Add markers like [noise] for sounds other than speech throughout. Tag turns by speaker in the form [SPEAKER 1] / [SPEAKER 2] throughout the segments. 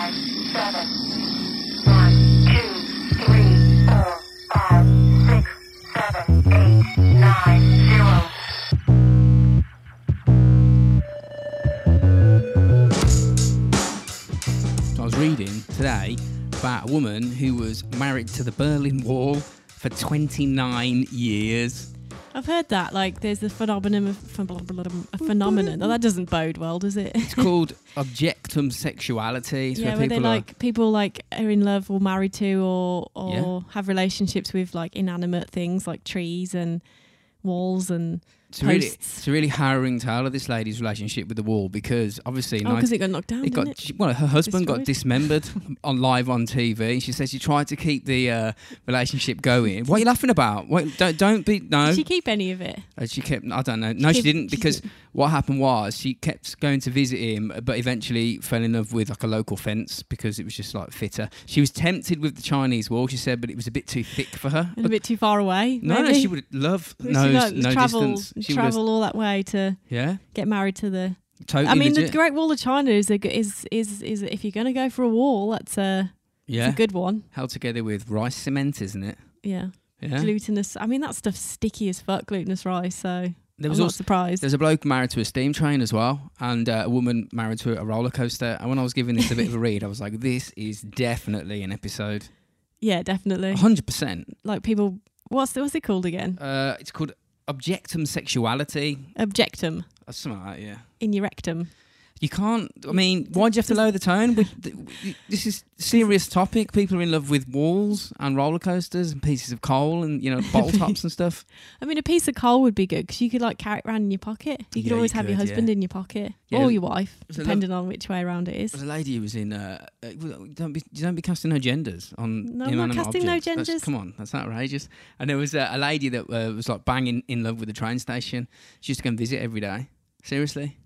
[SPEAKER 1] seven. One, two, three, four, five, six, seven, eight, nine, zero.
[SPEAKER 2] I was reading today about a woman who was married to the Berlin Wall for 29
[SPEAKER 3] [laughs]
[SPEAKER 2] years.
[SPEAKER 3] I've heard that. Like, there's the phenomenon of ph- blah, blah, blah, a phenomenon. Oh, that doesn't bode well, does it? [laughs]
[SPEAKER 2] It's called objectum sexuality. It's
[SPEAKER 3] yeah,
[SPEAKER 2] where
[SPEAKER 3] where they
[SPEAKER 2] people
[SPEAKER 3] like people like are in love or married to or or
[SPEAKER 2] Yeah.
[SPEAKER 3] have relationships with like inanimate things like trees and walls and
[SPEAKER 2] are. It's a really,
[SPEAKER 3] posts.
[SPEAKER 2] it's a really harrowing tale of this lady's relationship with the wall because obviously, in
[SPEAKER 3] oh, because it got knocked down.
[SPEAKER 2] It got
[SPEAKER 3] didn't it?
[SPEAKER 2] she- well. Her husband got
[SPEAKER 3] Destroyed. [laughs]
[SPEAKER 2] dismembered on live on TV. She says she tried to keep the uh, relationship going. What are you laughing about? What, don't don't be no.
[SPEAKER 3] Did
[SPEAKER 2] She,
[SPEAKER 3] she keep any of it?
[SPEAKER 2] uh, she kept. I don't know. No, she
[SPEAKER 3] kept-
[SPEAKER 2] didn't
[SPEAKER 3] she
[SPEAKER 2] because what happened was she kept going to visit him, but eventually fell in love with like a local fence because it was just like fitter. She was tempted with the Chinese wall. She said, but it was a bit too thick for her.
[SPEAKER 3] A bit too far away.
[SPEAKER 2] no, no,
[SPEAKER 3] maybe?
[SPEAKER 2] she would love
[SPEAKER 3] She
[SPEAKER 2] no
[SPEAKER 3] like,
[SPEAKER 2] no
[SPEAKER 3] travel,
[SPEAKER 2] distance. She would have-
[SPEAKER 3] travel all that way to
[SPEAKER 2] yeah,
[SPEAKER 3] get married to the.
[SPEAKER 2] totally.
[SPEAKER 3] I mean,
[SPEAKER 2] Oh, legit.
[SPEAKER 3] the Great Wall of China is a g is is is if you're going to go for a wall, that's a, it's
[SPEAKER 2] yeah,
[SPEAKER 3] a good one.
[SPEAKER 2] held together with rice cement, isn't it?
[SPEAKER 3] Yeah.
[SPEAKER 2] Yeah,
[SPEAKER 3] glutinous. I mean, that stuff's sticky as fuck, glutinous rice. So
[SPEAKER 2] there
[SPEAKER 3] I'm not surprised.
[SPEAKER 2] There's a bloke married to a steam train as well, and uh, a woman married to a roller coaster. And when I was giving this a bit of a read, I was like, "This is definitely an
[SPEAKER 3] [laughs]
[SPEAKER 2] episode,
[SPEAKER 3] Yeah, definitely.
[SPEAKER 2] 100." percent
[SPEAKER 3] Like people, what's what's it called again?
[SPEAKER 2] uh, It's called objectum sexuality,
[SPEAKER 3] Objectum
[SPEAKER 2] or something like that. Yeah,
[SPEAKER 3] in your rectum.
[SPEAKER 2] you can't. I mean, why do you have to lower the tone? We, th- we- this is serious topic. People are in love with walls and roller coasters and pieces of coal and [laughs] you know bottle tops and stuff.
[SPEAKER 3] I mean, a piece of coal would be good because you could like carry it around in your pocket. You could
[SPEAKER 2] Yeah,
[SPEAKER 3] always
[SPEAKER 2] you
[SPEAKER 3] have your
[SPEAKER 2] could,
[SPEAKER 3] husband
[SPEAKER 2] yeah.
[SPEAKER 3] in your pocket
[SPEAKER 2] Yeah.
[SPEAKER 3] or your wife,
[SPEAKER 2] It's a lo-
[SPEAKER 3] depending on which way around it is.
[SPEAKER 2] There's a lady who was in. Uh, uh, don't be don't be casting no genders on
[SPEAKER 3] No, I'm not
[SPEAKER 2] inanimate
[SPEAKER 3] casting no
[SPEAKER 2] objects. That's-
[SPEAKER 3] genders.
[SPEAKER 2] come on, that's outrageous. And there was uh, a lady that uh, was like banging in love with the train station. She used to go and visit every day. Seriously,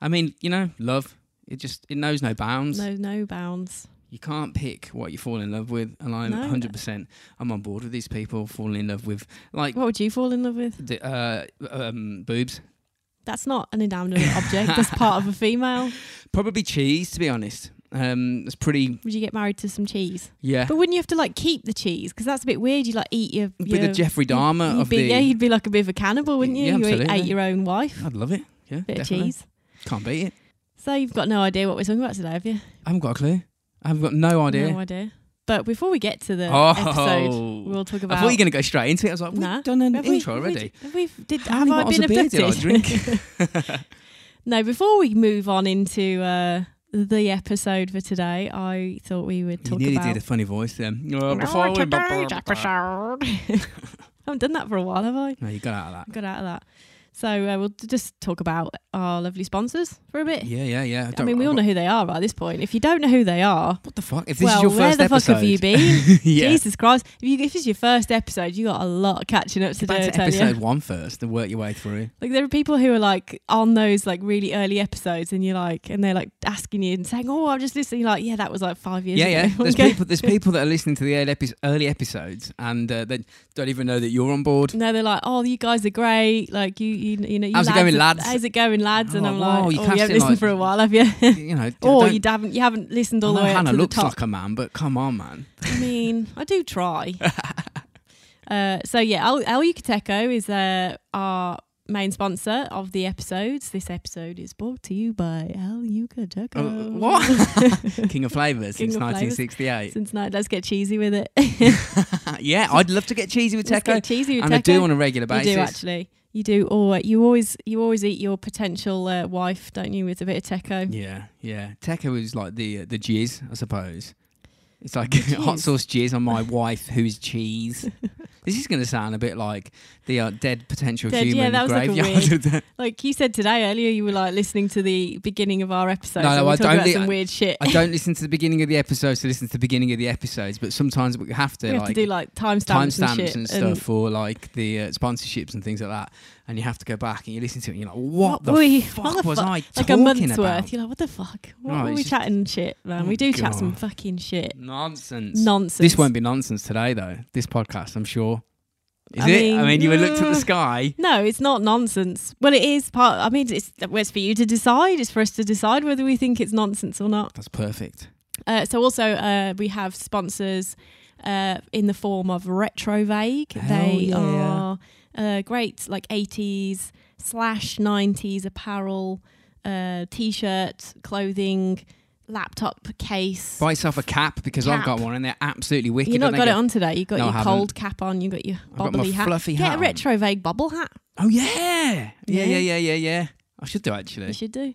[SPEAKER 2] I mean, you know, love. It just it knows no bounds.
[SPEAKER 3] No, no bounds.
[SPEAKER 2] You can't pick what you fall in love with, and I'm
[SPEAKER 3] No.
[SPEAKER 2] 100. percent I'm on board with these people falling in love with like
[SPEAKER 3] What would you fall in love with?
[SPEAKER 2] the, uh, um, boobs.
[SPEAKER 3] That's not an
[SPEAKER 2] [laughs]
[SPEAKER 3] inanimate object. That's part of a female.
[SPEAKER 2] Probably cheese, to be honest. Um, it's pretty.
[SPEAKER 3] Would you get married to some cheese?
[SPEAKER 2] Yeah,
[SPEAKER 3] But wouldn't you have to like keep the cheese? Because that's a bit weird. You like eat your.
[SPEAKER 2] with
[SPEAKER 3] your
[SPEAKER 2] the Jeffrey
[SPEAKER 3] you'd-
[SPEAKER 2] Dahmer
[SPEAKER 3] you'd
[SPEAKER 2] of
[SPEAKER 3] be,
[SPEAKER 2] the.
[SPEAKER 3] yeah, you'd be like a bit of a cannibal, wouldn't you?
[SPEAKER 2] Yeah,
[SPEAKER 3] you ate,
[SPEAKER 2] absolutely.
[SPEAKER 3] ate your own wife,
[SPEAKER 2] I'd love it. Yeah,
[SPEAKER 3] bit
[SPEAKER 2] definitely.
[SPEAKER 3] of cheese.
[SPEAKER 2] Can't beat it.
[SPEAKER 3] So you've got no idea what we're talking about today, have you?
[SPEAKER 2] I haven't got a clue. I've got no idea.
[SPEAKER 3] No idea. But before we get to the
[SPEAKER 2] oh,
[SPEAKER 3] episode, we'll talk
[SPEAKER 2] I
[SPEAKER 3] about.
[SPEAKER 2] thought you were going to go straight into it. I was like, we've
[SPEAKER 3] Nah.
[SPEAKER 2] done an
[SPEAKER 3] Have we-
[SPEAKER 2] intro
[SPEAKER 3] have we-
[SPEAKER 2] already.
[SPEAKER 3] Have, we, did,
[SPEAKER 2] How
[SPEAKER 3] have
[SPEAKER 2] many
[SPEAKER 3] I
[SPEAKER 2] bottles
[SPEAKER 3] been
[SPEAKER 2] of beer did I
[SPEAKER 3] abducted?
[SPEAKER 2] [laughs]
[SPEAKER 3] [laughs] no, before we move on into uh, the episode for today, I thought we would
[SPEAKER 2] you
[SPEAKER 3] talk
[SPEAKER 2] nearly
[SPEAKER 3] about.
[SPEAKER 2] did a funny voice then.
[SPEAKER 3] Now today's episode. [laughs] I haven't done that for a while, have I?
[SPEAKER 2] No, you got out of that.
[SPEAKER 3] Got out of that. So uh, we'll d- just talk about our lovely sponsors for a [laughs] bit.
[SPEAKER 2] Yeah, yeah, yeah.
[SPEAKER 3] I
[SPEAKER 2] don't-
[SPEAKER 3] mean, we all know who they are at this point. If you don't know who they are,
[SPEAKER 2] What the fuck? If this
[SPEAKER 3] well,
[SPEAKER 2] is your
[SPEAKER 3] where
[SPEAKER 2] first
[SPEAKER 3] the
[SPEAKER 2] episode,
[SPEAKER 3] fuck have you been?
[SPEAKER 2] [laughs] yeah.
[SPEAKER 3] Jesus Christ! If, you, if this is your first episode, you got a lot of catching up
[SPEAKER 2] Get
[SPEAKER 3] to do.
[SPEAKER 2] back
[SPEAKER 3] I
[SPEAKER 2] to
[SPEAKER 3] tell
[SPEAKER 2] episode
[SPEAKER 3] you.
[SPEAKER 2] one first and work your way through.
[SPEAKER 3] Like there are people who are like on those like really early episodes, and you're like, and they're like asking you and saying, "Oh, I'm just listening." You're like, yeah, that was like five years
[SPEAKER 2] Yeah,
[SPEAKER 3] ago. [laughs]
[SPEAKER 2] yeah. There's
[SPEAKER 3] Okay.
[SPEAKER 2] people. There's people that are listening to the early, epi- early episodes and uh, they don't even know that you're on
[SPEAKER 3] [laughs]
[SPEAKER 2] board.
[SPEAKER 3] No, they're like, "Oh, you guys are great." Like you, you, you know, you
[SPEAKER 2] How's it
[SPEAKER 3] lads
[SPEAKER 2] going,
[SPEAKER 3] are-
[SPEAKER 2] lads?
[SPEAKER 3] How's it going, lads? And
[SPEAKER 2] Oh,
[SPEAKER 3] I'm
[SPEAKER 2] wow,
[SPEAKER 3] like,
[SPEAKER 2] you
[SPEAKER 3] "Oh, you haven't
[SPEAKER 2] casting,
[SPEAKER 3] listened
[SPEAKER 2] like-
[SPEAKER 3] for a while, have you?"
[SPEAKER 2] You know,
[SPEAKER 3] [laughs] or
[SPEAKER 2] don't-
[SPEAKER 3] Oh, you d- haven't you haven't listened all
[SPEAKER 2] I
[SPEAKER 3] the
[SPEAKER 2] know
[SPEAKER 3] way up
[SPEAKER 2] Hannah
[SPEAKER 3] to the
[SPEAKER 2] looks
[SPEAKER 3] top.
[SPEAKER 2] like a man, but come on,
[SPEAKER 3] [laughs]
[SPEAKER 2] man.
[SPEAKER 3] I mean, I
[SPEAKER 2] [laughs]
[SPEAKER 3] do try. uh, so yeah, El, El Yucateco is uh, our main sponsor of the episodes. This episode is brought to you by El Yucateco.
[SPEAKER 2] Uh, what? King of Flavors
[SPEAKER 3] King
[SPEAKER 2] since
[SPEAKER 3] of Flavours.
[SPEAKER 2] 1968.
[SPEAKER 3] [laughs] Since night, let's get cheesy with it.
[SPEAKER 2] Uh, yeah, I'd love to get cheesy with
[SPEAKER 3] let's
[SPEAKER 2] Teco.
[SPEAKER 3] get cheesy with
[SPEAKER 2] And I
[SPEAKER 3] Teco.
[SPEAKER 2] do on a regular
[SPEAKER 3] you
[SPEAKER 2] basis.
[SPEAKER 3] do actually. You do, or you always you always eat your potential uh, wife, don't you, with a bit of teco?
[SPEAKER 2] Yeah, yeah. Teco is like the uh, the jizz, I suppose. It's like
[SPEAKER 3] jizz.
[SPEAKER 2] [laughs] hot sauce jizz on
[SPEAKER 3] [laughs]
[SPEAKER 2] my wife, who's cheese. this is going to sound a bit like the uh, dead potential
[SPEAKER 3] Dead, yeah,
[SPEAKER 2] human
[SPEAKER 3] that was like a
[SPEAKER 2] graveyard.
[SPEAKER 3] [laughs] Like you said today earlier, you were like listening to the beginning of our episode.
[SPEAKER 2] No,
[SPEAKER 3] and
[SPEAKER 2] no,
[SPEAKER 3] we're
[SPEAKER 2] I
[SPEAKER 3] talking
[SPEAKER 2] don't
[SPEAKER 3] About
[SPEAKER 2] li-
[SPEAKER 3] some
[SPEAKER 2] I-
[SPEAKER 3] weird shit.
[SPEAKER 2] I don't listen to the beginning of the episodes to listen to the beginning of the episodes, but sometimes we have to
[SPEAKER 3] [laughs] we have
[SPEAKER 2] like
[SPEAKER 3] to do like timestamps and
[SPEAKER 2] timestamps
[SPEAKER 3] shit.
[SPEAKER 2] and stuff or like the uh, sponsorships and things like that. And you have to go back and you listen to it and you're like,
[SPEAKER 3] What
[SPEAKER 2] what, the
[SPEAKER 3] were you-
[SPEAKER 2] fuck
[SPEAKER 3] what the
[SPEAKER 2] was
[SPEAKER 3] fuck?"
[SPEAKER 2] I
[SPEAKER 3] like a
[SPEAKER 2] talking
[SPEAKER 3] month's
[SPEAKER 2] about?
[SPEAKER 3] worth. You're like, what the fuck? What
[SPEAKER 2] No,
[SPEAKER 3] were
[SPEAKER 2] it's
[SPEAKER 3] we
[SPEAKER 2] just-
[SPEAKER 3] chatting shit, man?
[SPEAKER 2] Oh
[SPEAKER 3] we
[SPEAKER 2] my
[SPEAKER 3] do chat some
[SPEAKER 2] God.
[SPEAKER 3] fucking shit.
[SPEAKER 2] Nonsense.
[SPEAKER 3] Nonsense.
[SPEAKER 2] This won't be nonsense today though. This podcast, I'm sure. Is
[SPEAKER 3] I
[SPEAKER 2] it?
[SPEAKER 3] mean,
[SPEAKER 2] I mean, you would looked at the
[SPEAKER 3] mm.
[SPEAKER 2] sky.
[SPEAKER 3] No, it's not nonsense. Well, it is part. I mean, it's well, it's for you to decide. It's for us to decide whether we think it's nonsense or not.
[SPEAKER 2] That's perfect.
[SPEAKER 3] Uh, so also uh, we have sponsors uh, in the form of Retrovague.
[SPEAKER 2] Hell
[SPEAKER 3] they
[SPEAKER 2] yeah.
[SPEAKER 3] are uh, great, like eighties slash nineties apparel, uh, t-shirt, clothing, laptop case.
[SPEAKER 2] Buy yourself a cap because I've
[SPEAKER 3] Cap.
[SPEAKER 2] got one and they're absolutely wicked.
[SPEAKER 3] You've not
[SPEAKER 2] and they
[SPEAKER 3] got it
[SPEAKER 2] go-
[SPEAKER 3] on today. You've got
[SPEAKER 2] No, I
[SPEAKER 3] your
[SPEAKER 2] haven't.
[SPEAKER 3] cold cap on. You've got your
[SPEAKER 2] I've got my
[SPEAKER 3] bobbly hat.
[SPEAKER 2] fluffy
[SPEAKER 3] Get
[SPEAKER 2] hat
[SPEAKER 3] a
[SPEAKER 2] on.
[SPEAKER 3] retrovague bobble hat.
[SPEAKER 2] Oh yeah. yeah,
[SPEAKER 3] Yeah.
[SPEAKER 2] yeah, yeah, yeah, yeah. I should do
[SPEAKER 3] You
[SPEAKER 2] actually.
[SPEAKER 3] should do.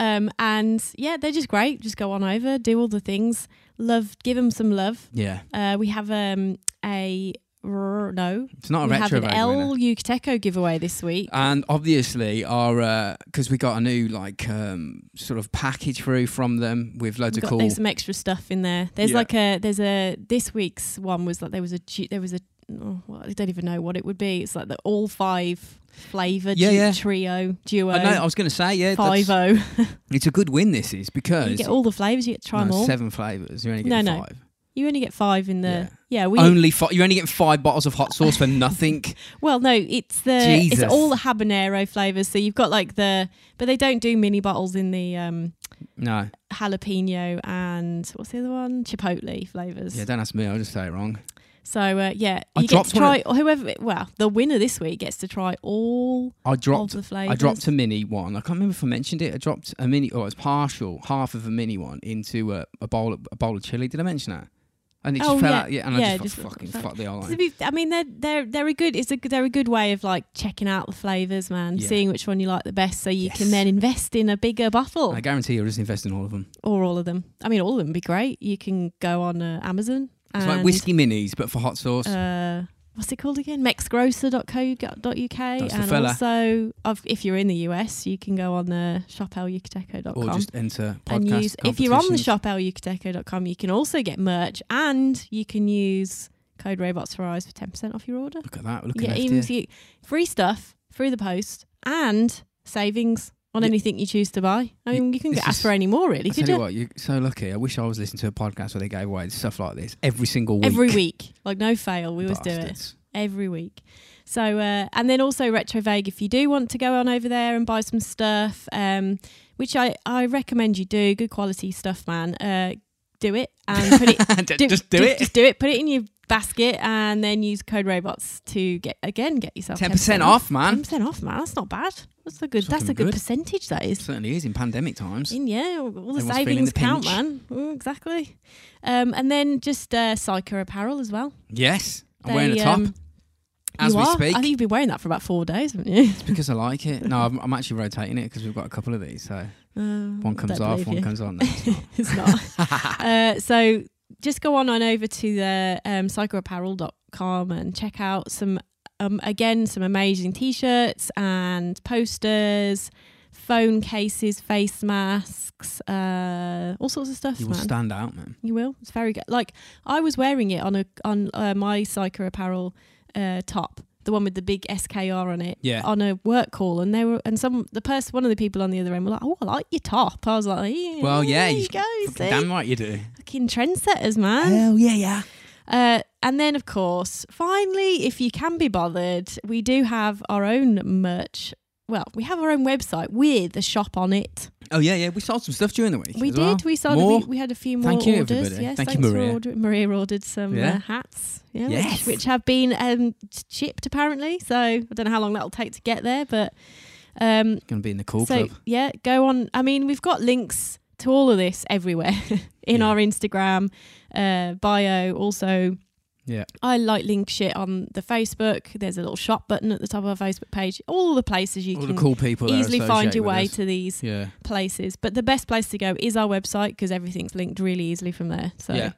[SPEAKER 3] Um, and yeah, they're just great. Just go on over, do all the things. Love, give them some love.
[SPEAKER 2] Yeah,
[SPEAKER 3] Uh, we have um, a r- no.
[SPEAKER 2] it's not a Ah,
[SPEAKER 3] we have
[SPEAKER 2] Oh, retro
[SPEAKER 3] an
[SPEAKER 2] vague
[SPEAKER 3] El Yucateco giveaway this week.
[SPEAKER 2] And obviously, our because we got a new like um, sort of package through from them with loads
[SPEAKER 3] We've
[SPEAKER 2] of
[SPEAKER 3] got
[SPEAKER 2] cool.
[SPEAKER 3] there's some extra stuff in there. There's
[SPEAKER 2] Yeah.
[SPEAKER 3] like a there's a this week's one was like there was a ju- there was a oh, well, I don't even know what it would be. It's like the all five flavor
[SPEAKER 2] Yeah,
[SPEAKER 3] du-
[SPEAKER 2] yeah.
[SPEAKER 3] trio duo
[SPEAKER 2] I know. I was going to say yeah. that's-
[SPEAKER 3] five o.
[SPEAKER 2] It's a good win. This Oh, is because
[SPEAKER 3] You get all the flavors. You get to try
[SPEAKER 2] no,
[SPEAKER 3] them all.
[SPEAKER 2] seven flavors. You only get
[SPEAKER 3] No, no.
[SPEAKER 2] five.
[SPEAKER 3] You only get five in the
[SPEAKER 2] Yeah.
[SPEAKER 3] yeah. we
[SPEAKER 2] only five. You're only getting five bottles of hot sauce for
[SPEAKER 3] [laughs]
[SPEAKER 2] nothing.
[SPEAKER 3] Well, no, it's the
[SPEAKER 2] Jesus.
[SPEAKER 3] it's all the habanero flavors. So you've got like the, but they don't do mini bottles in the um,
[SPEAKER 2] No,
[SPEAKER 3] jalapeno and what's the other one? Chipotle flavors.
[SPEAKER 2] yeah, don't ask me. I'll just say it wrong.
[SPEAKER 3] So uh, yeah,
[SPEAKER 2] I
[SPEAKER 3] you get
[SPEAKER 2] dropped
[SPEAKER 3] to
[SPEAKER 2] one
[SPEAKER 3] try whoever. Well, the winner this week gets to try all
[SPEAKER 2] I dropped.
[SPEAKER 3] of the flavors.
[SPEAKER 2] I dropped a mini one. I can't remember if I mentioned it. I dropped a mini, or it was partial, half of a mini one into a, a bowl of, a bowl of chili. Did I mention that? And it just
[SPEAKER 3] Oh,
[SPEAKER 2] fell
[SPEAKER 3] yeah.
[SPEAKER 2] out. Yeah, and
[SPEAKER 3] Yeah,
[SPEAKER 2] I
[SPEAKER 3] just
[SPEAKER 2] just, thought, fucking
[SPEAKER 3] fell-
[SPEAKER 2] fuck the
[SPEAKER 3] To
[SPEAKER 2] line.
[SPEAKER 3] be- I mean, they're they're they're a good. It's a good- they're a good way of like checking out the flavors, man.
[SPEAKER 2] Yeah.
[SPEAKER 3] Seeing which one you like the best, so you
[SPEAKER 2] Yes.
[SPEAKER 3] can then invest in a bigger bottle.
[SPEAKER 2] I guarantee you'll just invest in all of them.
[SPEAKER 3] or all of them. I mean, all of them would be great. You can go on uh, Amazon.
[SPEAKER 2] It's
[SPEAKER 3] and,
[SPEAKER 2] like whiskey minis, but for hot sauce.
[SPEAKER 3] Uh, what's it called again? Mexgrocer.co.uk.
[SPEAKER 2] the
[SPEAKER 3] and
[SPEAKER 2] fella.
[SPEAKER 3] also, of, if you're in the US, you can go on uh, the shopelucateco.com.
[SPEAKER 2] or just enter podcast.
[SPEAKER 3] and use if you're on the
[SPEAKER 2] competitions.
[SPEAKER 3] shopelucateco.com, you can also get merch and you can use code robots for eyes for 10% off your order.
[SPEAKER 2] Look at that. Look
[SPEAKER 3] You
[SPEAKER 2] at that.
[SPEAKER 3] get even see- free stuff through the post and savings on
[SPEAKER 2] Yeah.
[SPEAKER 3] anything you choose to buy. I mean, you can
[SPEAKER 2] This
[SPEAKER 3] get asked
[SPEAKER 2] is-
[SPEAKER 3] for any more, really,
[SPEAKER 2] I
[SPEAKER 3] could
[SPEAKER 2] tell
[SPEAKER 3] you?
[SPEAKER 2] you what, you're so lucky. I wish I was listening to a podcast where they gave away stuff like this every single week.
[SPEAKER 3] Every week. Like, no fail. We always do it.
[SPEAKER 2] Bastards.
[SPEAKER 3] every week. So, uh, and then also Retrovague, if you do want to go on over there and buy some stuff, um, which I, I recommend you do, good quality stuff, man, uh, do it
[SPEAKER 2] [laughs]
[SPEAKER 3] and put Um, it.
[SPEAKER 2] just do it.
[SPEAKER 3] Just do it. Put it in your basket and then use code robots to get again get yourself
[SPEAKER 2] Ten percent off,
[SPEAKER 3] Ten
[SPEAKER 2] man.
[SPEAKER 3] percent off, man. That's not bad. That's a good.
[SPEAKER 2] That's
[SPEAKER 3] that's a
[SPEAKER 2] fucking
[SPEAKER 3] good,
[SPEAKER 2] good.
[SPEAKER 3] percentage. That is.
[SPEAKER 2] Certainly is in pandemic times.
[SPEAKER 3] In, yeah, all the
[SPEAKER 2] Everyone's feeling
[SPEAKER 3] savings
[SPEAKER 2] the
[SPEAKER 3] count,
[SPEAKER 2] pinch.
[SPEAKER 3] man. Mm, exactly. Um, and then just uh, psycho apparel as well.
[SPEAKER 2] Yes, I'm
[SPEAKER 3] They,
[SPEAKER 2] wearing a top
[SPEAKER 3] um,
[SPEAKER 2] as
[SPEAKER 3] you
[SPEAKER 2] we
[SPEAKER 3] are.
[SPEAKER 2] speak.
[SPEAKER 3] I think you've been wearing that for about four days, haven't you?
[SPEAKER 2] It's because I like it. No, I'm, I'm actually rotating it because we've got a couple of these. So [laughs]
[SPEAKER 3] Mm,
[SPEAKER 2] one comes off, one comes
[SPEAKER 3] [laughs]
[SPEAKER 2] on. No, [laughs]
[SPEAKER 3] it's not. uh, so just go on on over to the um, psychoapparel.com and check out some, um, again, some amazing t-shirts and posters, phone cases, face masks, uh, all sorts of stuff,
[SPEAKER 2] you will
[SPEAKER 3] man.
[SPEAKER 2] stand out, man.
[SPEAKER 3] You will. It's very good. Like I was wearing it on a on uh, my psycho apparel uh, top, the one with the big SKR on it,
[SPEAKER 2] Yeah.
[SPEAKER 3] [laughs] on a work call, and they were and some the person one of the people on the other end were like, "Oh, I like your top." I was like, yeah,
[SPEAKER 2] Well, yeah,
[SPEAKER 3] there
[SPEAKER 2] you
[SPEAKER 3] you go,
[SPEAKER 2] Fucking
[SPEAKER 3] see,
[SPEAKER 2] Damn right you do.
[SPEAKER 3] fucking trendsetters, man."
[SPEAKER 2] Hell yeah, yeah.
[SPEAKER 3] Uh, and then, of course, finally, if you can be bothered, we do have our own merch. Well, we have our own website with a shop on it.
[SPEAKER 2] Oh yeah, yeah. We sold some stuff during the week.
[SPEAKER 3] We
[SPEAKER 2] as well.
[SPEAKER 3] did. We sold.
[SPEAKER 2] More?
[SPEAKER 3] We, we had a few more
[SPEAKER 2] Thank you,
[SPEAKER 3] orders.
[SPEAKER 2] everybody.
[SPEAKER 3] Yes,
[SPEAKER 2] Thank you,
[SPEAKER 3] thanks
[SPEAKER 2] Maria.
[SPEAKER 3] For order- Maria ordered some
[SPEAKER 2] Yeah.
[SPEAKER 3] uh, hats. Yeah, which-
[SPEAKER 2] Yes.
[SPEAKER 3] which, have been um, shipped apparently. So I don't know how long that'll take to get there, but um,
[SPEAKER 2] Gonna be in the cool
[SPEAKER 3] so
[SPEAKER 2] club.
[SPEAKER 3] yeah, go on. I mean, we've got links to all of this everywhere [laughs] in
[SPEAKER 2] Yeah.
[SPEAKER 3] our Instagram uh, bio. Also,
[SPEAKER 2] Yeah.
[SPEAKER 3] I like link shit on the Facebook. There's a little shop button at the top of our Facebook page. All the places you
[SPEAKER 2] All the
[SPEAKER 3] can.
[SPEAKER 2] cool people. that are
[SPEAKER 3] Easily find
[SPEAKER 2] associated
[SPEAKER 3] your
[SPEAKER 2] with
[SPEAKER 3] way
[SPEAKER 2] us.
[SPEAKER 3] to these
[SPEAKER 2] Yeah.
[SPEAKER 3] places. But the best place to go is our website because everything's linked really easily from there. So,
[SPEAKER 2] Yeah.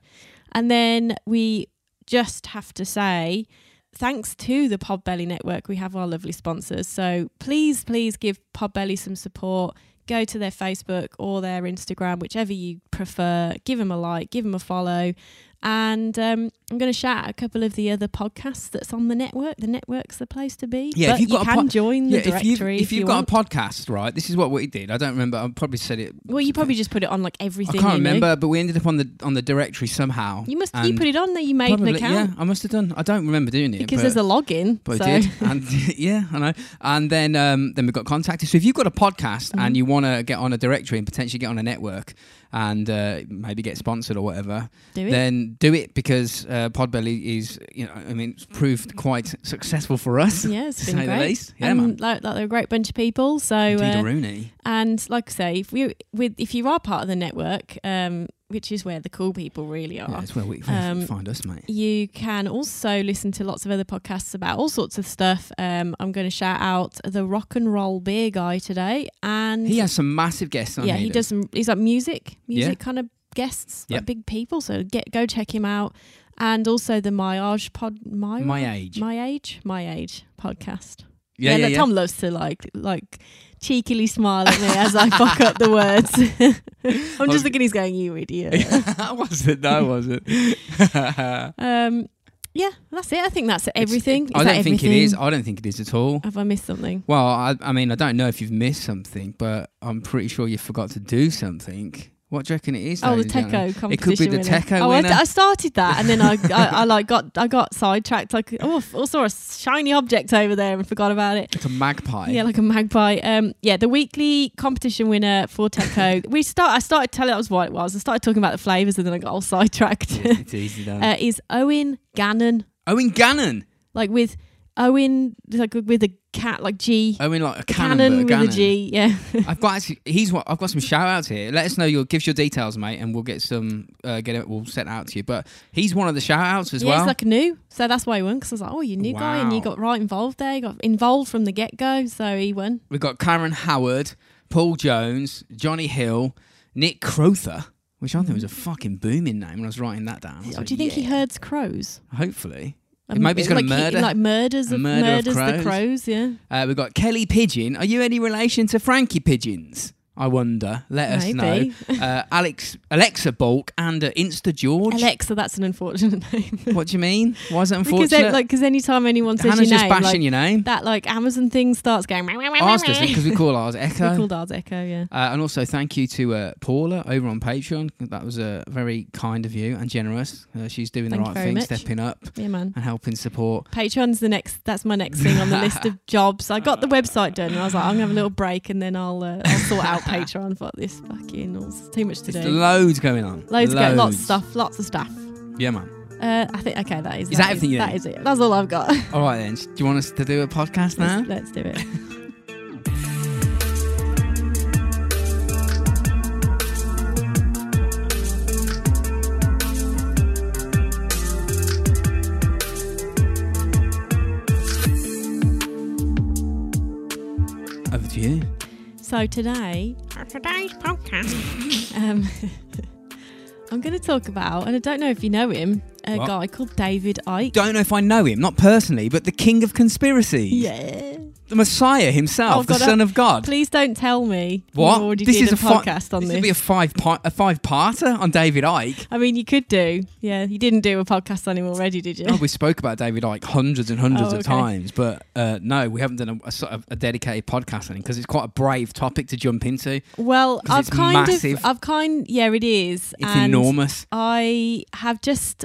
[SPEAKER 3] and then we just have to say thanks to the Podbelly Network, we have our lovely sponsors. So please, please give Podbelly some support. Go to their Facebook or their Instagram, whichever you prefer. Give them a like, give them a follow. And um, I'm going to shout out a couple of the other podcasts that's on the network. The network's the place to be.
[SPEAKER 2] Yeah, if
[SPEAKER 3] but
[SPEAKER 2] you've
[SPEAKER 3] you
[SPEAKER 2] got a
[SPEAKER 3] can
[SPEAKER 2] pod-
[SPEAKER 3] join the
[SPEAKER 2] Yeah, if
[SPEAKER 3] directory
[SPEAKER 2] you've, if you've
[SPEAKER 3] you
[SPEAKER 2] got
[SPEAKER 3] want.
[SPEAKER 2] a podcast, right, this is what we did. I don't remember. I probably said it.
[SPEAKER 3] well, you probably just put it on like
[SPEAKER 2] I
[SPEAKER 3] everything.
[SPEAKER 2] can't
[SPEAKER 3] you knew.
[SPEAKER 2] remember, but we ended up on the on the directory somehow.
[SPEAKER 3] You must you
[SPEAKER 2] And
[SPEAKER 3] put it on there. You made
[SPEAKER 2] probably,
[SPEAKER 3] an account
[SPEAKER 2] Yeah, I must have done. I don't remember doing it
[SPEAKER 3] because
[SPEAKER 2] but-
[SPEAKER 3] there's a login.
[SPEAKER 2] But
[SPEAKER 3] so
[SPEAKER 2] I did, and [laughs] yeah, I know. And then,
[SPEAKER 3] Mm-hmm.
[SPEAKER 2] um, then we got contacted. So if you've got a podcast and you want to get on a directory and potentially get on a network, and uh, maybe get sponsored or whatever,
[SPEAKER 3] Do it.
[SPEAKER 2] then do it because uh, Podbelly is, you know, I mean, it's proved quite successful for us. [laughs]
[SPEAKER 3] yeah,
[SPEAKER 2] to
[SPEAKER 3] it's been
[SPEAKER 2] say the
[SPEAKER 3] great.
[SPEAKER 2] least. Yeah,
[SPEAKER 3] and
[SPEAKER 2] man.
[SPEAKER 3] Like, like they're a great bunch of people. So
[SPEAKER 2] Indeed,
[SPEAKER 3] uh,
[SPEAKER 2] a Rooney.
[SPEAKER 3] and like I say, if we with if you are part of the network, um, which is where the cool people really
[SPEAKER 2] Yeah,
[SPEAKER 3] are.
[SPEAKER 2] that's where we
[SPEAKER 3] Um,
[SPEAKER 2] find us, mate.
[SPEAKER 3] You can also listen to lots of other podcasts about all sorts of stuff. Um, I'm going to shout out the rock and roll beer guy today, and
[SPEAKER 2] He has some massive guests on
[SPEAKER 3] yeah,
[SPEAKER 2] here,
[SPEAKER 3] he
[SPEAKER 2] though.
[SPEAKER 3] does some. He's like music,
[SPEAKER 2] Yeah.
[SPEAKER 3] music kind of guests, like
[SPEAKER 2] Yep.
[SPEAKER 3] big people. So get go check him out, and also the My Age Pod, My
[SPEAKER 2] My age.
[SPEAKER 3] My Age, My Age podcast.
[SPEAKER 2] yeah, yeah,
[SPEAKER 3] look,
[SPEAKER 2] yeah.
[SPEAKER 3] Tom loves to like like cheekily smile at me as I fuck up the words. [laughs] I'm
[SPEAKER 2] was-
[SPEAKER 3] just looking. He's going,
[SPEAKER 2] [laughs]
[SPEAKER 3] you idiot.
[SPEAKER 2] I wasn't. No, I [laughs] wasn't.
[SPEAKER 3] Um, yeah, that's it. I think that's everything. Is
[SPEAKER 2] I
[SPEAKER 3] that
[SPEAKER 2] don't think it
[SPEAKER 3] everything?
[SPEAKER 2] is. I don't think it is at all.
[SPEAKER 3] Have I missed something?
[SPEAKER 2] Well, I, I mean, I don't know if you've missed something, but I'm pretty sure you forgot to do something. What do you reckon it is?
[SPEAKER 3] Oh, the
[SPEAKER 2] ladies and gentlemen?
[SPEAKER 3] Teco competition.
[SPEAKER 2] It could be the
[SPEAKER 3] winner.
[SPEAKER 2] Teco
[SPEAKER 3] Oh, I,
[SPEAKER 2] winner.
[SPEAKER 3] I started that,
[SPEAKER 2] [laughs]
[SPEAKER 3] and then I, I, I like got, I got sidetracked. Like, oh, I f- saw a shiny object over there and forgot about it.
[SPEAKER 2] It's a magpie.
[SPEAKER 3] Yeah, like a magpie. Um, yeah, the weekly competition winner
[SPEAKER 2] [laughs]
[SPEAKER 3] for Teco. we start. I started telling that was what it was. I started talking about the flavors, and then I got all sidetracked.
[SPEAKER 2] Yes, it's easy done.
[SPEAKER 3] [laughs] uh, is Owen Gannon
[SPEAKER 2] Owen Gannon.
[SPEAKER 3] like with Owen like with a cat like G
[SPEAKER 2] Owen Oh, like a cannon,
[SPEAKER 3] Cannon
[SPEAKER 2] but
[SPEAKER 3] with
[SPEAKER 2] a Gannon.
[SPEAKER 3] a G. Yeah.
[SPEAKER 2] I've got actually. He's what I've got some shout outs here. Let us know your give us your details, mate, and we'll get some. Uh, get it. We'll set out to you. But he's one of the shout outs as
[SPEAKER 3] yeah,
[SPEAKER 2] well.
[SPEAKER 3] it's like new. So that's why he won because I was like, oh, you new guy, and you
[SPEAKER 2] Wow.
[SPEAKER 3] got right involved there. You got involved from the get go, so he won.
[SPEAKER 2] We've got Karen Howard, Paul Jones, Johnny Hill, Nick Crowther, which I think was a fucking booming name when I was writing that down. I was
[SPEAKER 3] Oh,
[SPEAKER 2] like,
[SPEAKER 3] Mm. do you think he
[SPEAKER 2] yeah.
[SPEAKER 3] herds crows?
[SPEAKER 2] Hopefully.
[SPEAKER 3] Um,
[SPEAKER 2] Maybe he's got a
[SPEAKER 3] like
[SPEAKER 2] murder.
[SPEAKER 3] He, like murders
[SPEAKER 2] A
[SPEAKER 3] of
[SPEAKER 2] murder of
[SPEAKER 3] murders
[SPEAKER 2] crows.
[SPEAKER 3] the crows. Yeah,
[SPEAKER 2] Uh, we've got Kelly Pigeon. Are you any relation to Frankie Pigeons? I wonder. Let us know.
[SPEAKER 3] maybe.
[SPEAKER 2] Uh, Alex, Alexa Bulk and uh, Insta George.
[SPEAKER 3] Alexa, that's an unfortunate [laughs] name.
[SPEAKER 2] what do you mean? Why is it
[SPEAKER 3] because
[SPEAKER 2] unfortunate?
[SPEAKER 3] then, like, because anytime anyone says
[SPEAKER 2] Hannah's
[SPEAKER 3] your
[SPEAKER 2] just
[SPEAKER 3] name,
[SPEAKER 2] bashing
[SPEAKER 3] like,
[SPEAKER 2] your name.
[SPEAKER 3] that like Amazon thing starts going. "Meow, meow, meow,
[SPEAKER 2] Ours
[SPEAKER 3] meow,
[SPEAKER 2] doesn't
[SPEAKER 3] meow."
[SPEAKER 2] because we call ours
[SPEAKER 3] [laughs] We
[SPEAKER 2] Echo.
[SPEAKER 3] called ours Echo. Yeah.
[SPEAKER 2] Uh, and also, thank you to uh, Paula over on Patreon. That was uh, very kind of you and generous. Uh, she's doing
[SPEAKER 3] Thank
[SPEAKER 2] the right
[SPEAKER 3] you very
[SPEAKER 2] thing,
[SPEAKER 3] much.
[SPEAKER 2] stepping up
[SPEAKER 3] Yeah, man.
[SPEAKER 2] and helping support.
[SPEAKER 3] Patreon's the next. That's my next thing on the list
[SPEAKER 2] [laughs]
[SPEAKER 3] of jobs. I got the website done, and I was like, I'm gonna have a little break, and then I'll, uh, I'll sort
[SPEAKER 2] [laughs]
[SPEAKER 3] out Patreon for this fucking. oh, It's too much to
[SPEAKER 2] There's
[SPEAKER 3] do.
[SPEAKER 2] loads going on.
[SPEAKER 3] Loads, of go- lots of stuff. Lots of stuff.
[SPEAKER 2] Yeah, man.
[SPEAKER 3] Uh, I think okay, that is.
[SPEAKER 2] Is that everything you
[SPEAKER 3] That is it. That's all I've got. [laughs]
[SPEAKER 2] All right, then. Do you want us to do a podcast now?
[SPEAKER 3] let's, let's do it.
[SPEAKER 2] Over to you.
[SPEAKER 3] So today,
[SPEAKER 1] For today's podcast,
[SPEAKER 3] um, [laughs] I'm going to talk about, and I don't know if you know him, a
[SPEAKER 2] What?
[SPEAKER 3] guy called David Icke.
[SPEAKER 2] Don't know if I know him, not personally, but the king of conspiracy.
[SPEAKER 3] yeah.
[SPEAKER 2] The Messiah himself,
[SPEAKER 3] I've
[SPEAKER 2] the
[SPEAKER 3] got a-
[SPEAKER 2] son of God.
[SPEAKER 3] Please don't tell me. you
[SPEAKER 2] What?
[SPEAKER 3] already
[SPEAKER 2] this
[SPEAKER 3] did
[SPEAKER 2] is
[SPEAKER 3] a,
[SPEAKER 2] a fi-
[SPEAKER 3] podcast on
[SPEAKER 2] this.
[SPEAKER 3] this.
[SPEAKER 2] would be a five part, a five parter on David Icke.
[SPEAKER 3] I mean, you could do. Yeah, you didn't do a podcast on him
[SPEAKER 2] [laughs]
[SPEAKER 3] already, did you?
[SPEAKER 2] Oh, we spoke about David Icke hundreds and hundreds
[SPEAKER 3] Oh,
[SPEAKER 2] of
[SPEAKER 3] okay.
[SPEAKER 2] times, but uh, no, we haven't done a, a sort of a dedicated podcast on it because it's quite a brave topic to jump into.
[SPEAKER 3] well,
[SPEAKER 2] 'Cause
[SPEAKER 3] I've
[SPEAKER 2] it's
[SPEAKER 3] kind
[SPEAKER 2] massive.
[SPEAKER 3] of, I've kind, yeah, it is.
[SPEAKER 2] It's
[SPEAKER 3] and
[SPEAKER 2] enormous.
[SPEAKER 3] I have just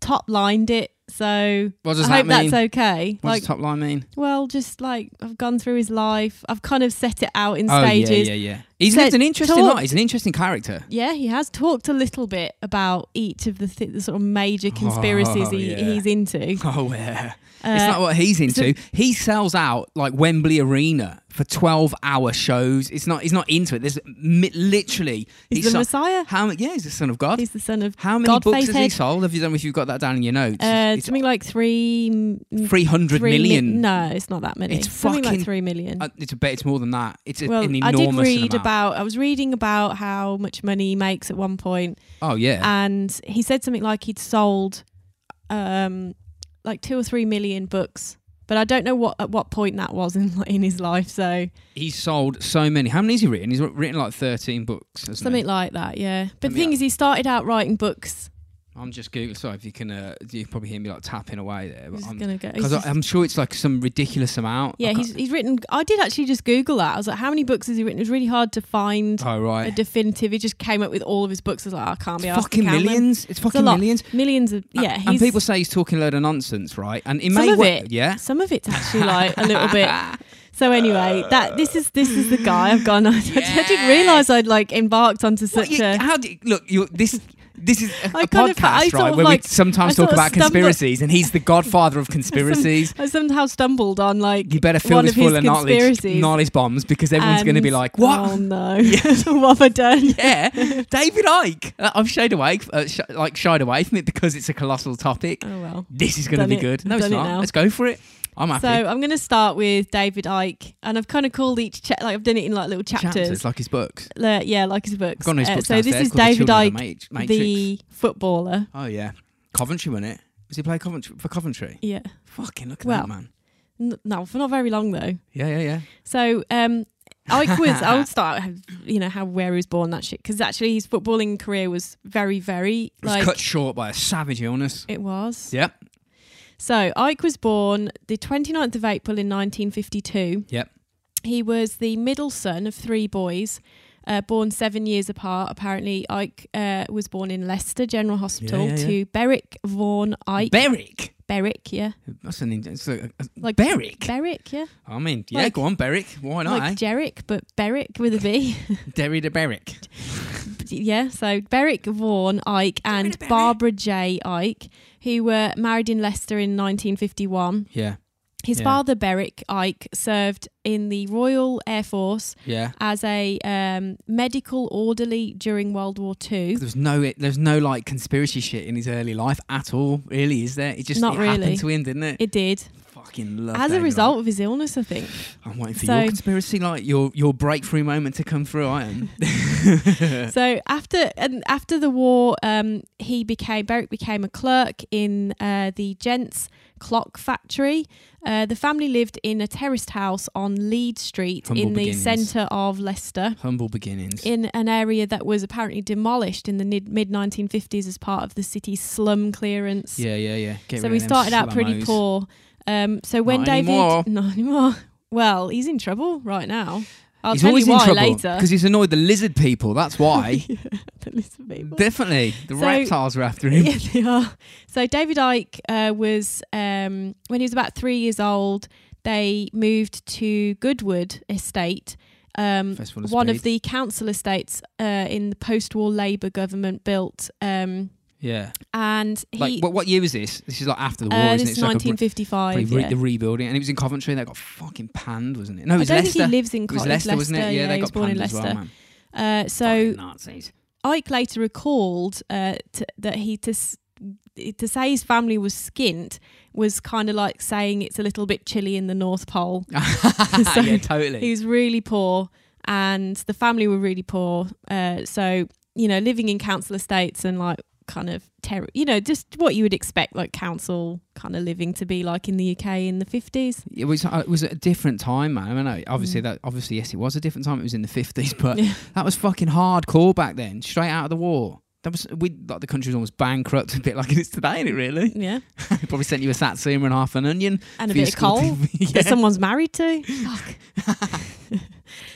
[SPEAKER 3] top lined it, so
[SPEAKER 2] What does
[SPEAKER 3] I
[SPEAKER 2] that
[SPEAKER 3] hope
[SPEAKER 2] mean?
[SPEAKER 3] that's okay.
[SPEAKER 2] What
[SPEAKER 3] like,
[SPEAKER 2] does top line mean?
[SPEAKER 3] well, just like I've gone through his life. I've kind of set it out in
[SPEAKER 2] Oh
[SPEAKER 3] stages.
[SPEAKER 2] yeah, yeah, yeah. He's
[SPEAKER 3] So
[SPEAKER 2] lived an interesting
[SPEAKER 3] talk-
[SPEAKER 2] life. He's an interesting character. [laughs]
[SPEAKER 3] Yeah, he has talked a little bit about each of the, th- the sort of major conspiracies
[SPEAKER 2] Oh,
[SPEAKER 3] he,
[SPEAKER 2] yeah.
[SPEAKER 3] he's into.
[SPEAKER 2] Oh yeah.
[SPEAKER 3] Uh,
[SPEAKER 2] it's not what he's
[SPEAKER 3] so-
[SPEAKER 2] into. he sells out like Wembley Arena for twelve-hour shows. It's not. He's not into it. There's mi- literally.
[SPEAKER 3] he's the
[SPEAKER 2] so-
[SPEAKER 3] Messiah.
[SPEAKER 2] How? Yeah, he's the son of God.
[SPEAKER 3] He's the son of
[SPEAKER 2] How many
[SPEAKER 3] God
[SPEAKER 2] books has he
[SPEAKER 3] Facehead.
[SPEAKER 2] sold? Have you done? If you've got that down in your notes,
[SPEAKER 3] uh,
[SPEAKER 2] it's
[SPEAKER 3] something like three, m-
[SPEAKER 2] three hundred
[SPEAKER 3] three
[SPEAKER 2] million.
[SPEAKER 3] mi- no, it's not that many.
[SPEAKER 2] It's
[SPEAKER 3] something
[SPEAKER 2] fucking-
[SPEAKER 3] like three million.
[SPEAKER 2] Uh, it's a bit. It's more than that. It's a,
[SPEAKER 3] well,
[SPEAKER 2] an
[SPEAKER 3] I
[SPEAKER 2] enormous
[SPEAKER 3] did read
[SPEAKER 2] amount.
[SPEAKER 3] about. I was reading about how much money he makes at one point,
[SPEAKER 2] Oh
[SPEAKER 3] uh,
[SPEAKER 2] yeah.
[SPEAKER 3] and he said something like he'd sold, um, like two or three million books. But I don't know what at what point that was in [laughs] in his life. So
[SPEAKER 2] he's sold so many. How many has he written? He's written like thirteen books. hasn't he?
[SPEAKER 3] Something like that, yeah. But
[SPEAKER 2] Let
[SPEAKER 3] the
[SPEAKER 2] me
[SPEAKER 3] thing
[SPEAKER 2] have-
[SPEAKER 3] is, he started out writing books.
[SPEAKER 2] I'm just googling. Sorry if you can. Uh, you can probably hear me like tapping away there.
[SPEAKER 3] He's
[SPEAKER 2] But I'm,
[SPEAKER 3] gonna go. he's
[SPEAKER 2] because
[SPEAKER 3] just-
[SPEAKER 2] I'm sure it's like some ridiculous amount. I
[SPEAKER 3] yeah,
[SPEAKER 2] can't-
[SPEAKER 3] he's, he's written. I did actually just Google that. I was like, how many books has he written? It was really hard to find
[SPEAKER 2] Oh
[SPEAKER 3] a
[SPEAKER 2] right.
[SPEAKER 3] definitive. He just came up with all of his books. I was like, "Oh, I can't be
[SPEAKER 2] It's
[SPEAKER 3] asked
[SPEAKER 2] fucking
[SPEAKER 3] to count them.
[SPEAKER 2] millions. It's fucking
[SPEAKER 3] lot.
[SPEAKER 2] millions.
[SPEAKER 3] Millions of
[SPEAKER 2] A-
[SPEAKER 3] yeah.
[SPEAKER 2] and,
[SPEAKER 3] He's,
[SPEAKER 2] people say he's talking a load of nonsense, right? And it
[SPEAKER 3] Some
[SPEAKER 2] may
[SPEAKER 3] of
[SPEAKER 2] well,
[SPEAKER 3] it.
[SPEAKER 2] yeah. [laughs]
[SPEAKER 3] some of it's actually like a little bit. So anyway, that this is this is the guy I've gone. [laughs] I, didn't
[SPEAKER 2] Yes.
[SPEAKER 3] realise I'd like embarked onto
[SPEAKER 2] What
[SPEAKER 3] such
[SPEAKER 2] you-
[SPEAKER 3] a.
[SPEAKER 2] how do you, look? You this. This is a,
[SPEAKER 3] I
[SPEAKER 2] a
[SPEAKER 3] kind of- I
[SPEAKER 2] podcast,
[SPEAKER 3] sort
[SPEAKER 2] right?
[SPEAKER 3] of
[SPEAKER 2] Where
[SPEAKER 3] like-
[SPEAKER 2] we sometimes
[SPEAKER 3] I sort
[SPEAKER 2] talk
[SPEAKER 3] of
[SPEAKER 2] about
[SPEAKER 3] stumbled-
[SPEAKER 2] conspiracies, and he's the godfather
[SPEAKER 3] [laughs]
[SPEAKER 2] of conspiracies.
[SPEAKER 3] I somehow stumbled on like
[SPEAKER 2] You better fill
[SPEAKER 3] one
[SPEAKER 2] this
[SPEAKER 3] of his
[SPEAKER 2] full of knowledge,
[SPEAKER 3] conspiracies.
[SPEAKER 2] knowledge bombs because everyone's going to be
[SPEAKER 3] And-
[SPEAKER 2] like, "What?
[SPEAKER 3] Oh no! [laughs] what have I done?
[SPEAKER 2] [laughs]
[SPEAKER 3] [laughs]
[SPEAKER 2] yeah, David Ike." Uh, I've shied away, uh, sh- like shied away from it because it's a colossal topic.
[SPEAKER 3] Oh well.
[SPEAKER 2] This is going to
[SPEAKER 3] Done
[SPEAKER 2] be
[SPEAKER 3] it.
[SPEAKER 2] good. No, it's
[SPEAKER 3] Done it
[SPEAKER 2] not.
[SPEAKER 3] now.
[SPEAKER 2] Let's go for it. I'm happy.
[SPEAKER 3] So I'm going to start with David Ike, and I've kind of called each cha- like I've done it in like little chapters.
[SPEAKER 2] Chapters like his books.
[SPEAKER 3] Le- yeah, like his books.
[SPEAKER 2] I've got his
[SPEAKER 3] Uh,
[SPEAKER 2] books
[SPEAKER 3] so this
[SPEAKER 2] downstairs called
[SPEAKER 3] is
[SPEAKER 2] The
[SPEAKER 3] David
[SPEAKER 2] Children of
[SPEAKER 3] Ike,
[SPEAKER 2] the Ma- Matrix.
[SPEAKER 3] the footballer.
[SPEAKER 2] Oh yeah, Coventry won it. Does he play Coventry for Coventry?
[SPEAKER 3] Yeah.
[SPEAKER 2] Fucking look at
[SPEAKER 3] Well.
[SPEAKER 2] that man.
[SPEAKER 3] N- No, for not very long though.
[SPEAKER 2] Yeah, yeah, yeah.
[SPEAKER 3] So um,
[SPEAKER 2] [laughs]
[SPEAKER 3] Ike was. I would start. how- You know how where he was born that shit because actually his footballing career was very very
[SPEAKER 2] It was
[SPEAKER 3] like
[SPEAKER 2] cut short by a savage illness.
[SPEAKER 3] it was.
[SPEAKER 2] Yep,
[SPEAKER 3] So Ike was born the 29th of April in 1952.
[SPEAKER 2] yep.
[SPEAKER 3] He was the middle son of three boys, uh, born seven years apart. Apparently, Ike uh, was born in Leicester General Hospital
[SPEAKER 2] Yeah, yeah, yeah.
[SPEAKER 3] to Berwick Vaughan Ike.
[SPEAKER 2] Berwick.
[SPEAKER 3] Berwick, yeah.
[SPEAKER 2] That's an that's a, a,
[SPEAKER 3] Like
[SPEAKER 2] Berwick.
[SPEAKER 3] Berwick, yeah.
[SPEAKER 2] I mean, yeah,
[SPEAKER 3] Like-
[SPEAKER 2] go on, Berwick. Why not?
[SPEAKER 3] like [laughs]
[SPEAKER 2] eh?
[SPEAKER 3] Jerick, but Berwick with a B.
[SPEAKER 2] Derry to Berwick.
[SPEAKER 3] yeah, so Berwick Vaughan Ike and
[SPEAKER 2] Berwick.
[SPEAKER 3] Barbara J. Ike, who were married in Leicester in 1951.
[SPEAKER 2] Yeah,
[SPEAKER 3] His
[SPEAKER 2] Yeah.
[SPEAKER 3] father, Berwick Ike, served in the Royal Air Force
[SPEAKER 2] yeah.
[SPEAKER 3] as a um, medical orderly during World War Two.
[SPEAKER 2] There's no, there's no like conspiracy shit in his early life at all, really, is there? It just
[SPEAKER 3] Not
[SPEAKER 2] it
[SPEAKER 3] really.
[SPEAKER 2] happened to him, didn't it?
[SPEAKER 3] It did,
[SPEAKER 2] Fucking love.
[SPEAKER 3] as
[SPEAKER 2] David
[SPEAKER 3] a result of his illness, I think.
[SPEAKER 2] Icke. I'm waiting for
[SPEAKER 3] So-
[SPEAKER 2] your conspiracy, like your your breakthrough moment to come through. I am.
[SPEAKER 3] [laughs] so after and after the war, um, he became Berwick became a clerk in uh, the Gents Clock Factory. Uh, the family lived in a terraced house on Lead Street
[SPEAKER 2] Humble
[SPEAKER 3] in the
[SPEAKER 2] beginnings.
[SPEAKER 3] centre of Leicester.
[SPEAKER 2] Humble beginnings.
[SPEAKER 3] In an area that was apparently demolished in the mid 1950s as part of the city's slum clearance.
[SPEAKER 2] yeah, yeah, yeah. Get
[SPEAKER 3] so
[SPEAKER 2] rid
[SPEAKER 3] we
[SPEAKER 2] of them
[SPEAKER 3] started out pretty
[SPEAKER 2] slummos.
[SPEAKER 3] poor. Um, so when
[SPEAKER 2] Not
[SPEAKER 3] David,
[SPEAKER 2] anymore.
[SPEAKER 3] [laughs] not anymore. Well, he's in trouble right now. I'll
[SPEAKER 2] he's
[SPEAKER 3] tell
[SPEAKER 2] always
[SPEAKER 3] you why
[SPEAKER 2] in trouble
[SPEAKER 3] later.
[SPEAKER 2] because he's annoyed the lizard people.
[SPEAKER 3] [laughs]
[SPEAKER 2] That's why.
[SPEAKER 3] The lizard people.
[SPEAKER 2] Definitely, the
[SPEAKER 3] So-
[SPEAKER 2] reptiles were after
[SPEAKER 3] [laughs]
[SPEAKER 2] him.
[SPEAKER 3] Yeah, they are. So David Icke uh, was um, when he was about three years old. They moved to Goodwood Estate, um,
[SPEAKER 2] Festival of
[SPEAKER 3] one of
[SPEAKER 2] Speed.
[SPEAKER 3] the council estates uh, in the post-war Labour government built. Um,
[SPEAKER 2] Yeah.
[SPEAKER 3] and he,
[SPEAKER 2] Like, what, what year was this? This is like after the war,
[SPEAKER 3] uh,
[SPEAKER 2] isn't
[SPEAKER 3] this
[SPEAKER 2] it?
[SPEAKER 3] is
[SPEAKER 2] It's like a re-
[SPEAKER 3] 1955.
[SPEAKER 2] probably re-
[SPEAKER 3] yeah.
[SPEAKER 2] The rebuilding, and it was in Coventry. and That got fucking panned, wasn't it? No, it
[SPEAKER 3] I
[SPEAKER 2] was
[SPEAKER 3] don't
[SPEAKER 2] Leicester.
[SPEAKER 3] think he lives in
[SPEAKER 2] it was
[SPEAKER 3] Coventry.
[SPEAKER 2] Leicester, wasn't it? Yeah, they
[SPEAKER 3] he was
[SPEAKER 2] got
[SPEAKER 3] born
[SPEAKER 2] panned
[SPEAKER 3] in
[SPEAKER 2] as well,
[SPEAKER 3] Leicester.
[SPEAKER 2] man.
[SPEAKER 3] Uh, so
[SPEAKER 2] Fucking
[SPEAKER 3] [laughs]
[SPEAKER 2] Nazis. [laughs]
[SPEAKER 3] Ike later recalled uh, t- that he to s- to say his family was skint was kind of like saying it's a little bit chilly in the North Pole. So-
[SPEAKER 2] yeah,
[SPEAKER 3] He
[SPEAKER 2] totally.
[SPEAKER 3] was really poor, and the family were really poor. Uh, so you know, living in council estates and like kind of terror, you know, just what you would expect like council kind of living to be like in the UK in the fifties.
[SPEAKER 2] It was uh, it was a different time, man. I mean, I- obviously
[SPEAKER 3] Mm.
[SPEAKER 2] that obviously yes, it was a different time. It was in the fifties, [laughs] but
[SPEAKER 3] Yeah.
[SPEAKER 2] that was fucking hardcore back then. Straight out of the war, that was we like the country was almost bankrupt, [laughs] a bit like it is today, isn't it? Really, [laughs]
[SPEAKER 3] Yeah,
[SPEAKER 2] probably sent you a satsuma and half an onion
[SPEAKER 3] and a
[SPEAKER 2] for your
[SPEAKER 3] bit of
[SPEAKER 2] school [laughs]
[SPEAKER 3] coal.
[SPEAKER 2] to- yeah.
[SPEAKER 3] that someone's married to. Fuck. [laughs]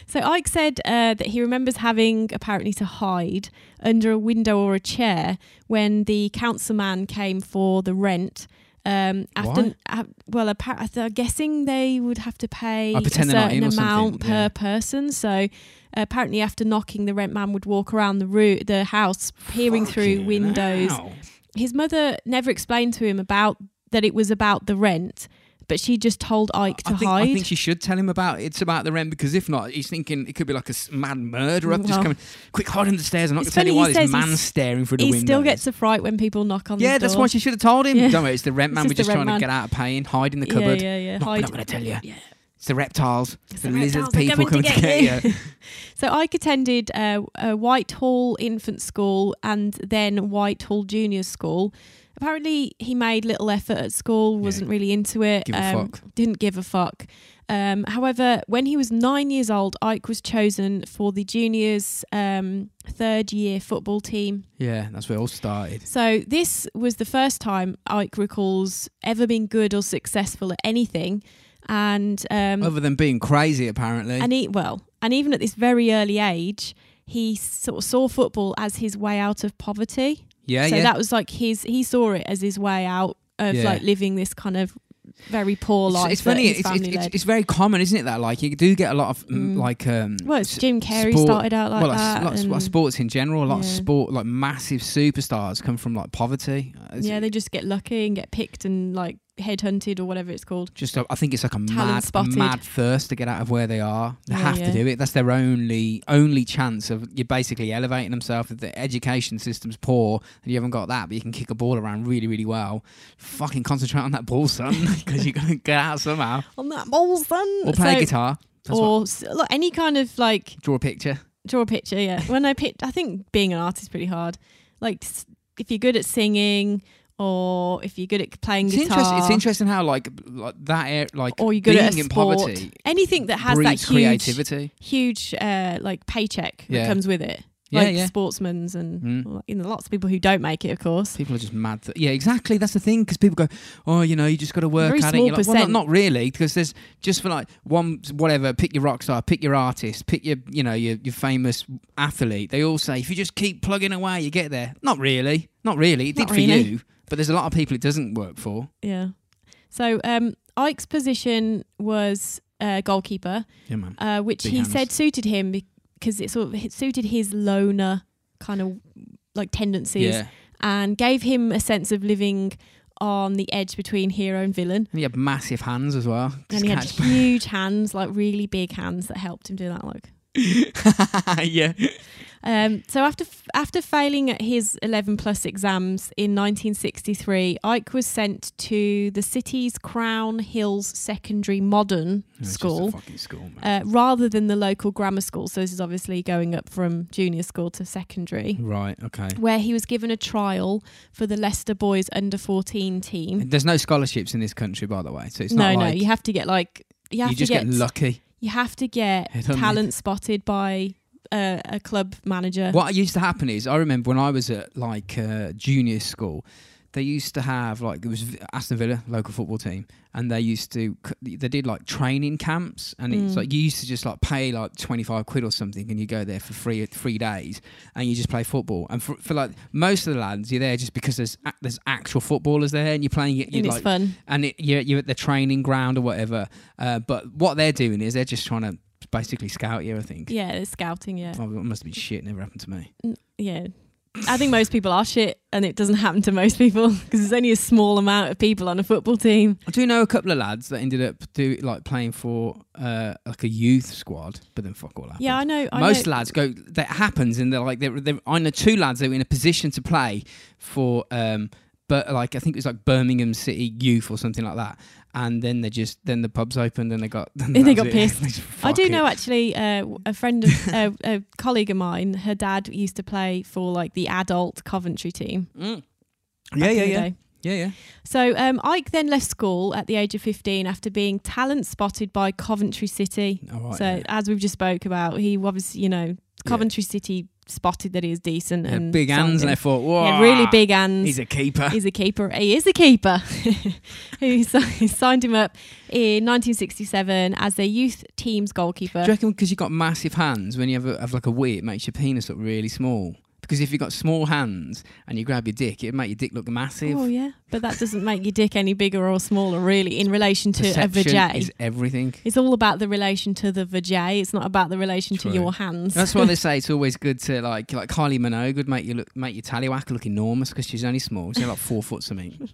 [SPEAKER 3] so Ike said uh, that he remembers having apparently to hide under a window or a chair when the councilman came for the rent. Um, after,
[SPEAKER 2] Why?
[SPEAKER 3] uh, well, appa- I'm guessing they would have to pay
[SPEAKER 2] Oh,
[SPEAKER 3] a
[SPEAKER 2] pretend they're not in
[SPEAKER 3] certain
[SPEAKER 2] or something,
[SPEAKER 3] amount per
[SPEAKER 2] yeah.
[SPEAKER 3] person. So apparently, after knocking, the rent man would walk around the route, the house, peering through
[SPEAKER 2] Fucking
[SPEAKER 3] windows
[SPEAKER 2] hell.
[SPEAKER 3] his mother never explained to him about that it was about the rent, but she just told Ike to
[SPEAKER 2] I think,
[SPEAKER 3] hide.
[SPEAKER 2] I think she should tell him about it's about the rent because if not, he's thinking it could be like a s- mad murderer. I've just
[SPEAKER 3] Well.
[SPEAKER 2] coming. Quick, hide under the stairs. I'm not going
[SPEAKER 3] It's
[SPEAKER 2] to tell you
[SPEAKER 3] funny
[SPEAKER 2] why
[SPEAKER 3] he
[SPEAKER 2] this
[SPEAKER 3] says
[SPEAKER 2] man's
[SPEAKER 3] he's-
[SPEAKER 2] staring through the
[SPEAKER 3] he
[SPEAKER 2] window.
[SPEAKER 3] still gets a fright when people knock on
[SPEAKER 2] Yeah,
[SPEAKER 3] the door.
[SPEAKER 2] that's why she should have told him.
[SPEAKER 3] Yeah.
[SPEAKER 2] Don't worry, it's the rent
[SPEAKER 3] It's
[SPEAKER 2] man. We're
[SPEAKER 3] just
[SPEAKER 2] just
[SPEAKER 3] the
[SPEAKER 2] trying
[SPEAKER 3] rent
[SPEAKER 2] to get out of paying. Hide in the
[SPEAKER 3] yeah,
[SPEAKER 2] cupboard.
[SPEAKER 3] Yeah, yeah,
[SPEAKER 2] No, we're
[SPEAKER 3] hide.
[SPEAKER 2] not gonna tell you.
[SPEAKER 3] Yeah.
[SPEAKER 2] It's the reptiles. It's
[SPEAKER 3] It's
[SPEAKER 2] the,
[SPEAKER 3] the
[SPEAKER 2] lizard
[SPEAKER 3] reptiles are
[SPEAKER 2] people coming to get you. [laughs]
[SPEAKER 3] So Ike attended uh, uh, Whitehall Infant School and then Whitehall Junior School. Apparently, he made little effort at school, wasn't really into it, um,
[SPEAKER 2] Give a fuck.
[SPEAKER 3] didn't give a fuck. Um, however, when he was nine years old, Ike was chosen for the juniors' um, third year football team.
[SPEAKER 2] yeah, that's where it all started.
[SPEAKER 3] So this was the first time Ike recalls ever being good or successful at anything, and um,
[SPEAKER 2] Other than being crazy, apparently.
[SPEAKER 3] and he well, and even at this very early age, he sort of saw football as his way out of poverty.
[SPEAKER 2] yeah,
[SPEAKER 3] so
[SPEAKER 2] yeah.
[SPEAKER 3] that was like his he saw it as his way out of
[SPEAKER 2] Yeah.
[SPEAKER 3] like living this kind of very poor
[SPEAKER 2] It's-
[SPEAKER 3] life.
[SPEAKER 2] It's, funny.
[SPEAKER 3] That his
[SPEAKER 2] It's, it's,
[SPEAKER 3] family
[SPEAKER 2] it's,
[SPEAKER 3] led.
[SPEAKER 2] it's very common, isn't it? That like you do get a lot of mm,
[SPEAKER 3] Mm.
[SPEAKER 2] like um,
[SPEAKER 3] well, it's Jim Carrey
[SPEAKER 2] sport-
[SPEAKER 3] started out like
[SPEAKER 2] well, lots,
[SPEAKER 3] that.
[SPEAKER 2] lots,
[SPEAKER 3] and-
[SPEAKER 2] lots of sports in general. A lot of
[SPEAKER 3] Yeah.
[SPEAKER 2] sport, like massive superstars, come from like poverty. Uh, it's-
[SPEAKER 3] yeah, they just get lucky and get picked and like headhunted or whatever it's called.
[SPEAKER 2] just a, I think it's like a mad,
[SPEAKER 3] spotted.
[SPEAKER 2] mad thirst to get out of where they are. They
[SPEAKER 3] Yeah,
[SPEAKER 2] have
[SPEAKER 3] yeah.
[SPEAKER 2] to do it. That's their only only chance of you're basically elevating themselves. If the education system's poor and you haven't got that, but you can kick a ball around really, really well. Fucking concentrate on that ball, son, [laughs] because you're gonna get out somehow.
[SPEAKER 3] On that balls then.
[SPEAKER 2] Or play guitar. That's what,
[SPEAKER 3] or s look, any kind of like
[SPEAKER 2] draw a picture.
[SPEAKER 3] draw a
[SPEAKER 2] [laughs]
[SPEAKER 3] picture. Yeah, when I picked, I think being an artist is pretty hard. Like s- if you're good at singing or if you're good at playing
[SPEAKER 2] It's,
[SPEAKER 3] guitar,
[SPEAKER 2] interest, it's interesting how like, like that air, like
[SPEAKER 3] or you're good
[SPEAKER 2] being
[SPEAKER 3] at a
[SPEAKER 2] in
[SPEAKER 3] sport,
[SPEAKER 2] poverty
[SPEAKER 3] anything that has that
[SPEAKER 2] breeds
[SPEAKER 3] huge,
[SPEAKER 2] creativity.
[SPEAKER 3] huge uh, like paycheck
[SPEAKER 2] Yeah.
[SPEAKER 3] that comes with it.
[SPEAKER 2] Yeah,
[SPEAKER 3] like
[SPEAKER 2] yeah.
[SPEAKER 3] sportsmen's and
[SPEAKER 2] Mm.
[SPEAKER 3] well, you know, lots of people who don't make it, of course.
[SPEAKER 2] People are just mad. Th- yeah, exactly. That's the thing because people go, oh, you know, you just got to work
[SPEAKER 3] Very
[SPEAKER 2] at it.
[SPEAKER 3] small
[SPEAKER 2] You're like, well, not,
[SPEAKER 3] percent.
[SPEAKER 2] not really, because there's just for like one whatever. Pick your rock star, pick your artist, pick your you know your, your famous athlete. They all say if you just keep plugging away, you get there. Not really, not really. It did
[SPEAKER 3] Not
[SPEAKER 2] for
[SPEAKER 3] really.
[SPEAKER 2] you, but there's a lot of people it doesn't work for.
[SPEAKER 3] Yeah. So um, Ike's position was uh, goalkeeper,
[SPEAKER 2] Yeah, man.
[SPEAKER 3] uh, which
[SPEAKER 2] Big
[SPEAKER 3] he
[SPEAKER 2] hands.
[SPEAKER 3] said suited him because it sort of it suited his loner kind of like tendencies
[SPEAKER 2] Yeah,
[SPEAKER 3] and gave him a sense of living on the edge between hero and villain.
[SPEAKER 2] and he had massive hands as well.
[SPEAKER 3] And
[SPEAKER 2] Just
[SPEAKER 3] he had
[SPEAKER 2] catch-
[SPEAKER 3] huge hands, like really big hands, that helped him do that. Like,
[SPEAKER 2] [laughs]
[SPEAKER 3] [laughs]
[SPEAKER 2] yeah.
[SPEAKER 3] um, so after f- after failing at his eleven plus exams in 1963, Ike was sent to the city's Crown Hills Secondary Modern
[SPEAKER 2] It was just a
[SPEAKER 3] School.
[SPEAKER 2] fucking school, man.
[SPEAKER 3] uh, rather than the local grammar school. So this is obviously going up from junior school to secondary,
[SPEAKER 2] right. Okay.
[SPEAKER 3] where he was given a trial for the Leicester boys under 14 team.
[SPEAKER 2] There's no scholarships in this country, by the way. So it's
[SPEAKER 3] Mm. No,
[SPEAKER 2] not
[SPEAKER 3] no,
[SPEAKER 2] like
[SPEAKER 3] you have to get like you have
[SPEAKER 2] you
[SPEAKER 3] to
[SPEAKER 2] just
[SPEAKER 3] get,
[SPEAKER 2] get, lucky.
[SPEAKER 3] you have
[SPEAKER 2] [laughs]
[SPEAKER 3] to get
[SPEAKER 2] Hit on me.
[SPEAKER 3] talent spotted by uh, a club manager.
[SPEAKER 2] What used to happen is I remember when I was at like uh, junior school, they used to have like it was V- Aston Villa local football team, and they used to c- they did like training camps, and it's
[SPEAKER 3] Mm.
[SPEAKER 2] like you used to just like pay like twenty five quid or something, and you go there for three three days, and you just play football. And for, for like most of the lads, you're there just because there's a- there's actual footballers there, and you're playing it. You
[SPEAKER 3] and it's
[SPEAKER 2] like [laughs]
[SPEAKER 3] fun.
[SPEAKER 2] and it, you're, you're at the training ground or whatever. Uh, but what they're doing is they're just trying to basically scout you. I think.
[SPEAKER 3] Yeah, it's scouting. Yeah,
[SPEAKER 2] Oh, it must have been shit. Never happened to me.
[SPEAKER 3] yeah. I think most people are shit, and it doesn't happen to most people [laughs] because there's only a small amount of people on a football team.
[SPEAKER 2] I do know a couple of lads that ended up do like playing for uh, like a youth squad, but then fuck all happened.
[SPEAKER 3] Yeah, I know. I
[SPEAKER 2] Most
[SPEAKER 3] know.
[SPEAKER 2] lads go. That happens, and they're like they're, they're. I know two lads that were in a position to play for, um, but like I think it was like Birmingham City Youth or something like that. And then they just then the pubs opened and they got [laughs] and
[SPEAKER 3] they
[SPEAKER 2] that
[SPEAKER 3] got
[SPEAKER 2] was it.
[SPEAKER 3] pissed.
[SPEAKER 2] They just,
[SPEAKER 3] I
[SPEAKER 2] "Fuck
[SPEAKER 3] do
[SPEAKER 2] it."
[SPEAKER 3] know actually uh, a friend of a, a colleague of mine. Her dad used to play for like the adult Coventry team.
[SPEAKER 2] Mm.
[SPEAKER 3] back
[SPEAKER 2] Yeah,
[SPEAKER 3] in
[SPEAKER 2] yeah,
[SPEAKER 3] the
[SPEAKER 2] yeah,
[SPEAKER 3] day.
[SPEAKER 2] yeah, yeah.
[SPEAKER 3] So um, Ike then left school at the age of fifteen after being talent spotted by Coventry City.
[SPEAKER 2] All right.
[SPEAKER 3] so
[SPEAKER 2] Oh, yeah.
[SPEAKER 3] as we've just spoke about, he obviously you know Coventry City spotted that he was decent
[SPEAKER 2] They had
[SPEAKER 3] and
[SPEAKER 2] big hands, and I
[SPEAKER 3] signed him.
[SPEAKER 2] thought, whoa,
[SPEAKER 3] yeah, really big hands.
[SPEAKER 2] He's a [laughs] keeper.
[SPEAKER 3] He's a keeper. He is a keeper. [laughs] he si- he signed him up in 1967 as their youth team's goalkeeper.
[SPEAKER 2] Do you reckon because you've got massive hands, when you have, a, have like a wee, it makes your penis look really small? Because if you've got small hands and you grab your dick, it'd make your dick look massive.
[SPEAKER 3] Oh yeah, but that doesn't make your dick any bigger or smaller, really, in relation to a
[SPEAKER 2] Perception
[SPEAKER 3] vajay.
[SPEAKER 2] is everything.
[SPEAKER 3] [laughs] it's all about the relation to the vajay. It's not about the relation
[SPEAKER 2] True.
[SPEAKER 3] to your hands.
[SPEAKER 2] That's
[SPEAKER 3] [laughs]
[SPEAKER 2] why they say it's always good to like like Kylie Minogue would make you look make your tallywhack look enormous because she's only small. She's only like four foot
[SPEAKER 3] [laughs]
[SPEAKER 2] something.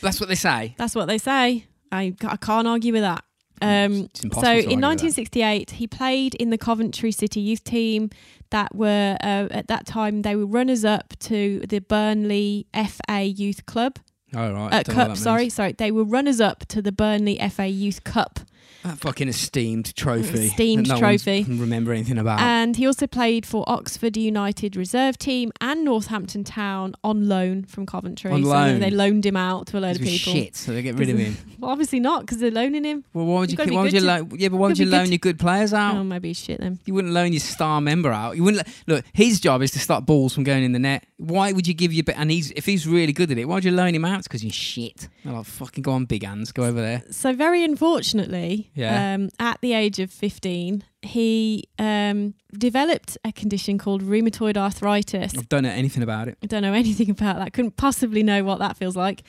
[SPEAKER 2] That's what they say.
[SPEAKER 3] That's what they say. I, I can't argue with that. Um,
[SPEAKER 2] It's
[SPEAKER 3] so
[SPEAKER 2] impossible to
[SPEAKER 3] in
[SPEAKER 2] argue with
[SPEAKER 3] 1968, he played in the Coventry City youth team that were uh, at that time they were runners up to the Burnley FA Youth Club
[SPEAKER 2] that. All Oh, right.
[SPEAKER 3] uh,
[SPEAKER 2] don't know what
[SPEAKER 3] Cup.
[SPEAKER 2] that
[SPEAKER 3] Sorry,
[SPEAKER 2] means.
[SPEAKER 3] sorry, they were runners up to the Burnley FA Youth Cup.
[SPEAKER 2] That fucking esteemed trophy.
[SPEAKER 3] Esteemed
[SPEAKER 2] that no one's
[SPEAKER 3] trophy. Uh,
[SPEAKER 2] can remember anything about?
[SPEAKER 3] And he also played for Oxford United reserve team and Northampton Town on loan from Coventry.
[SPEAKER 2] On
[SPEAKER 3] So
[SPEAKER 2] loan.
[SPEAKER 3] they loaned him out to a load
[SPEAKER 2] 'Cause
[SPEAKER 3] of
[SPEAKER 2] we're
[SPEAKER 3] people.
[SPEAKER 2] shit, so they get rid of him.
[SPEAKER 3] Well, obviously not because they're loaning him.
[SPEAKER 2] Well, why would you?
[SPEAKER 3] You've gotta
[SPEAKER 2] keep-
[SPEAKER 3] be
[SPEAKER 2] Why would you?
[SPEAKER 3] good
[SPEAKER 2] Lo- yeah, but why would
[SPEAKER 3] gotta
[SPEAKER 2] you
[SPEAKER 3] be
[SPEAKER 2] loan
[SPEAKER 3] good
[SPEAKER 2] your good players
[SPEAKER 3] Oh,
[SPEAKER 2] out?
[SPEAKER 3] maybe he's shit then.
[SPEAKER 2] You wouldn't loan your star member out. You wouldn't lo- look. His job is to stop balls from going in the net. Why would you give your? Be- and he's if he's really good at it, why would you loan him out? It's because he's shit. They're like fucking go on, big hands, go over there.
[SPEAKER 3] So very unfortunately,
[SPEAKER 2] Yeah.
[SPEAKER 3] um, at the age of 15, he um, developed a condition called rheumatoid arthritis.
[SPEAKER 2] I've done anything about it.
[SPEAKER 3] [laughs] I don't know anything about that. Couldn't possibly know what that feels like.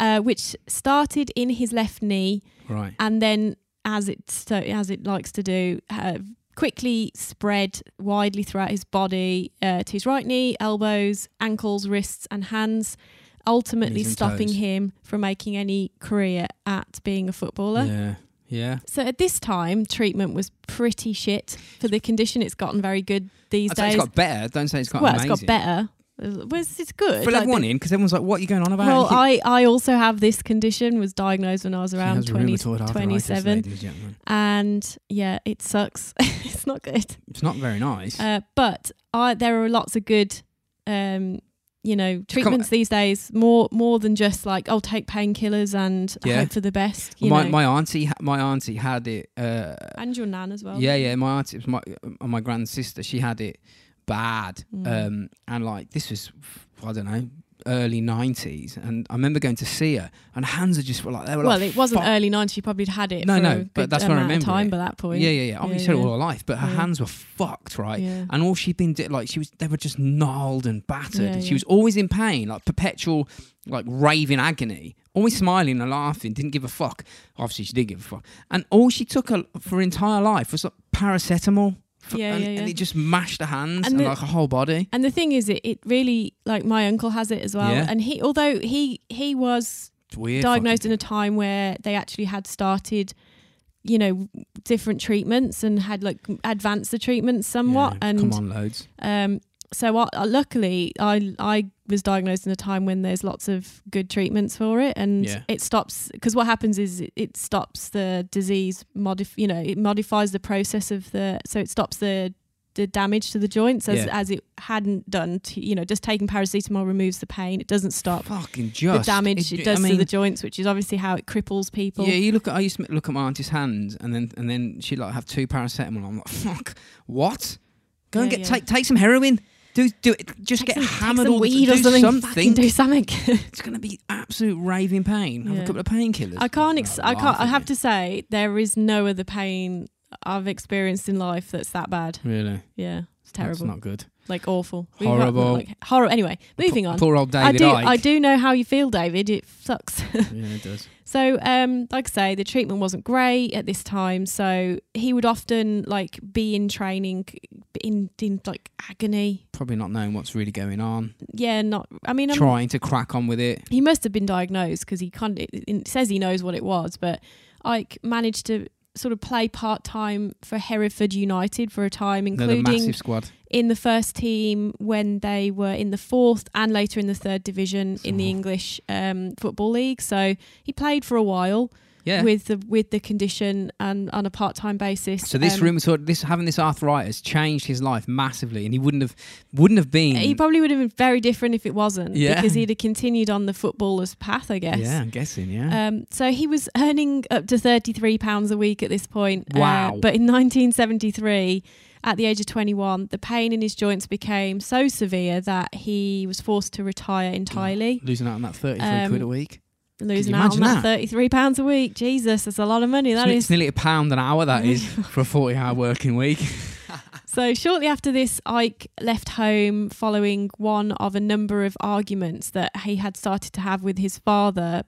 [SPEAKER 3] uh, which started in his left knee
[SPEAKER 2] Right.
[SPEAKER 3] and then, as it so, as it likes to do, uh, quickly spread widely throughout his body uh, to his right knee, elbows, ankles, wrists, and hands. Ultimately,
[SPEAKER 2] Knees and
[SPEAKER 3] stopping
[SPEAKER 2] toes.
[SPEAKER 3] him from making any career at being a footballer.
[SPEAKER 2] Yeah. Yeah.
[SPEAKER 3] So at this time, treatment was pretty shit for the condition. It's gotten very good these
[SPEAKER 2] I'd say it's
[SPEAKER 3] days.
[SPEAKER 2] got better. Don't say it's got
[SPEAKER 3] well,
[SPEAKER 2] amazing.
[SPEAKER 3] it's got better. Uh, Was it's good?
[SPEAKER 2] But
[SPEAKER 3] like
[SPEAKER 2] everyone
[SPEAKER 3] the-
[SPEAKER 2] in because everyone's like, "What are you going on about?"
[SPEAKER 3] well,
[SPEAKER 2] And
[SPEAKER 3] I, I also have this condition. Was diagnosed when I was
[SPEAKER 2] she
[SPEAKER 3] around
[SPEAKER 2] has
[SPEAKER 3] 20,
[SPEAKER 2] rheumatoid arthritis,
[SPEAKER 3] 27,
[SPEAKER 2] ladies and gentlemen.
[SPEAKER 3] and yeah, it sucks. [laughs] it's not good.
[SPEAKER 2] It's not very nice.
[SPEAKER 3] Uh, but I there are lots of good, um, you know, treatments these days. More more than just like oh, take painkillers and
[SPEAKER 2] Yeah.
[SPEAKER 3] hope for the best. You
[SPEAKER 2] my
[SPEAKER 3] know,
[SPEAKER 2] my auntie ha- my auntie had it. Uh,
[SPEAKER 3] and your nan as well.
[SPEAKER 2] yeah, yeah. My auntie, it was my uh, my grand sister, she had it bad,
[SPEAKER 3] Mm.
[SPEAKER 2] um, and like this was I don't know early nineties, and I remember going to see her, and hands are just were like they were
[SPEAKER 3] Well,
[SPEAKER 2] like,
[SPEAKER 3] it wasn't
[SPEAKER 2] fuck-
[SPEAKER 3] early 90s. She probably had it
[SPEAKER 2] No,
[SPEAKER 3] for
[SPEAKER 2] no,
[SPEAKER 3] a
[SPEAKER 2] but
[SPEAKER 3] good
[SPEAKER 2] that's when I
[SPEAKER 3] amount of
[SPEAKER 2] remember
[SPEAKER 3] time
[SPEAKER 2] it.
[SPEAKER 3] by that point.
[SPEAKER 2] Yeah, yeah, yeah. I mean,
[SPEAKER 3] Yeah,
[SPEAKER 2] she said it
[SPEAKER 3] yeah.
[SPEAKER 2] all her life, but her
[SPEAKER 3] Yeah.
[SPEAKER 2] hands were fucked, right?
[SPEAKER 3] Yeah.
[SPEAKER 2] And all she'd been di- like, she was they were just gnarled and battered,
[SPEAKER 3] Yeah,
[SPEAKER 2] and she
[SPEAKER 3] yeah.
[SPEAKER 2] was always in pain, like perpetual, like raving agony. Always smiling and laughing, didn't give a fuck. Obviously, she did give a fuck. And all she took her, for her entire life was like paracetamol. For,
[SPEAKER 3] Yeah,
[SPEAKER 2] and,
[SPEAKER 3] yeah,
[SPEAKER 2] and
[SPEAKER 3] yeah.
[SPEAKER 2] it just mashed her hands
[SPEAKER 3] And
[SPEAKER 2] and,
[SPEAKER 3] the-
[SPEAKER 2] like her whole body.
[SPEAKER 3] And the thing is, it, it really like my uncle has it as well,
[SPEAKER 2] Yeah.
[SPEAKER 3] and he although he he was
[SPEAKER 2] It's weird.
[SPEAKER 3] diagnosed
[SPEAKER 2] fucking.
[SPEAKER 3] in a time where they actually had started, you know, different treatments and had like advanced the treatments somewhat,
[SPEAKER 2] Yeah,
[SPEAKER 3] and
[SPEAKER 2] come on, loads.
[SPEAKER 3] um. So I, I- luckily, I I was diagnosed in a time when there's lots of good treatments for it, and
[SPEAKER 2] Yeah.
[SPEAKER 3] it stops because what happens is it, it stops the disease modif you know it modifies the process of the so it stops the the damage to the joints as,
[SPEAKER 2] Yeah.
[SPEAKER 3] as it hadn't done to, you know just taking paracetamol removes the pain it doesn't stop
[SPEAKER 2] Fucking just
[SPEAKER 3] the damage it,
[SPEAKER 2] I
[SPEAKER 3] does to
[SPEAKER 2] mean,
[SPEAKER 3] the joints which is obviously how it cripples people
[SPEAKER 2] Yeah, you look at I used to look at my auntie's hand, and then and then she'd like have two paracetamol. I'm like, fuck, what? Go and
[SPEAKER 3] Yeah,
[SPEAKER 2] get
[SPEAKER 3] yeah.
[SPEAKER 2] take take some heroin. Do do it. Just get
[SPEAKER 3] Take some- take
[SPEAKER 2] hammered
[SPEAKER 3] some
[SPEAKER 2] all the-
[SPEAKER 3] weed or
[SPEAKER 2] do
[SPEAKER 3] something,
[SPEAKER 2] something.
[SPEAKER 3] Fucking do something [laughs]
[SPEAKER 2] It's gonna be absolute raving pain. Have
[SPEAKER 3] Yeah.
[SPEAKER 2] a couple of painkillers.
[SPEAKER 3] I can't.
[SPEAKER 2] You're
[SPEAKER 3] Ex-
[SPEAKER 2] not
[SPEAKER 3] I can't. I
[SPEAKER 2] laughing.
[SPEAKER 3] have to say, there is no other pain I've experienced in life that's that bad.
[SPEAKER 2] Really,
[SPEAKER 3] Yeah,
[SPEAKER 2] terrible. That's
[SPEAKER 3] it's terrible.
[SPEAKER 2] not good.
[SPEAKER 3] Like awful.
[SPEAKER 2] Horrible.
[SPEAKER 3] Like, horror. Anyway, moving
[SPEAKER 2] poor,
[SPEAKER 3] on.
[SPEAKER 2] Poor old David.
[SPEAKER 3] I do.
[SPEAKER 2] Icke.
[SPEAKER 3] I do know how you feel, David. It sucks. [laughs]
[SPEAKER 2] Yeah, it does.
[SPEAKER 3] so, um, like I say, the treatment wasn't great at this time. So he would often like be in training, in in like agony.
[SPEAKER 2] Probably not knowing what's really going on.
[SPEAKER 3] Yeah, not. I mean, I'm,
[SPEAKER 2] Trying to crack on with it.
[SPEAKER 3] he must have been diagnosed because he can't, it, it says he knows what it was, but Ike managed to sort of play part time for Hereford United for a time,
[SPEAKER 2] Another
[SPEAKER 3] including
[SPEAKER 2] massive squad.
[SPEAKER 3] in the first team when they were in the fourth and later in the third division in the
[SPEAKER 2] So-
[SPEAKER 3] English um, football league. So he played for a while
[SPEAKER 2] Yeah.
[SPEAKER 3] with the with the condition and on a part time basis.
[SPEAKER 2] so this
[SPEAKER 3] Um,
[SPEAKER 2] rheumatoid, this having this arthritis changed his life massively, and he wouldn't have, wouldn't have been.
[SPEAKER 3] He probably would have been very different if it wasn't
[SPEAKER 2] Yeah.
[SPEAKER 3] because he'd have continued on the footballer's path, I guess.
[SPEAKER 2] Yeah, I'm guessing. Yeah.
[SPEAKER 3] Um, so he was earning up to thirty-three pounds a week at this point. Uh,
[SPEAKER 2] Wow.
[SPEAKER 3] but in 1973, at the age of 21, the pain in his joints became so severe that he was forced to retire entirely,
[SPEAKER 2] losing out on that 33
[SPEAKER 3] Um,
[SPEAKER 2] quid a week.
[SPEAKER 3] losing
[SPEAKER 2] you
[SPEAKER 3] out on
[SPEAKER 2] imagine that?
[SPEAKER 3] that, thirty-three pounds a week. Jesus, that's a lot of money.
[SPEAKER 2] it's,
[SPEAKER 3] That
[SPEAKER 2] ne-
[SPEAKER 3] is.
[SPEAKER 2] it's nearly a pound an hour,
[SPEAKER 3] [laughs]
[SPEAKER 2] that is, for a 40 hour working week.
[SPEAKER 3] So shortly after this, Ike left home following one of a number of arguments that he had started to have with his father.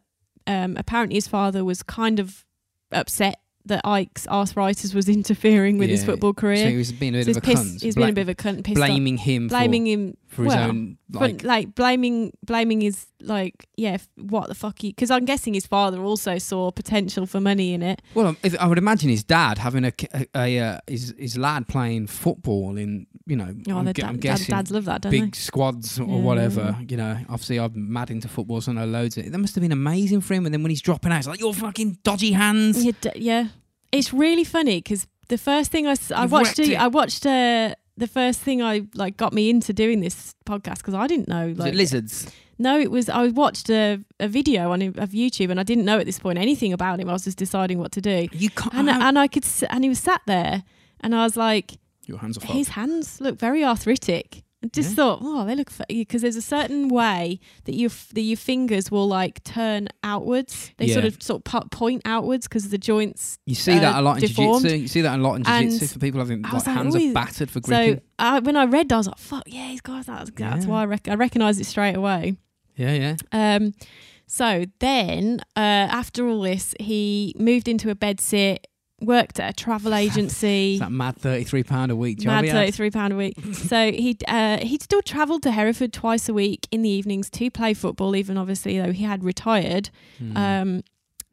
[SPEAKER 3] Um, apparently, his father was kind of upset that Ike's arthritis was [laughs] interfering with his
[SPEAKER 2] Yeah.
[SPEAKER 3] football
[SPEAKER 2] so
[SPEAKER 3] career.
[SPEAKER 2] he was being a bit
[SPEAKER 3] So
[SPEAKER 2] of a
[SPEAKER 3] he's pissed-
[SPEAKER 2] cunt.
[SPEAKER 3] he's been a bit of a cunt, pissed off.
[SPEAKER 2] blaming him
[SPEAKER 3] blaming him,
[SPEAKER 2] for, for his
[SPEAKER 3] well,
[SPEAKER 2] own.
[SPEAKER 3] for,
[SPEAKER 2] Like,
[SPEAKER 3] like, blaming, blaming his like, yeah, f- what the fuck? Because I'm guessing his father also saw potential for money in it.
[SPEAKER 2] well, if, I would imagine his dad having a, ki- a, a uh, his, his lad playing football in, you know,
[SPEAKER 3] Oh,
[SPEAKER 2] I'm,
[SPEAKER 3] the
[SPEAKER 2] gu-
[SPEAKER 3] dad-
[SPEAKER 2] I'm
[SPEAKER 3] dad-
[SPEAKER 2] guessing
[SPEAKER 3] dads love that, don't
[SPEAKER 2] big squads or
[SPEAKER 3] Yeah, yeah,
[SPEAKER 2] whatever. You know, obviously I'm mad into football, so I know loads of it. That must have been amazing for him. And then when he's dropping out, it's like, your fucking dodgy
[SPEAKER 3] they?
[SPEAKER 2] hands.
[SPEAKER 3] Yeah, d- yeah. It's really funny because the first thing I, s- I
[SPEAKER 2] You've
[SPEAKER 3] watched,
[SPEAKER 2] wrecked
[SPEAKER 3] a-
[SPEAKER 2] it.
[SPEAKER 3] I watched uh, the first thing I like got me into doing this podcast because I didn't know
[SPEAKER 2] Was it
[SPEAKER 3] like
[SPEAKER 2] lizards.
[SPEAKER 3] No, it was. I watched a, a video on him- of YouTube, and I didn't know at this point anything about him. I was just deciding what to do,
[SPEAKER 2] You can't.
[SPEAKER 3] and uh,
[SPEAKER 2] how-
[SPEAKER 3] and I could, s- and he was sat there, and I was like,
[SPEAKER 2] your hands are fucked.
[SPEAKER 3] his hands look very arthritic. I just
[SPEAKER 2] Yeah.
[SPEAKER 3] thought, oh, they look because there's a certain way that your f- that your fingers will like turn outwards. They sort
[SPEAKER 2] Yeah.
[SPEAKER 3] of sort of po- point outwards because the joints.
[SPEAKER 2] You see
[SPEAKER 3] uh,
[SPEAKER 2] that a lot in
[SPEAKER 3] deformed.
[SPEAKER 2] jiu-jitsu. You see that a lot in
[SPEAKER 3] And
[SPEAKER 2] jiu-jitsu for people having
[SPEAKER 3] I
[SPEAKER 2] like,
[SPEAKER 3] was like,
[SPEAKER 2] hands
[SPEAKER 3] "Ooh."
[SPEAKER 2] are battered for gripping.
[SPEAKER 3] So I, when I read, I was like, fuck yeah, he's got that. That's
[SPEAKER 2] Yeah.
[SPEAKER 3] why I, rec- I recognised it straight away.
[SPEAKER 2] yeah, yeah.
[SPEAKER 3] Um, So then, uh, after all this, he moved into a bedsit, worked at a travel agency.
[SPEAKER 2] It's that mad thirty-three pound a week job.
[SPEAKER 3] Mad
[SPEAKER 2] he had.
[SPEAKER 3] thirty-three pound a
[SPEAKER 2] [laughs]
[SPEAKER 3] week. so he uh, he still travelled to Hereford twice a week in the evenings to play football. Even obviously though he had retired,
[SPEAKER 2] Hmm.
[SPEAKER 3] um,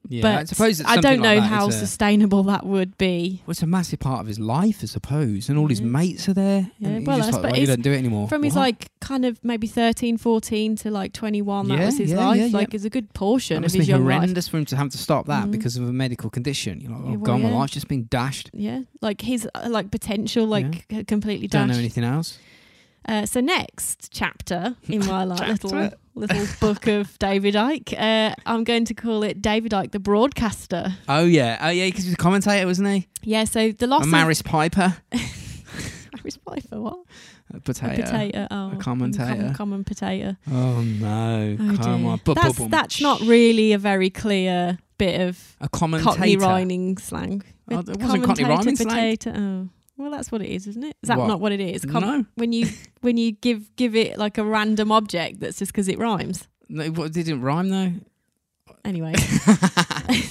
[SPEAKER 2] yeah,
[SPEAKER 3] but
[SPEAKER 2] I suppose it's
[SPEAKER 3] I
[SPEAKER 2] something
[SPEAKER 3] don't know
[SPEAKER 2] like that
[SPEAKER 3] how
[SPEAKER 2] is a-
[SPEAKER 3] sustainable that would be.
[SPEAKER 2] well, it's a massive part of his life, I suppose, and all his
[SPEAKER 3] Mhm.
[SPEAKER 2] mates are there.
[SPEAKER 3] Yeah,
[SPEAKER 2] and he's
[SPEAKER 3] well, I
[SPEAKER 2] just like,
[SPEAKER 3] suppose
[SPEAKER 2] well, you
[SPEAKER 3] it's
[SPEAKER 2] don't do it anymore.
[SPEAKER 3] From his
[SPEAKER 2] What?
[SPEAKER 3] like kind of maybe 13, 14 to like 21, that
[SPEAKER 2] Yeah,
[SPEAKER 3] was his
[SPEAKER 2] yeah,
[SPEAKER 3] life.
[SPEAKER 2] yeah, yeah.
[SPEAKER 3] Like it's a good portion
[SPEAKER 2] That
[SPEAKER 3] of
[SPEAKER 2] must
[SPEAKER 3] his
[SPEAKER 2] be
[SPEAKER 3] young life.
[SPEAKER 2] horrendous for him to have to stop that
[SPEAKER 3] Mhm.
[SPEAKER 2] because of a medical condition. You're like, oh
[SPEAKER 3] Yeah, well,
[SPEAKER 2] god, my
[SPEAKER 3] yeah.
[SPEAKER 2] life's just been dashed.
[SPEAKER 3] Yeah, like his uh, like potential like c- completely
[SPEAKER 2] Don't know
[SPEAKER 3] dashed.
[SPEAKER 2] anything else.
[SPEAKER 3] Uh, so next chapter in
[SPEAKER 2] [laughs]
[SPEAKER 3] my like little
[SPEAKER 2] Chapter.
[SPEAKER 3] little book
[SPEAKER 2] [laughs]
[SPEAKER 3] of David Icke, uh, I'm going to call it David Icke the broadcaster.
[SPEAKER 2] Oh yeah, oh yeah, because he was a commentator, wasn't he?
[SPEAKER 3] Yeah, so
[SPEAKER 2] A
[SPEAKER 3] the loss [laughs] of
[SPEAKER 2] Maris Piper,
[SPEAKER 3] Maris Piper, what?
[SPEAKER 2] a
[SPEAKER 3] A
[SPEAKER 2] potato.
[SPEAKER 3] potato. Oh,
[SPEAKER 2] commentator.
[SPEAKER 3] Common, common potato.
[SPEAKER 2] Oh no,
[SPEAKER 3] Oh,
[SPEAKER 2] come
[SPEAKER 3] dear.
[SPEAKER 2] on. Bu- bu-
[SPEAKER 3] that's,
[SPEAKER 2] bum.
[SPEAKER 3] that's not really a very clear bit of
[SPEAKER 2] a
[SPEAKER 3] Cockney
[SPEAKER 2] commentator.
[SPEAKER 3] rhyming slang.
[SPEAKER 2] Oh,
[SPEAKER 3] A
[SPEAKER 2] it wasn't Cockney
[SPEAKER 3] commentator,
[SPEAKER 2] rhyming slang.
[SPEAKER 3] potato. Oh. Well, that's what it is, isn't it? Is that
[SPEAKER 2] What?
[SPEAKER 3] not what it is? Com-
[SPEAKER 2] No,
[SPEAKER 3] When
[SPEAKER 2] [laughs]
[SPEAKER 3] you when you give give it like a random object, that's just because it rhymes.
[SPEAKER 2] no, it wa- it didn't rhyme
[SPEAKER 3] [laughs]
[SPEAKER 2] though. [laughs]
[SPEAKER 3] Anyway, [laughs]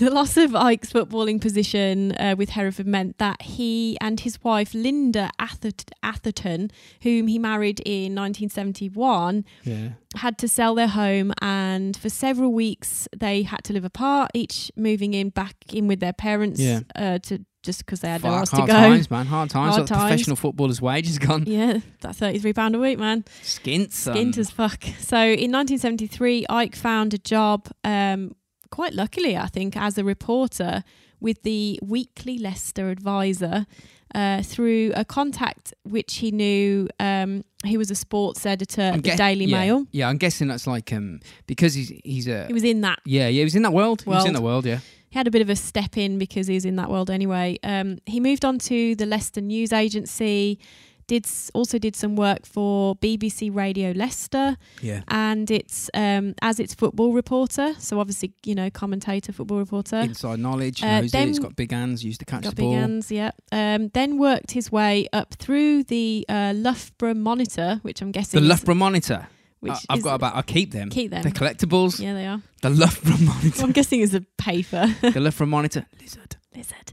[SPEAKER 3] the loss of Ike's footballing position uh, with Hereford meant that he and his wife Linda Atherton, Atherton, whom he married in 1971,
[SPEAKER 2] Yeah.
[SPEAKER 3] had to sell their home and for several weeks they had to live apart each moving in back in with their parents
[SPEAKER 2] Yeah.
[SPEAKER 3] uh, to just because they had
[SPEAKER 2] Fuck,
[SPEAKER 3] nowhere else to go
[SPEAKER 2] hard times, man. Hard times.
[SPEAKER 3] Hard
[SPEAKER 2] Like
[SPEAKER 3] times.
[SPEAKER 2] Professional footballers' wages gone. um,
[SPEAKER 3] yeah that 33 pound a week man
[SPEAKER 2] Skint, son.
[SPEAKER 3] skint as fuck so in 1973 ike found a job um quite luckily i think as a reporter with the weekly leicester advisor uh, through a contact which he knew um, he was a sports editor at the
[SPEAKER 2] guess-
[SPEAKER 3] daily
[SPEAKER 2] yeah,
[SPEAKER 3] mail
[SPEAKER 2] Yeah, I'm guessing that's like um because he's he's a
[SPEAKER 3] he was in that
[SPEAKER 2] yeah yeah he was in that world. He was in
[SPEAKER 3] World.
[SPEAKER 2] that world. Yeah.
[SPEAKER 3] he had a bit of a step in because he was in that world anyway. Um, he moved on to the Leicester News Agency, did s- also did some work for BBC Radio Leicester,
[SPEAKER 2] Yeah.
[SPEAKER 3] and it's um, as its football reporter. So obviously, you know, commentator, football reporter.
[SPEAKER 2] Inside knowledge.
[SPEAKER 3] Uh,
[SPEAKER 2] knows it. He's
[SPEAKER 3] then-
[SPEAKER 2] got big hands. Used to catch
[SPEAKER 3] Got
[SPEAKER 2] the
[SPEAKER 3] big
[SPEAKER 2] ball.
[SPEAKER 3] hands, yeah. Um, then worked his way up through the uh, Loughborough Monitor, which I'm
[SPEAKER 2] The
[SPEAKER 3] guessing is,
[SPEAKER 2] Loughborough Monitor.
[SPEAKER 3] which
[SPEAKER 2] I, I've
[SPEAKER 3] is-
[SPEAKER 2] got about. I keep them.
[SPEAKER 3] keep them.
[SPEAKER 2] They're collectibles.
[SPEAKER 3] yeah, they are.
[SPEAKER 2] The Loughborough [laughs]
[SPEAKER 3] Well,
[SPEAKER 2] Monitor.
[SPEAKER 3] I'm guessing is a paper. [laughs]
[SPEAKER 2] the Loughborough Monitor. Lizard.
[SPEAKER 3] lizard.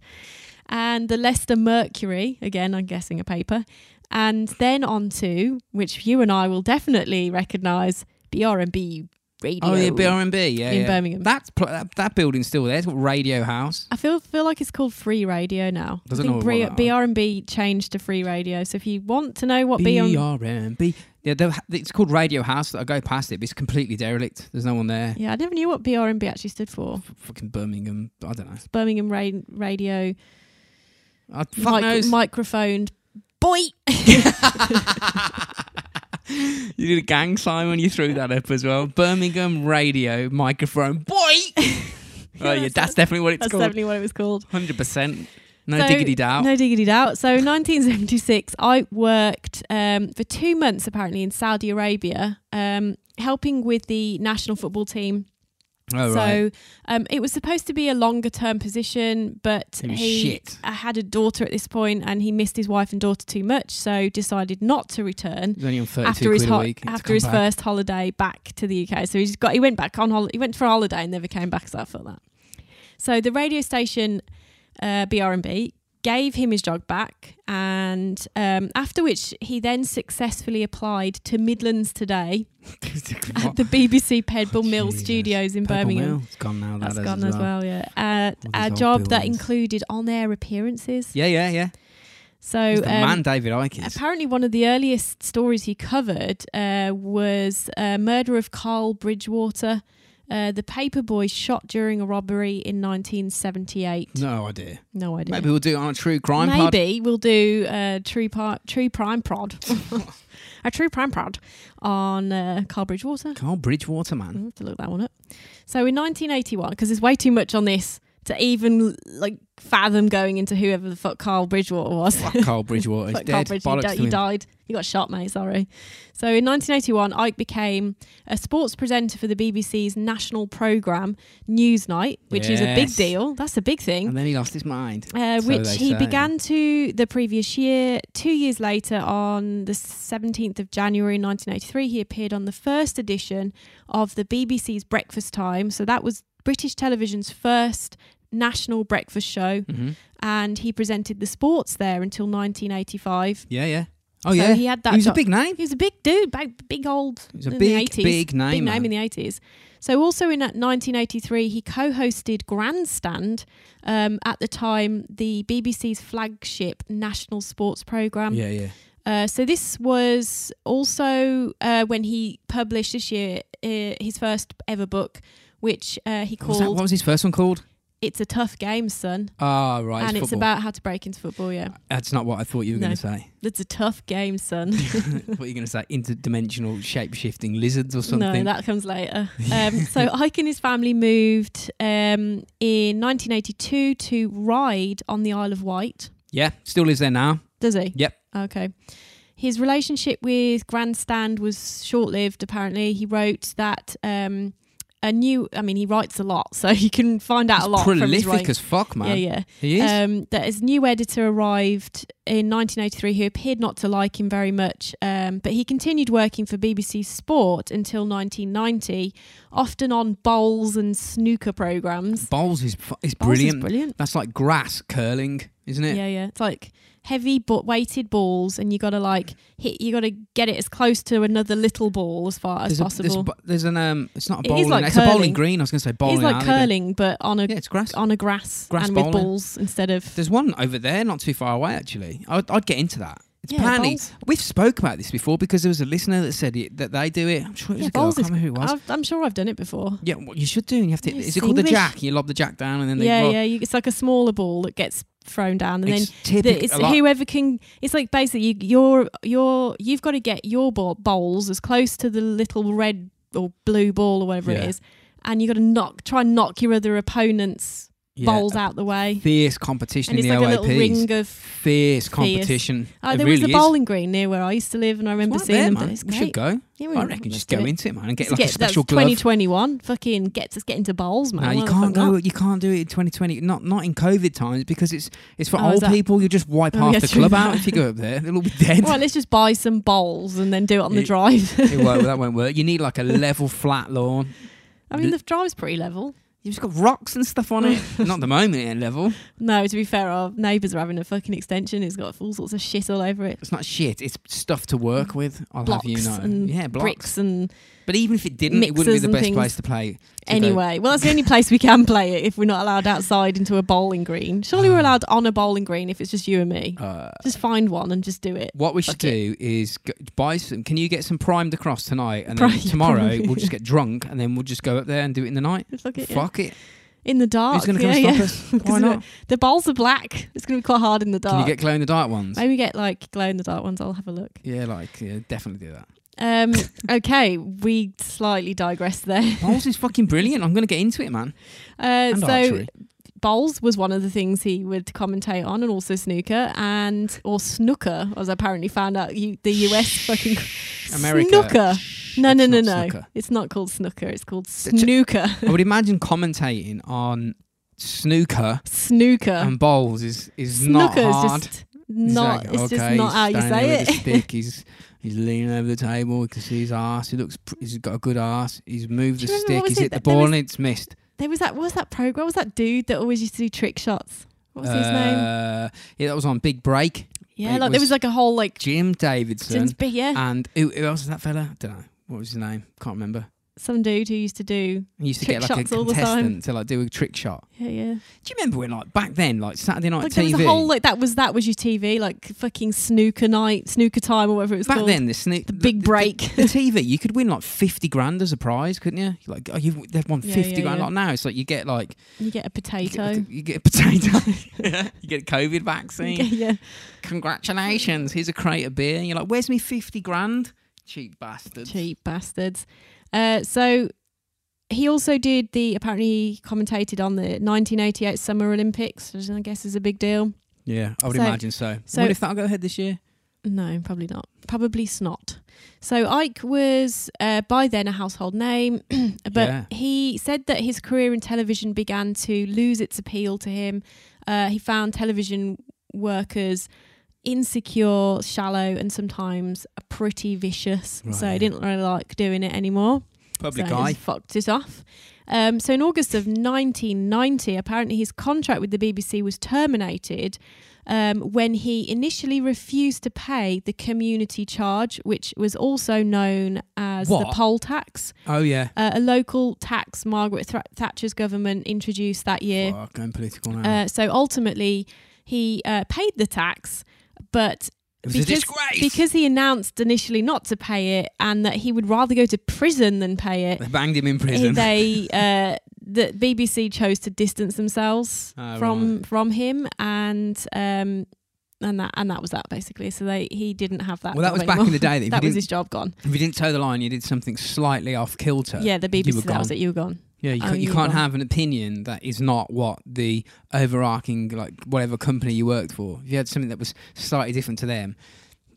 [SPEAKER 3] And the Leicester Mercury, again, I'm guessing a paper. And then on to, which you and I will definitely recognise, BR&B Radio
[SPEAKER 2] Oh yeah, BRB. Yeah.
[SPEAKER 3] in
[SPEAKER 2] yeah.
[SPEAKER 3] Birmingham.
[SPEAKER 2] That's pl- that, that building's still there. It's got Radio House.
[SPEAKER 3] I feel feel like it's called Free Radio now.
[SPEAKER 2] Doesn't
[SPEAKER 3] I
[SPEAKER 2] know
[SPEAKER 3] think Bri-
[SPEAKER 2] what that-
[SPEAKER 3] BR&B changed to Free Radio. So if you want to know what BR&B...
[SPEAKER 2] BRB. Yeah, they'll ha- it's called Radio House. I go past it, but it's completely derelict. There's no one there.
[SPEAKER 3] Yeah, I never knew what BR&B actually stood for.
[SPEAKER 2] F- Fucking Birmingham. I don't know.
[SPEAKER 3] Birmingham Ra- Radio
[SPEAKER 2] I, fuck
[SPEAKER 3] mic-
[SPEAKER 2] knows.
[SPEAKER 3] Microphoned
[SPEAKER 2] [laughs]
[SPEAKER 3] Boy.
[SPEAKER 2] You did a gang sign when you threw that up as well. Birmingham radio microphone
[SPEAKER 3] [laughs]
[SPEAKER 2] boy. oh, yeah,
[SPEAKER 3] that's-
[SPEAKER 2] that's definitely what it's
[SPEAKER 3] That's
[SPEAKER 2] called.
[SPEAKER 3] definitely what it was called.
[SPEAKER 2] Hundred percent. No
[SPEAKER 3] So-
[SPEAKER 2] diggity doubt.
[SPEAKER 3] No diggity doubt. So 1976, I worked um, for two months apparently in Saudi Arabia, um, helping with the national football team.
[SPEAKER 2] oh,
[SPEAKER 3] so
[SPEAKER 2] right.
[SPEAKER 3] um, it was supposed to be a longer term position, but
[SPEAKER 2] It was
[SPEAKER 3] he
[SPEAKER 2] shit.
[SPEAKER 3] I had a daughter at this point, and he missed his wife and daughter too much, so decided not to return.
[SPEAKER 2] He's only on thirty-two
[SPEAKER 3] After his
[SPEAKER 2] quid a
[SPEAKER 3] ho-
[SPEAKER 2] week. It's
[SPEAKER 3] after
[SPEAKER 2] come
[SPEAKER 3] his
[SPEAKER 2] back.
[SPEAKER 3] first holiday back to the UK, so he just got he went back on hol- he went for a holiday and never came back. So I felt that. So the radio station uh, BR&B gave him his job back, and um, after which he then successfully applied to Midlands Today
[SPEAKER 2] [laughs]
[SPEAKER 3] at the BBC Pedble Mill
[SPEAKER 2] Oh, Jesus.
[SPEAKER 3] Studios in
[SPEAKER 2] Purple
[SPEAKER 3] Birmingham.
[SPEAKER 2] Mill. It's gone now. That
[SPEAKER 3] That's
[SPEAKER 2] is
[SPEAKER 3] gone as well, yeah. Uh,
[SPEAKER 2] All
[SPEAKER 3] a
[SPEAKER 2] these old
[SPEAKER 3] job that
[SPEAKER 2] buildings.
[SPEAKER 3] included on-air appearances.
[SPEAKER 2] Yeah, yeah, yeah.
[SPEAKER 3] So
[SPEAKER 2] He's the
[SPEAKER 3] um,
[SPEAKER 2] man David Icke is.
[SPEAKER 3] Apparently, one of the earliest stories he covered uh, was uh, murder of Carl Bridgewater, uh, the paper boy shot during a robbery in 1978. No,
[SPEAKER 2] No idea.
[SPEAKER 3] idea.
[SPEAKER 2] Maybe we'll do it on a true crime pod.
[SPEAKER 3] Maybe we'll do a true par- true prime
[SPEAKER 2] [laughs]
[SPEAKER 3] prod, [laughs] a true prime prod on uh, Carl Bridgewater. [laughs] Mm,
[SPEAKER 2] Carl Bridgewater, man.
[SPEAKER 3] I'll have to look that one up. So in 1981, because there's way too much on this to even like fathom going into whoever the fuck Carl Bridgewater was.
[SPEAKER 2] Fuck Carl Bridgewater. He's
[SPEAKER 3] Fuck Carl
[SPEAKER 2] dead.
[SPEAKER 3] Bridge,
[SPEAKER 2] Bollocks
[SPEAKER 3] he,
[SPEAKER 2] to
[SPEAKER 3] di- he
[SPEAKER 2] him.
[SPEAKER 3] died. He got shot, mate. Sorry. So in 1981, Ike became a sports presenter for the BBC's national programme Newsnight, which is a big
[SPEAKER 2] Yes.
[SPEAKER 3] deal. That's a big thing.
[SPEAKER 2] And then he lost his mind.
[SPEAKER 3] Uh,
[SPEAKER 2] So
[SPEAKER 3] which
[SPEAKER 2] they
[SPEAKER 3] he
[SPEAKER 2] say.
[SPEAKER 3] began to the previous year. Two years later, on the 17th of January 1983, he appeared on the first edition of the BBC's Breakfast Time. So that was British television's first national breakfast show,
[SPEAKER 2] hmm
[SPEAKER 3] and he presented the sports there until 1985.
[SPEAKER 2] Yeah, yeah. Oh,
[SPEAKER 3] so
[SPEAKER 2] yeah.
[SPEAKER 3] he had that.
[SPEAKER 2] he was a
[SPEAKER 3] job.
[SPEAKER 2] big name.
[SPEAKER 3] He was a big dude, big, big old.
[SPEAKER 2] He was a
[SPEAKER 3] in
[SPEAKER 2] big,
[SPEAKER 3] the 80s,
[SPEAKER 2] big name.
[SPEAKER 3] Big
[SPEAKER 2] man.
[SPEAKER 3] name in the 80s. So, also in that 1983, he co hosted Grandstand, um, at the time, the BBC's flagship national sports programme.
[SPEAKER 2] yeah, yeah.
[SPEAKER 3] Uh, so, this was also uh, when he published this year uh, his first ever book, which uh, he
[SPEAKER 2] What was, that,
[SPEAKER 3] called
[SPEAKER 2] what was his first one called?
[SPEAKER 3] It's a Tough Game, Son.
[SPEAKER 2] Ah, right.
[SPEAKER 3] and it's
[SPEAKER 2] football.
[SPEAKER 3] about how to break into football, yeah.
[SPEAKER 2] That's not what I thought you were
[SPEAKER 3] No.
[SPEAKER 2] going to
[SPEAKER 3] [laughs]
[SPEAKER 2] say. [laughs]
[SPEAKER 3] It's a tough game, son.
[SPEAKER 2] what are you going to say? Interdimensional shape shifting lizards or
[SPEAKER 3] No,
[SPEAKER 2] something?
[SPEAKER 3] that
[SPEAKER 2] [laughs]
[SPEAKER 3] comes later. Um, so Ike and his family moved um, in 1982 to Ryde on the Isle of Wight.
[SPEAKER 2] yeah, still lives there now.
[SPEAKER 3] Does he?
[SPEAKER 2] Yep.
[SPEAKER 3] Okay. His relationship with Grandstand was short lived, apparently. He wrote that um, a new, I mean, he writes a lot, so [laughs] you can find out
[SPEAKER 2] He's
[SPEAKER 3] a lot. from his
[SPEAKER 2] prolific
[SPEAKER 3] writing.
[SPEAKER 2] as fuck, man.
[SPEAKER 3] Yeah, yeah.
[SPEAKER 2] He is.
[SPEAKER 3] Um, that his new editor arrived in 1983, who appeared not to like him very much, um, but he continued working for BBC Sport until 1990, often on bowls and snooker programs.
[SPEAKER 2] Bowls is, fu- is
[SPEAKER 3] Bowls is
[SPEAKER 2] brilliant.
[SPEAKER 3] brilliant.
[SPEAKER 2] That's like grass curling, isn't it?
[SPEAKER 3] Yeah, yeah. It's like heavy but weighted balls, and you got to like hit. You got to get it as close to another little ball as far as
[SPEAKER 2] There's, a, there's,
[SPEAKER 3] possible.
[SPEAKER 2] a bo- there's an um, it's not a
[SPEAKER 3] It is
[SPEAKER 2] bowling.
[SPEAKER 3] like
[SPEAKER 2] it's a bowling
[SPEAKER 3] curling.
[SPEAKER 2] green. I was going to say bowling.
[SPEAKER 3] it's like
[SPEAKER 2] alley, but-
[SPEAKER 3] curling, but on a
[SPEAKER 2] Yeah, it's grass.
[SPEAKER 3] on a grass,
[SPEAKER 2] Grass
[SPEAKER 3] and with
[SPEAKER 2] bowling.
[SPEAKER 3] balls instead of.
[SPEAKER 2] There's one over there, not too far away. Actually, I'd, I'd get into that. It's
[SPEAKER 3] Yeah,
[SPEAKER 2] apparently
[SPEAKER 3] bowls.
[SPEAKER 2] we've spoke about this before because there was a listener that said it, that they do it. I'm sure it was
[SPEAKER 3] Yeah,
[SPEAKER 2] a girl. I
[SPEAKER 3] bowls
[SPEAKER 2] can't
[SPEAKER 3] is-
[SPEAKER 2] remember who it was.
[SPEAKER 3] I've- I'm sure I've done it before.
[SPEAKER 2] yeah, what you should do. You have to.
[SPEAKER 3] Yeah,
[SPEAKER 2] Is it called the
[SPEAKER 3] extinguish.
[SPEAKER 2] jack? You lob the jack down and then they
[SPEAKER 3] yeah,
[SPEAKER 2] roll.
[SPEAKER 3] yeah. You, it's like a smaller ball that gets thrown down, and
[SPEAKER 2] It's
[SPEAKER 3] then the,
[SPEAKER 2] typical.
[SPEAKER 3] it's
[SPEAKER 2] a lot-
[SPEAKER 3] whoever can. It's like basically you, you're you're you've got to get your ball, bowls as close to the little red or blue ball or whatever
[SPEAKER 2] Yeah.
[SPEAKER 3] it is, and you got to knock try and knock your other opponent's
[SPEAKER 2] yeah,
[SPEAKER 3] bowls out the way.
[SPEAKER 2] Fierce competition
[SPEAKER 3] And it's
[SPEAKER 2] in
[SPEAKER 3] like
[SPEAKER 2] the
[SPEAKER 3] a little
[SPEAKER 2] OAPs.
[SPEAKER 3] ring of.
[SPEAKER 2] Fierce competition.
[SPEAKER 3] Oh,
[SPEAKER 2] it
[SPEAKER 3] there
[SPEAKER 2] really
[SPEAKER 3] was a
[SPEAKER 2] is.
[SPEAKER 3] bowling green near where I used to live, and I
[SPEAKER 2] It's
[SPEAKER 3] remember
[SPEAKER 2] right
[SPEAKER 3] seeing
[SPEAKER 2] there,
[SPEAKER 3] them.
[SPEAKER 2] man.
[SPEAKER 3] It's
[SPEAKER 2] We
[SPEAKER 3] great.
[SPEAKER 2] should go.
[SPEAKER 3] Yeah,
[SPEAKER 2] I reckon just go into it, man, and get
[SPEAKER 3] Let's
[SPEAKER 2] like
[SPEAKER 3] get-
[SPEAKER 2] a special
[SPEAKER 3] that's
[SPEAKER 2] glove.
[SPEAKER 3] 2021. Fucking gets us get into bowls, man.
[SPEAKER 2] No,
[SPEAKER 3] Why
[SPEAKER 2] you
[SPEAKER 3] the fuck
[SPEAKER 2] can't go.
[SPEAKER 3] not?
[SPEAKER 2] You can't do it in 2020. Not not in COVID times because it's it's for
[SPEAKER 3] Oh, is
[SPEAKER 2] old
[SPEAKER 3] that-
[SPEAKER 2] people. You just wipe
[SPEAKER 3] Oh,
[SPEAKER 2] half
[SPEAKER 3] yeah,
[SPEAKER 2] the
[SPEAKER 3] true
[SPEAKER 2] club
[SPEAKER 3] that.
[SPEAKER 2] out if you go up there.
[SPEAKER 3] [laughs]
[SPEAKER 2] They'll all be dead.
[SPEAKER 3] Right, let's just buy some bowls and then do it on the
[SPEAKER 2] It-
[SPEAKER 3] drive.
[SPEAKER 2] it won't, that won't work. You need like a level flat lawn.
[SPEAKER 3] I mean, the drive's pretty level.
[SPEAKER 2] You've just got rocks and stuff on
[SPEAKER 3] [laughs]
[SPEAKER 2] it. not at the moment at level.
[SPEAKER 3] No, to be fair, our neighbours are having a fucking extension. It's got all sorts of shit all over it.
[SPEAKER 2] It's not shit. It's stuff to work with. I'll
[SPEAKER 3] Blocks
[SPEAKER 2] have you know.
[SPEAKER 3] and
[SPEAKER 2] yeah, blocks.
[SPEAKER 3] bricks and
[SPEAKER 2] But even if it didn't, it wouldn't be
[SPEAKER 3] Mixers
[SPEAKER 2] the
[SPEAKER 3] and
[SPEAKER 2] best
[SPEAKER 3] things.
[SPEAKER 2] place to play. To go-
[SPEAKER 3] anyway. Well, that's the only place we can play it if we're not allowed outside into a bowling green. Surely
[SPEAKER 2] Ah.
[SPEAKER 3] we're allowed on a bowling green if it's just you and me.
[SPEAKER 2] Uh,
[SPEAKER 3] Just find one and just do it.
[SPEAKER 2] what we should
[SPEAKER 3] Fuck
[SPEAKER 2] do is go, buy some. Can you get some primed across tonight? And then
[SPEAKER 3] Prime- [laughs]
[SPEAKER 2] tomorrow we'll just get drunk and then we'll just go up there and do it in the night.
[SPEAKER 3] Fuck it, yeah.
[SPEAKER 2] Fuck it.
[SPEAKER 3] In the dark.
[SPEAKER 2] Who's going to come
[SPEAKER 3] yeah,
[SPEAKER 2] stop
[SPEAKER 3] yeah.
[SPEAKER 2] us?
[SPEAKER 3] [laughs] 'Cause
[SPEAKER 2] Why
[SPEAKER 3] of
[SPEAKER 2] not?
[SPEAKER 3] The bowls are black. It's going to be quite hard in the dark.
[SPEAKER 2] Can you get glow in the dark ones?
[SPEAKER 3] Maybe get like glow in the dark ones. I'll have a look.
[SPEAKER 2] Yeah, like yeah, definitely do that. [laughs]
[SPEAKER 3] Um, okay, we slightly digressed there.
[SPEAKER 2] Bowls is fucking brilliant. I'm going to get into it, man.
[SPEAKER 3] Uh,
[SPEAKER 2] And
[SPEAKER 3] so
[SPEAKER 2] archery.
[SPEAKER 3] bowls was one of the things he would commentate on, and also snooker and or snooker, as I apparently found out. You, the US fucking [laughs]
[SPEAKER 2] [laughs] America.
[SPEAKER 3] snooker. No, no,
[SPEAKER 2] It's
[SPEAKER 3] no,
[SPEAKER 2] not
[SPEAKER 3] no.
[SPEAKER 2] snooker.
[SPEAKER 3] It's not called snooker. It's called
[SPEAKER 2] a-
[SPEAKER 3] snooker.
[SPEAKER 2] I would imagine commentating on
[SPEAKER 3] [laughs]
[SPEAKER 2] snooker
[SPEAKER 3] snooker.
[SPEAKER 2] and bowls is is
[SPEAKER 3] snooker
[SPEAKER 2] Um, not hard.
[SPEAKER 3] is just
[SPEAKER 2] like,
[SPEAKER 3] not. It's just
[SPEAKER 2] okay,
[SPEAKER 3] not
[SPEAKER 2] he's
[SPEAKER 3] how you
[SPEAKER 2] standing
[SPEAKER 3] say
[SPEAKER 2] there with his
[SPEAKER 3] it.
[SPEAKER 2] stick, He's he's leaning over the table. You can see his ass. He looks. pr- He's got a good ass. He's moved
[SPEAKER 3] Do
[SPEAKER 2] the
[SPEAKER 3] you remember
[SPEAKER 2] stick.
[SPEAKER 3] what was
[SPEAKER 2] He's
[SPEAKER 3] it
[SPEAKER 2] hit the
[SPEAKER 3] that there
[SPEAKER 2] ball
[SPEAKER 3] was-
[SPEAKER 2] and it's missed.
[SPEAKER 3] [laughs] There was that. What was that program? Was that dude that always used to do trick shots? What was his name?
[SPEAKER 2] Uh, Yeah, that was on Big Break.
[SPEAKER 3] Yeah,
[SPEAKER 2] it
[SPEAKER 3] like there
[SPEAKER 2] was- Uh,
[SPEAKER 3] was like a whole like
[SPEAKER 2] Jim Davidson
[SPEAKER 3] Jim's big, yeah.
[SPEAKER 2] [laughs] and who, who else was that fella? I don't know. What was his name? Can't remember.
[SPEAKER 3] some dude who used to do
[SPEAKER 2] He used to
[SPEAKER 3] Trick
[SPEAKER 2] get like a
[SPEAKER 3] shots all the time.
[SPEAKER 2] contestant to like do a trick shot.
[SPEAKER 3] yeah yeah
[SPEAKER 2] Do you remember when like back then, like Saturday night
[SPEAKER 3] like there
[SPEAKER 2] TV?
[SPEAKER 3] was a whole like that was that was your tv like fucking snooker night snooker time or whatever it was
[SPEAKER 2] back
[SPEAKER 3] called
[SPEAKER 2] then, the sneak,
[SPEAKER 3] the big break
[SPEAKER 2] the TV, you could win like fifty grand as a prize, couldn't you? Like oh, you, they've won
[SPEAKER 3] Yeah,
[SPEAKER 2] fifty
[SPEAKER 3] yeah,
[SPEAKER 2] grand.
[SPEAKER 3] yeah.
[SPEAKER 2] Like now, it's like you get like
[SPEAKER 3] [laughs] you get
[SPEAKER 2] you
[SPEAKER 3] a
[SPEAKER 2] get,
[SPEAKER 3] potato
[SPEAKER 2] you get a
[SPEAKER 3] [laughs]
[SPEAKER 2] potato, [laughs] you get a COVID
[SPEAKER 3] You
[SPEAKER 2] vaccine.
[SPEAKER 3] get- yeah
[SPEAKER 2] [laughs] Congratulations, here's a crate of beer. And you're like, where's me fifty grand? Cheap bastard.
[SPEAKER 3] cheap bastards uh so he also did the apparently he commentated on the 1988 Summer Olympics, which I guess is a big deal.
[SPEAKER 2] Yeah, I would
[SPEAKER 3] So-
[SPEAKER 2] imagine so.
[SPEAKER 3] so-
[SPEAKER 2] what if that'll go ahead this year?
[SPEAKER 3] No, probably not. Probably snot. So Ike was uh, by then a household name, [clears throat] but
[SPEAKER 2] Yeah.
[SPEAKER 3] he said that his career in television began to lose its appeal to him. Uh, he found television workers insecure, shallow, and sometimes pretty vicious.
[SPEAKER 2] Right,
[SPEAKER 3] so
[SPEAKER 2] yeah.
[SPEAKER 3] he didn't really like doing it anymore.
[SPEAKER 2] Public
[SPEAKER 3] so
[SPEAKER 2] eye.
[SPEAKER 3] he's fucked it off. Um, so in August of 1990, apparently his contract with the BBC was terminated um, when he initially refused to pay the community charge, which was also known as the
[SPEAKER 2] What?
[SPEAKER 3] poll tax,
[SPEAKER 2] Oh yeah.
[SPEAKER 3] uh, a local tax Margaret Thr Thatcher's government introduced that year.
[SPEAKER 2] Fuck, going political now.
[SPEAKER 3] Uh, so ultimately, he uh, paid the tax, but
[SPEAKER 2] it was a
[SPEAKER 3] because,
[SPEAKER 2] disgrace.
[SPEAKER 3] because he announced initially not to pay it and that he would rather go to prison than pay it,
[SPEAKER 2] they banged him in prison.
[SPEAKER 3] they uh, the BBC chose to distance themselves
[SPEAKER 2] Oh,
[SPEAKER 3] from from him, and um, and that and that was that basically. So they he didn't have that.
[SPEAKER 2] well, that
[SPEAKER 3] job
[SPEAKER 2] was back
[SPEAKER 3] anymore.
[SPEAKER 2] in the
[SPEAKER 3] [laughs]
[SPEAKER 2] day. That, if,
[SPEAKER 3] that
[SPEAKER 2] you
[SPEAKER 3] was
[SPEAKER 2] didn't,
[SPEAKER 3] his job gone.
[SPEAKER 2] if you didn't toe the line, you did something slightly off kilter.
[SPEAKER 3] yeah, the BBC.
[SPEAKER 2] were
[SPEAKER 3] That was
[SPEAKER 2] gone.
[SPEAKER 3] it. You were gone.
[SPEAKER 2] Yeah, you,
[SPEAKER 3] Oh,
[SPEAKER 2] ca- you
[SPEAKER 3] you
[SPEAKER 2] can't
[SPEAKER 3] were.
[SPEAKER 2] have an opinion that is not what the overarching, like whatever company you worked for. If you had something that was slightly different to them,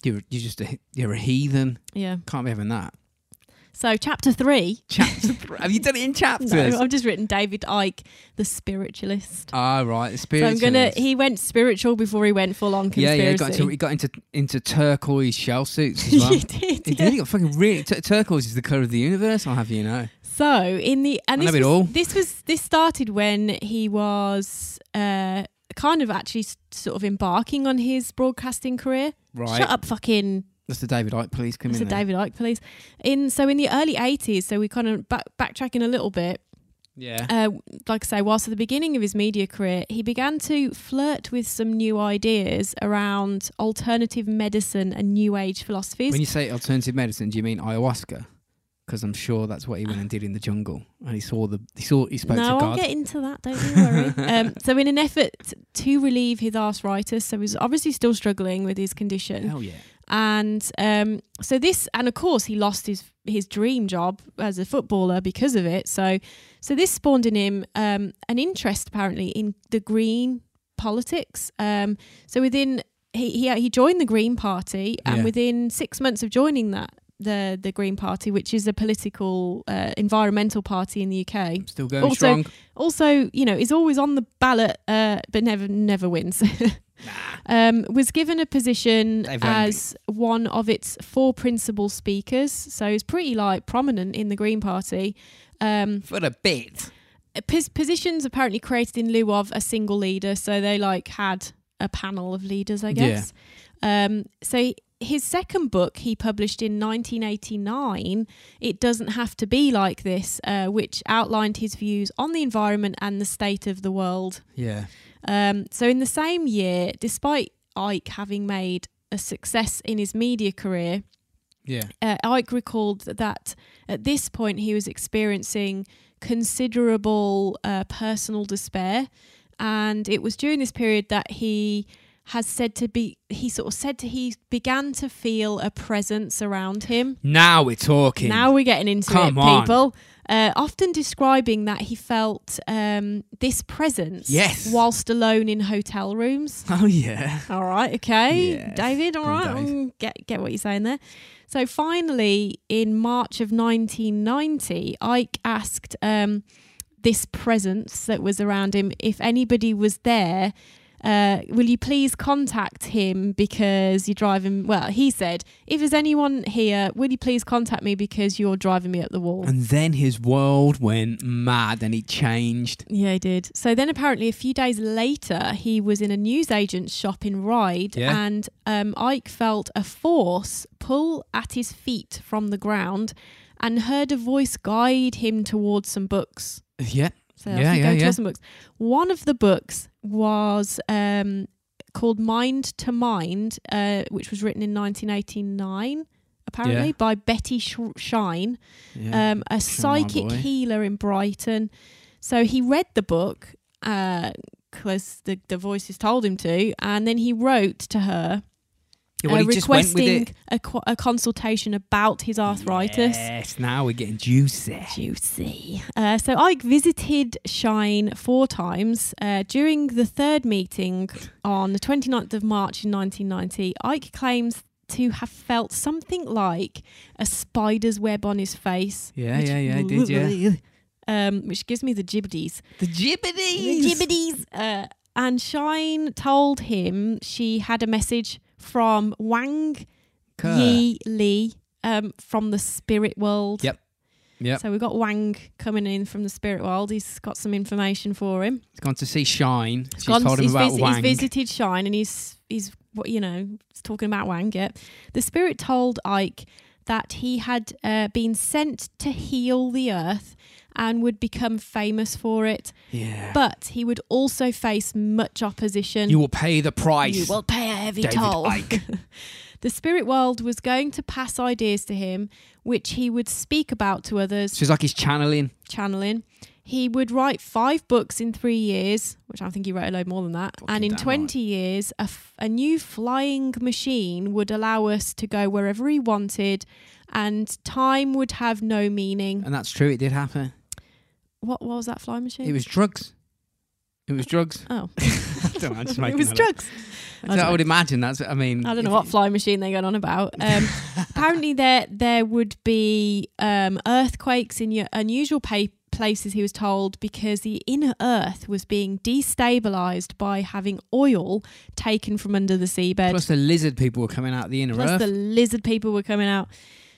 [SPEAKER 2] you're you're just a you're a heathen.
[SPEAKER 3] Yeah.
[SPEAKER 2] Can't be having that.
[SPEAKER 3] So chapter three. [laughs]
[SPEAKER 2] Chapter three. have you done it in
[SPEAKER 3] No,
[SPEAKER 2] chapters?
[SPEAKER 3] I've just written David Ike, the spiritualist.
[SPEAKER 2] Ah, right. The
[SPEAKER 3] So I'm
[SPEAKER 2] spiritualist.
[SPEAKER 3] gonna. He went spiritual before he went full on
[SPEAKER 2] yeah,
[SPEAKER 3] conspiracy.
[SPEAKER 2] yeah. He got into he got into into turquoise shell
[SPEAKER 3] [laughs]
[SPEAKER 2] suits as well.
[SPEAKER 3] He
[SPEAKER 2] he
[SPEAKER 3] did.
[SPEAKER 2] did.
[SPEAKER 3] yeah.
[SPEAKER 2] He got fucking really tur- turquoise is the color of the universe. I'll have you know.
[SPEAKER 3] So in the and
[SPEAKER 2] I
[SPEAKER 3] this
[SPEAKER 2] know it
[SPEAKER 3] was,
[SPEAKER 2] all.
[SPEAKER 3] this was this started when he was uh, kind of actually s- sort of embarking on his broadcasting career.
[SPEAKER 2] Right.
[SPEAKER 3] Shut up, fucking!
[SPEAKER 2] That's the David Icke police come
[SPEAKER 3] It's a
[SPEAKER 2] in. there.
[SPEAKER 3] David Icke police. In so in the early eighties, so we kind of back, backtracking a little bit.
[SPEAKER 2] Yeah.
[SPEAKER 3] Uh, like I say, whilst at the beginning of his media career, he began to flirt with some new ideas around alternative medicine and new age philosophies.
[SPEAKER 2] When you say alternative medicine, do you mean ayahuasca? Because I'm sure that's what he went and did in the jungle, and he saw the he saw he spoke
[SPEAKER 3] no,
[SPEAKER 2] to
[SPEAKER 3] I'll
[SPEAKER 2] God.
[SPEAKER 3] get into that. Don't you
[SPEAKER 2] [laughs]
[SPEAKER 3] worry. um, so, in an effort to relieve his arthritis, so he's obviously still struggling with his condition,
[SPEAKER 2] Hell yeah!
[SPEAKER 3] and um, so this, and of course, he lost his his dream job as a footballer because of it. So, so this spawned in him um, an interest, apparently, in the green politics. Um, so within he, he he joined the Green Party, and
[SPEAKER 2] Yeah.
[SPEAKER 3] within six months of joining that. The, the Green Party, which is a political uh, environmental party in the UK,
[SPEAKER 2] I'm still going
[SPEAKER 3] Also-
[SPEAKER 2] strong.
[SPEAKER 3] also, you know, is always on the ballot, uh, but never never wins. [laughs] um, was given a position
[SPEAKER 2] They've earned
[SPEAKER 3] as one of its four principal speakers, so he's pretty like prominent in the Green Party. Um,
[SPEAKER 2] For a bit.
[SPEAKER 3] Uh, pos- positions apparently created in lieu of a single leader, so they like had a panel of leaders, I
[SPEAKER 2] Yeah.
[SPEAKER 3] guess. Um, so his second book he published in 1989, It Doesn't Have to Be Like This, uh, which outlined his views on the environment and the state of the world.
[SPEAKER 2] Yeah.
[SPEAKER 3] Um, so in the same year, despite Ike having made a success in his media career,
[SPEAKER 2] Yeah.
[SPEAKER 3] uh, Ike recalled that at this point he was experiencing considerable uh, personal despair, and it was during this period that he has said to be he sort of said to he began to feel a presence around him.
[SPEAKER 2] Now we're talking.
[SPEAKER 3] Now we're getting into
[SPEAKER 2] Come
[SPEAKER 3] it,
[SPEAKER 2] on.
[SPEAKER 3] people. Uh, often describing that he felt um, this presence
[SPEAKER 2] Yes.
[SPEAKER 3] whilst alone in hotel rooms.
[SPEAKER 2] [laughs] Oh yeah.
[SPEAKER 3] [laughs] All right, okay,
[SPEAKER 2] Yes.
[SPEAKER 3] David. All
[SPEAKER 2] Go on,
[SPEAKER 3] right,
[SPEAKER 2] Dave.
[SPEAKER 3] mm, get get what you're saying there. So finally, in March of 1990, Ike asked um, this presence that was around him if anybody was there. Uh, will you please contact him because you're driving? Well, he said, if there's anyone here, will you please contact me because you're driving me up the wall?
[SPEAKER 2] And then his world went mad, and he changed.
[SPEAKER 3] Yeah, he did. So then, apparently, a few days later, he was in a newsagent's shop in Ryde,
[SPEAKER 2] Yeah.
[SPEAKER 3] and um, Ike felt a force pull at his feet from the ground, and heard a voice guide him towards some books.
[SPEAKER 2] Yeah.
[SPEAKER 3] So
[SPEAKER 2] Yeah,
[SPEAKER 3] off you
[SPEAKER 2] yeah,
[SPEAKER 3] go
[SPEAKER 2] yeah.
[SPEAKER 3] to some books. One of the books was um, called Mind to Mind, uh, which was written in 1989, apparently
[SPEAKER 2] Yeah.
[SPEAKER 3] by Betty Sh- Shine
[SPEAKER 2] Yeah.
[SPEAKER 3] um, a psychic
[SPEAKER 2] boy.
[SPEAKER 3] healer in Brighton. So he read the book uh, because the, the voices told him to, and then he wrote to her
[SPEAKER 2] Yeah, well,
[SPEAKER 3] uh,
[SPEAKER 2] he just went with
[SPEAKER 3] requesting
[SPEAKER 2] it.
[SPEAKER 3] a, qu- a consultation about his arthritis.
[SPEAKER 2] Yes, now we're getting juicy.
[SPEAKER 3] Juicy. Uh, so I visited Shine four times. Uh, during the third meeting on the 29th of March in 1990, Ike claims to have felt something like a spider's web on his face.
[SPEAKER 2] Yeah,
[SPEAKER 3] Which-
[SPEAKER 2] yeah, yeah, I did, yeah.
[SPEAKER 3] Um, which gives me [laughs] the gibbities.
[SPEAKER 2] The jibbities.
[SPEAKER 3] gibbities. Uh, and Shine told him she had a message from Wang
[SPEAKER 2] Kerr.
[SPEAKER 3] Yi Lee um, from the spirit world.
[SPEAKER 2] Yep. Yep.
[SPEAKER 3] So we've got Wang coming in from the spirit world. He's got some information for him.
[SPEAKER 2] He's gone to see Shine. She's
[SPEAKER 3] Gone-
[SPEAKER 2] told him
[SPEAKER 3] he's,
[SPEAKER 2] about
[SPEAKER 3] visi-
[SPEAKER 2] Wang.
[SPEAKER 3] he's visited Shine and he's he's what you know he's talking about Wang. Yeah. The spirit told Ike that he had uh, been sent to heal the earth and would become famous for it,
[SPEAKER 2] yeah.
[SPEAKER 3] but he would also face much opposition.
[SPEAKER 2] you will pay the price.
[SPEAKER 3] You will pay a heavy
[SPEAKER 2] David
[SPEAKER 3] toll.
[SPEAKER 2] Icke.
[SPEAKER 3] [laughs] the spirit world was going to pass ideas to him, which he would speak about to others,
[SPEAKER 2] She's like he's channeling.
[SPEAKER 3] channeling. He would write five books in three years, which I think he wrote a load more than that.
[SPEAKER 2] Fucking
[SPEAKER 3] and in
[SPEAKER 2] damn
[SPEAKER 3] 20 years, a, f- a new flying machine would allow us to go wherever he wanted, and time would have no meaning.
[SPEAKER 2] And that's true, it did happen.
[SPEAKER 3] What, what was that flying machine?
[SPEAKER 2] It was drugs. It was [laughs] drugs.
[SPEAKER 3] oh,
[SPEAKER 2] don't know, I'm just
[SPEAKER 3] [laughs] it
[SPEAKER 2] making
[SPEAKER 3] was
[SPEAKER 2] that up.
[SPEAKER 3] drugs.
[SPEAKER 2] So I,
[SPEAKER 3] don't know.
[SPEAKER 2] would imagine that's. I mean,
[SPEAKER 3] I don't know
[SPEAKER 2] if-
[SPEAKER 3] what fly machine they're going on about.
[SPEAKER 2] [laughs]
[SPEAKER 3] Um, apparently, there there would be um, earthquakes in u- unusual pa- places. He was told because the inner Earth was being destabilized by having oil taken from under the seabed.
[SPEAKER 2] Plus, the lizard people were coming out of the inner
[SPEAKER 3] Plus
[SPEAKER 2] earth.
[SPEAKER 3] the lizard people were coming out.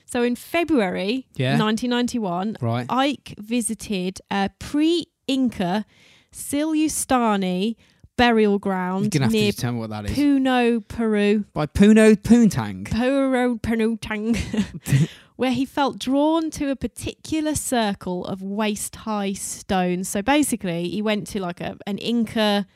[SPEAKER 3] So in February
[SPEAKER 2] Yeah.
[SPEAKER 3] 1991,
[SPEAKER 2] right.
[SPEAKER 3] Ike visited a pre-Inca Silustani burial
[SPEAKER 2] You're
[SPEAKER 3] ground
[SPEAKER 2] gonna have to
[SPEAKER 3] near
[SPEAKER 2] just tell me what that is.
[SPEAKER 3] Puno, Peru.
[SPEAKER 2] By Puno Poontang. [laughs]
[SPEAKER 3] Poro Penutang, where he felt drawn to a particular circle of waist high stones. So basically, he went to like a, an Inca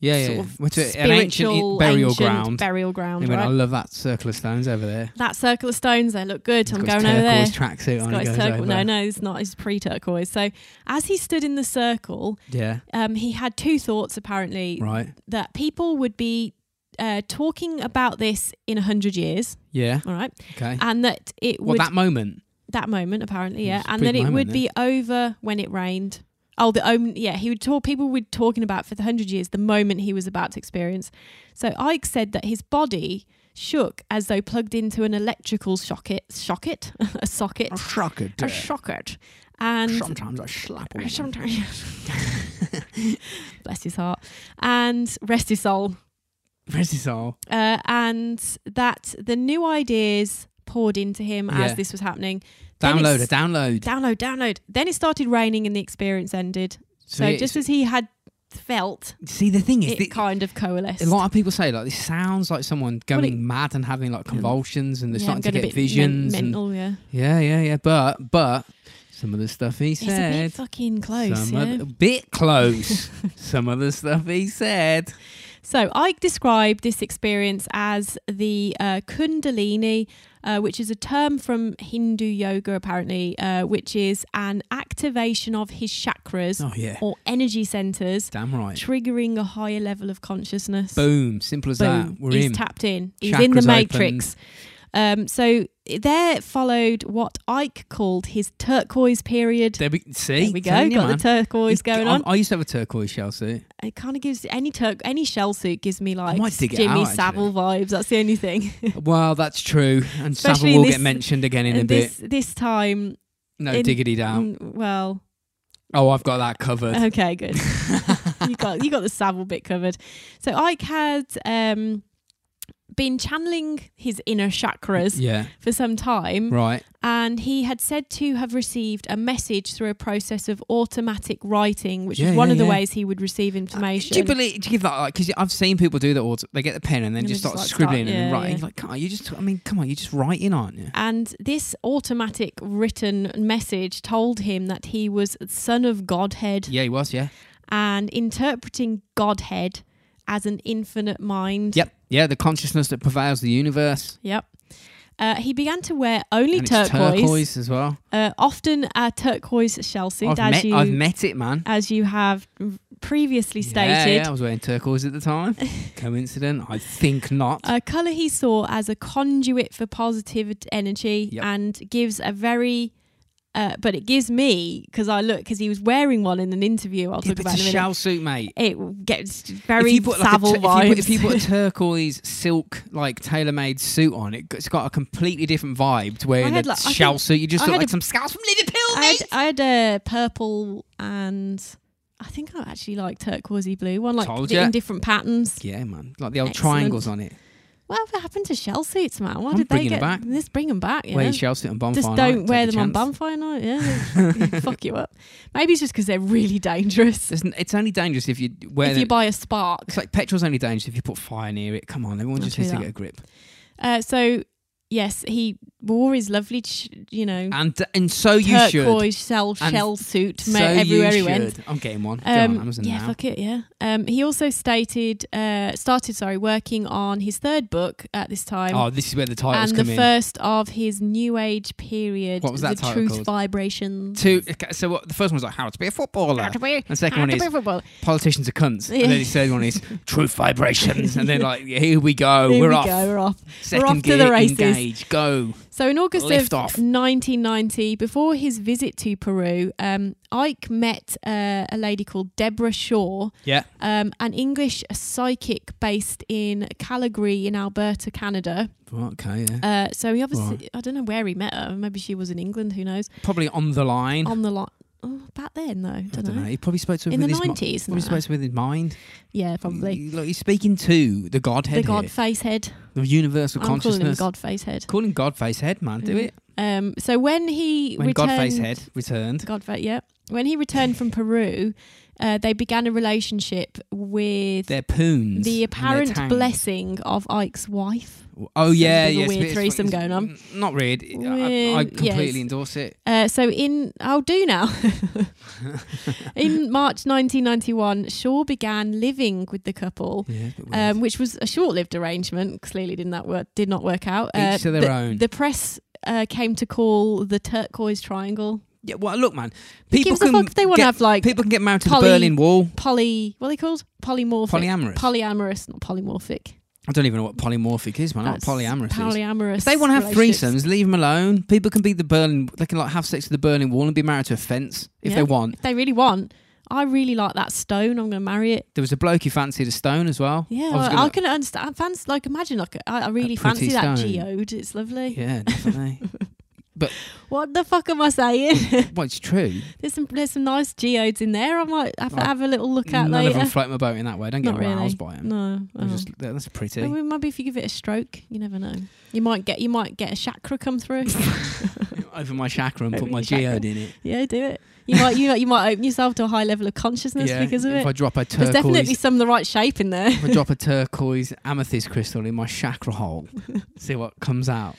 [SPEAKER 2] Yeah, yeah.
[SPEAKER 3] sort
[SPEAKER 2] yeah.
[SPEAKER 3] of
[SPEAKER 2] Went to an ancient
[SPEAKER 3] spiritual
[SPEAKER 2] i- burial
[SPEAKER 3] ancient
[SPEAKER 2] ground.
[SPEAKER 3] Burial
[SPEAKER 2] He
[SPEAKER 3] ground,
[SPEAKER 2] went, I
[SPEAKER 3] right?
[SPEAKER 2] love that circle of stones over there.
[SPEAKER 3] That circle of stones, they look good.
[SPEAKER 2] He's
[SPEAKER 3] I'm
[SPEAKER 2] got his
[SPEAKER 3] going over there.
[SPEAKER 2] turquoise tracksuit
[SPEAKER 3] He's
[SPEAKER 2] on.
[SPEAKER 3] got
[SPEAKER 2] he
[SPEAKER 3] his
[SPEAKER 2] goes
[SPEAKER 3] turquoise.
[SPEAKER 2] over.
[SPEAKER 3] No, no, it's not. It's pre turquoise. So as he stood in the circle,
[SPEAKER 2] Yeah,
[SPEAKER 3] um, he had two thoughts apparently
[SPEAKER 2] right.
[SPEAKER 3] that people would be uh, talking about this in a 100 years,
[SPEAKER 2] Yeah,
[SPEAKER 3] all right?
[SPEAKER 2] okay.
[SPEAKER 3] And that it
[SPEAKER 2] Well,
[SPEAKER 3] would
[SPEAKER 2] that moment.
[SPEAKER 3] that moment apparently yeah
[SPEAKER 2] It's a
[SPEAKER 3] and
[SPEAKER 2] big
[SPEAKER 3] then it
[SPEAKER 2] moment,
[SPEAKER 3] would be over when it rained oh the um, yeah he would talk people were talking about for the 100 years the moment he was about to experience so ike said that his body shook as though plugged into an electrical socket socket [laughs] a socket
[SPEAKER 2] shocker.
[SPEAKER 3] a socket and
[SPEAKER 2] Sometimes I slap a woman.
[SPEAKER 3] sometimes
[SPEAKER 2] [laughs]
[SPEAKER 3] bless his heart and rest his soul
[SPEAKER 2] Where's his all?
[SPEAKER 3] uh, and that the new ideas poured into him
[SPEAKER 2] Yeah.
[SPEAKER 3] as this was happening Then
[SPEAKER 2] Download
[SPEAKER 3] it's-
[SPEAKER 2] a download.
[SPEAKER 3] download, download. Then it started raining and the experience ended. So,
[SPEAKER 2] it-
[SPEAKER 3] just as he had felt,
[SPEAKER 2] see the thing is,
[SPEAKER 3] it
[SPEAKER 2] the,
[SPEAKER 3] kind of coalesced.
[SPEAKER 2] a lot of people say like this sounds like someone
[SPEAKER 3] Well,
[SPEAKER 2] going mad and having like convulsions and they're
[SPEAKER 3] Yeah,
[SPEAKER 2] starting
[SPEAKER 3] I'm
[SPEAKER 2] to
[SPEAKER 3] getting a
[SPEAKER 2] get
[SPEAKER 3] bit men-
[SPEAKER 2] visions. and,
[SPEAKER 3] mental, yeah.
[SPEAKER 2] yeah, yeah, yeah. But but some of the stuff he
[SPEAKER 3] It's a
[SPEAKER 2] said,
[SPEAKER 3] bit fucking close.
[SPEAKER 2] some of
[SPEAKER 3] yeah.
[SPEAKER 2] the- bit
[SPEAKER 3] [laughs]
[SPEAKER 2] close. some of the stuff he said.
[SPEAKER 3] So Ike described this experience as the uh, Kundalini, uh, which is a term from Hindu yoga, apparently, uh, which is an activation of his chakras
[SPEAKER 2] Oh yeah,
[SPEAKER 3] or energy centers,
[SPEAKER 2] damn right.
[SPEAKER 3] triggering a higher level of consciousness.
[SPEAKER 2] Boom, simple as
[SPEAKER 3] Boom.
[SPEAKER 2] that. We're
[SPEAKER 3] He's
[SPEAKER 2] in.
[SPEAKER 3] tapped in. He's
[SPEAKER 2] Chakras
[SPEAKER 3] in the
[SPEAKER 2] opened.
[SPEAKER 3] matrix. Um, so there followed what Ike called his turquoise period.
[SPEAKER 2] there we see.
[SPEAKER 3] There we go.
[SPEAKER 2] telling you,
[SPEAKER 3] Got
[SPEAKER 2] man.
[SPEAKER 3] the turquoise
[SPEAKER 2] You-
[SPEAKER 3] going
[SPEAKER 2] I'm-
[SPEAKER 3] on.
[SPEAKER 2] I used to have a turquoise shell
[SPEAKER 3] [laughs]
[SPEAKER 2] suit.
[SPEAKER 3] It kind of gives any turk any shell suit gives me like
[SPEAKER 2] might dig it
[SPEAKER 3] Jimmy
[SPEAKER 2] out, actually.
[SPEAKER 3] Savile vibes. That's the only thing.
[SPEAKER 2] Well, that's true, and
[SPEAKER 3] Especially
[SPEAKER 2] Savile will
[SPEAKER 3] in
[SPEAKER 2] get
[SPEAKER 3] this-
[SPEAKER 2] mentioned again in a
[SPEAKER 3] and
[SPEAKER 2] bit.
[SPEAKER 3] this this time,
[SPEAKER 2] No
[SPEAKER 3] in-
[SPEAKER 2] diggity down.
[SPEAKER 3] mm, well,
[SPEAKER 2] Oh, I've got that covered.
[SPEAKER 3] [laughs]
[SPEAKER 2] [laughs]
[SPEAKER 3] okay, good. you got you got the Savile bit covered. So Ike had um, been channeling his inner chakras
[SPEAKER 2] yeah,
[SPEAKER 3] for some time.
[SPEAKER 2] right.
[SPEAKER 3] and he had said to have received a message through a process of automatic writing, which
[SPEAKER 2] Yeah,
[SPEAKER 3] was one
[SPEAKER 2] yeah,
[SPEAKER 3] of the
[SPEAKER 2] yeah.
[SPEAKER 3] ways he would receive information.
[SPEAKER 2] Do you believe? Do you give that? Like, because I've seen people do that. All they get the pen and then
[SPEAKER 3] And
[SPEAKER 2] just
[SPEAKER 3] they
[SPEAKER 2] start
[SPEAKER 3] just, like,
[SPEAKER 2] scribbling
[SPEAKER 3] start-
[SPEAKER 2] and
[SPEAKER 3] yeah,
[SPEAKER 2] writing.
[SPEAKER 3] yeah.
[SPEAKER 2] Like, come on, you just. I mean, come on, you're just writing, aren't you?
[SPEAKER 3] and this automatic written message told him that he was son of Godhead
[SPEAKER 2] Yeah, he was. Yeah.
[SPEAKER 3] and interpreting Godhead as an infinite mind.
[SPEAKER 2] Yep. Yeah, the consciousness that prevails the universe.
[SPEAKER 3] Yep. Uh, he began to wear only
[SPEAKER 2] And it's
[SPEAKER 3] turquoise,
[SPEAKER 2] turquoise as well.
[SPEAKER 3] Uh, often a turquoise shell suit,
[SPEAKER 2] I've
[SPEAKER 3] as
[SPEAKER 2] met,
[SPEAKER 3] you
[SPEAKER 2] I've met it, man.
[SPEAKER 3] as you have previously
[SPEAKER 2] Yeah,
[SPEAKER 3] stated,
[SPEAKER 2] yeah, I was wearing turquoise at the
[SPEAKER 3] [laughs]
[SPEAKER 2] time. Coincident? I think not.
[SPEAKER 3] a colour he saw as a conduit for positive energy
[SPEAKER 2] Yep.
[SPEAKER 3] and gives a very uh, but it gives me because I look because he was wearing one in an interview. I'll
[SPEAKER 2] yeah,
[SPEAKER 3] talk
[SPEAKER 2] but
[SPEAKER 3] about
[SPEAKER 2] it's
[SPEAKER 3] in
[SPEAKER 2] a
[SPEAKER 3] a minute.
[SPEAKER 2] shell suit, mate.
[SPEAKER 3] It gets very
[SPEAKER 2] if you put like a
[SPEAKER 3] Savile
[SPEAKER 2] tu- if you put-
[SPEAKER 3] vibes.
[SPEAKER 2] if you [laughs] put a turquoise silk like tailor-made suit on, it, it's got a completely different vibe to wearing a
[SPEAKER 3] had, like, I
[SPEAKER 2] shell
[SPEAKER 3] think-
[SPEAKER 2] suit. You just
[SPEAKER 3] I
[SPEAKER 2] look
[SPEAKER 3] had
[SPEAKER 2] like
[SPEAKER 3] a-
[SPEAKER 2] some scouts from Liverpool.
[SPEAKER 3] I had, I had a purple and I think I actually like turquoisey blue one, like
[SPEAKER 2] Told
[SPEAKER 3] th-
[SPEAKER 2] ya.
[SPEAKER 3] in different patterns.
[SPEAKER 2] Yeah, man, like the old
[SPEAKER 3] Excellent.
[SPEAKER 2] triangles on it.
[SPEAKER 3] Whatever happened to shell suits, man? Why
[SPEAKER 2] I'm
[SPEAKER 3] did they
[SPEAKER 2] bringing
[SPEAKER 3] get?
[SPEAKER 2] 'em back.
[SPEAKER 3] Let's bring them back. Yeah.
[SPEAKER 2] Wear your shell suit on bonfire.
[SPEAKER 3] just
[SPEAKER 2] night,
[SPEAKER 3] don't
[SPEAKER 2] take
[SPEAKER 3] wear
[SPEAKER 2] a
[SPEAKER 3] them on
[SPEAKER 2] chance.
[SPEAKER 3] bonfire night. Yeah,
[SPEAKER 2] [laughs]
[SPEAKER 3] They'll fuck you up. Maybe it's just because they're really dangerous.
[SPEAKER 2] It's, n- it's only dangerous if you wear
[SPEAKER 3] if you
[SPEAKER 2] them.
[SPEAKER 3] buy a spark,
[SPEAKER 2] It's like petrol's only dangerous if you put fire near it. Come on, everyone
[SPEAKER 3] Not
[SPEAKER 2] just
[SPEAKER 3] true
[SPEAKER 2] needs to
[SPEAKER 3] that.
[SPEAKER 2] get a grip.
[SPEAKER 3] uh, so yes, he wore his lovely, ch- you know,
[SPEAKER 2] And uh, and so Oh, you should.
[SPEAKER 3] turquoise shell
[SPEAKER 2] And
[SPEAKER 3] shell suit
[SPEAKER 2] so
[SPEAKER 3] ma- everywhere
[SPEAKER 2] you
[SPEAKER 3] he went.
[SPEAKER 2] should. I'm getting one. Go on
[SPEAKER 3] Um,
[SPEAKER 2] Amazon
[SPEAKER 3] yeah,
[SPEAKER 2] now.
[SPEAKER 3] fuck it, yeah. Um, he also stated, uh, started, sorry, working on his third book at this time,
[SPEAKER 2] oh, this is where the titles
[SPEAKER 3] and the
[SPEAKER 2] come in.
[SPEAKER 3] first of his New Age period,
[SPEAKER 2] What was that
[SPEAKER 3] the
[SPEAKER 2] title
[SPEAKER 3] Truth
[SPEAKER 2] called?
[SPEAKER 3] Vibrations.
[SPEAKER 2] Two. okay, So what, the first one was like how to be a footballer.
[SPEAKER 3] How to be-
[SPEAKER 2] And second
[SPEAKER 3] how
[SPEAKER 2] one
[SPEAKER 3] to
[SPEAKER 2] is
[SPEAKER 3] be football.
[SPEAKER 2] politicians are cunts.
[SPEAKER 3] Yeah.
[SPEAKER 2] And then the third one
[SPEAKER 3] [laughs]
[SPEAKER 2] is truth vibrations. And then like here we go,
[SPEAKER 3] Here
[SPEAKER 2] Oh, we're
[SPEAKER 3] we
[SPEAKER 2] off.
[SPEAKER 3] go, we're off.
[SPEAKER 2] Second
[SPEAKER 3] off to
[SPEAKER 2] gear,
[SPEAKER 3] the races.
[SPEAKER 2] engage, go.
[SPEAKER 3] So in August
[SPEAKER 2] Lift
[SPEAKER 3] of
[SPEAKER 2] off.
[SPEAKER 3] 1990, before his visit to Peru, um, Ike met uh, a lady called Deborah Shaw,
[SPEAKER 2] Yeah.
[SPEAKER 3] um, an English psychic based in Calgary in Alberta, Canada.
[SPEAKER 2] Okay. Yeah.
[SPEAKER 3] Uh, so he obviously,
[SPEAKER 2] Right.
[SPEAKER 3] I don't know where he met her. Maybe she was in England. Who knows?
[SPEAKER 2] Probably on the line.
[SPEAKER 3] On the lot. Oh, back then, though. Don't,
[SPEAKER 2] I don't
[SPEAKER 3] know.
[SPEAKER 2] know. He probably spoke to him
[SPEAKER 3] In the
[SPEAKER 2] with his mi-
[SPEAKER 3] nineties.
[SPEAKER 2] Probably spoke to him with his mind.
[SPEAKER 3] yeah, probably.
[SPEAKER 2] He- Look, he's speaking to the Godhead,
[SPEAKER 3] The God
[SPEAKER 2] here,
[SPEAKER 3] face head.
[SPEAKER 2] the universal
[SPEAKER 3] I'm calling him
[SPEAKER 2] consciousness.
[SPEAKER 3] God face head.
[SPEAKER 2] Calling God face head, man. Do
[SPEAKER 3] Mhm.
[SPEAKER 2] it.
[SPEAKER 3] Um, so when he
[SPEAKER 2] When
[SPEAKER 3] returned,
[SPEAKER 2] God face head returned.
[SPEAKER 3] God face, yeah. When he returned from Peru, uh, they began a relationship with
[SPEAKER 2] Their poons. and
[SPEAKER 3] the
[SPEAKER 2] their
[SPEAKER 3] apparent
[SPEAKER 2] tangs.
[SPEAKER 3] blessing of Ike's wife.
[SPEAKER 2] Oh
[SPEAKER 3] Sounds a
[SPEAKER 2] yeah,
[SPEAKER 3] bit of a
[SPEAKER 2] yes,
[SPEAKER 3] weird
[SPEAKER 2] but it's-
[SPEAKER 3] threesome
[SPEAKER 2] it's
[SPEAKER 3] going on.
[SPEAKER 2] Not weird. I, I
[SPEAKER 3] Weird,
[SPEAKER 2] completely
[SPEAKER 3] yes.
[SPEAKER 2] endorse it.
[SPEAKER 3] Uh, so in I'll do
[SPEAKER 2] [laughs]
[SPEAKER 3] now. in March 1991, Shaw began living with the couple.
[SPEAKER 2] Yeah, a bit weird.
[SPEAKER 3] um, which was a short-lived arrangement. Clearly, didn't that work? Did not work out. Uh,
[SPEAKER 2] Each to their
[SPEAKER 3] the,
[SPEAKER 2] own.
[SPEAKER 3] The press uh, came to call the turquoise triangle.
[SPEAKER 2] Yeah, well, look, man.
[SPEAKER 3] Who
[SPEAKER 2] People
[SPEAKER 3] gives a
[SPEAKER 2] can
[SPEAKER 3] fuck if they want to
[SPEAKER 2] get,
[SPEAKER 3] have like
[SPEAKER 2] people can get married to
[SPEAKER 3] poly-
[SPEAKER 2] the Berlin Wall.
[SPEAKER 3] poly. What are they called? Polymorphic.
[SPEAKER 2] Polyamorous.
[SPEAKER 3] polyamorous, not polymorphic.
[SPEAKER 2] I don't even know what polymorphic is, man. I know what
[SPEAKER 3] That's
[SPEAKER 2] polyamorous is.
[SPEAKER 3] Polyamorous.
[SPEAKER 2] If they want to have
[SPEAKER 3] relationships.
[SPEAKER 2] threesomes, leave them alone. People can be the Berlin. They can like have sex with the Berlin Wall and be married to a fence if
[SPEAKER 3] Yeah.
[SPEAKER 2] they want.
[SPEAKER 3] if they really want, I really like that stone. I'm going to marry it.
[SPEAKER 2] There was a bloke who fancied a stone as well.
[SPEAKER 3] Yeah,
[SPEAKER 2] was
[SPEAKER 3] I,
[SPEAKER 2] gonna-
[SPEAKER 3] I can understand. I fancy, like, imagine, like, I, I really
[SPEAKER 2] pretty
[SPEAKER 3] fancy that
[SPEAKER 2] stone.
[SPEAKER 3] geode. It's lovely.
[SPEAKER 2] yeah,
[SPEAKER 3] [laughs]
[SPEAKER 2] definitely.
[SPEAKER 3] What the fuck am I saying? [laughs]
[SPEAKER 2] well, it's true.
[SPEAKER 3] there's some there's some nice geodes in there. I might have, to
[SPEAKER 2] Oh,
[SPEAKER 3] have a little look at
[SPEAKER 2] None
[SPEAKER 3] later.
[SPEAKER 2] of them float my boat in that way. I don't get
[SPEAKER 3] Not really.
[SPEAKER 2] roused by them.
[SPEAKER 3] No, oh.
[SPEAKER 2] Just, that's pretty.
[SPEAKER 3] Well, [laughs] maybe if you give it a stroke, you never know. You might get you might get a chakra
[SPEAKER 2] [laughs]
[SPEAKER 3] come through.
[SPEAKER 2] Over my chakra and
[SPEAKER 3] Over
[SPEAKER 2] put my
[SPEAKER 3] your chakra.
[SPEAKER 2] geode in it.
[SPEAKER 3] yeah, do it. You might you might, you might open yourself to a high level of consciousness
[SPEAKER 2] Yeah,
[SPEAKER 3] because of
[SPEAKER 2] if
[SPEAKER 3] it.
[SPEAKER 2] I drop a
[SPEAKER 3] There's definitely
[SPEAKER 2] turquoise,
[SPEAKER 3] some of the right shape
[SPEAKER 2] [laughs]
[SPEAKER 3] in there.
[SPEAKER 2] if I drop a turquoise amethyst crystal in my chakra hole, see what comes
[SPEAKER 3] [laughs]
[SPEAKER 2] out.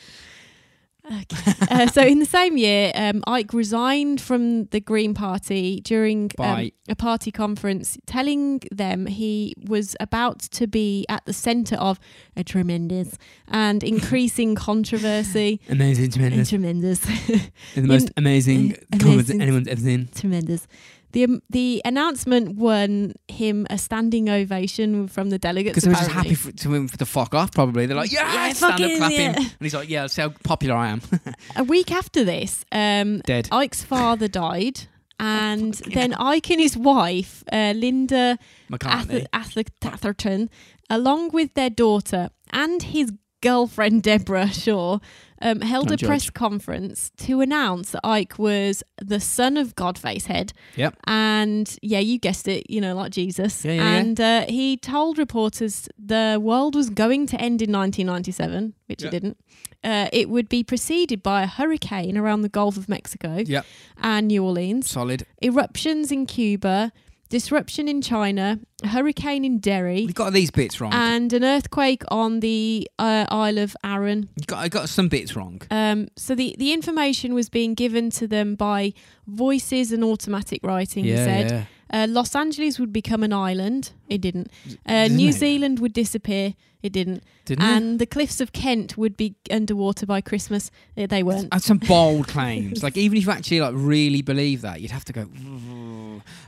[SPEAKER 3] uh, so in the same year, um, Ike resigned from the Green Party during um,
[SPEAKER 2] Bye.
[SPEAKER 3] a party conference, telling them he was about to be at the centre of a tremendous
[SPEAKER 2] [laughs]
[SPEAKER 3] and increasing controversy.
[SPEAKER 2] Amazing, tremendous.
[SPEAKER 3] And tremendous. [laughs]
[SPEAKER 2] And the
[SPEAKER 3] In-
[SPEAKER 2] most amazing
[SPEAKER 3] uh,
[SPEAKER 2] comments
[SPEAKER 3] amazing.
[SPEAKER 2] anyone's ever seen.
[SPEAKER 3] tremendous. The um, the announcement won him a standing ovation from the delegates.
[SPEAKER 2] Because they were just
[SPEAKER 3] apparently.
[SPEAKER 2] happy for, to him for the fuck off, probably. They're like, yeah,
[SPEAKER 3] Yeah,
[SPEAKER 2] stand
[SPEAKER 3] fucking
[SPEAKER 2] up clapping.
[SPEAKER 3] yeah.
[SPEAKER 2] And he's like, yeah, see how popular I am. [laughs]
[SPEAKER 3] A week after this, um,
[SPEAKER 2] Dead. Oh,
[SPEAKER 3] Ike's
[SPEAKER 2] [laughs]
[SPEAKER 3] father died. And then Ike and his wife, uh, Linda
[SPEAKER 2] McCartney.
[SPEAKER 3] Ath- Ath- Atherton, along with their daughter and his girlfriend Deborah Shaw, um, held
[SPEAKER 2] Don't
[SPEAKER 3] a press
[SPEAKER 2] judge.
[SPEAKER 3] conference to announce that Ike was the son of Godface Head.
[SPEAKER 2] Yep.
[SPEAKER 3] And yeah, you guessed it, you know, like Jesus.
[SPEAKER 2] Yeah, yeah, yeah.
[SPEAKER 3] and Uh, he told reporters the world was going to end in 1997, which
[SPEAKER 2] Yeah.
[SPEAKER 3] it didn't. Uh, it would be preceded by a hurricane around the Gulf of Mexico
[SPEAKER 2] Yep.
[SPEAKER 3] and New Orleans
[SPEAKER 2] Solid.
[SPEAKER 3] eruptions in Cuba, disruption in China, a hurricane in
[SPEAKER 2] You
[SPEAKER 3] Derry,
[SPEAKER 2] got these bits wrong.
[SPEAKER 3] and an earthquake on the uh, Isle of Arran.
[SPEAKER 2] you got, I got some bits wrong.
[SPEAKER 3] Um, so the, the information was being given to them by voices and automatic writing, he said.
[SPEAKER 2] yeah.
[SPEAKER 3] Uh, Los Angeles would become an island. It didn't. Uh,
[SPEAKER 2] Didn't
[SPEAKER 3] New
[SPEAKER 2] it?
[SPEAKER 3] Zealand would disappear. It didn't.
[SPEAKER 2] Didn't it?
[SPEAKER 3] and the cliffs of Kent would be underwater by Christmas. Uh, They weren't.
[SPEAKER 2] And some
[SPEAKER 3] [laughs]
[SPEAKER 2] bold claims. Like even if you actually like really believe that, you'd have to go.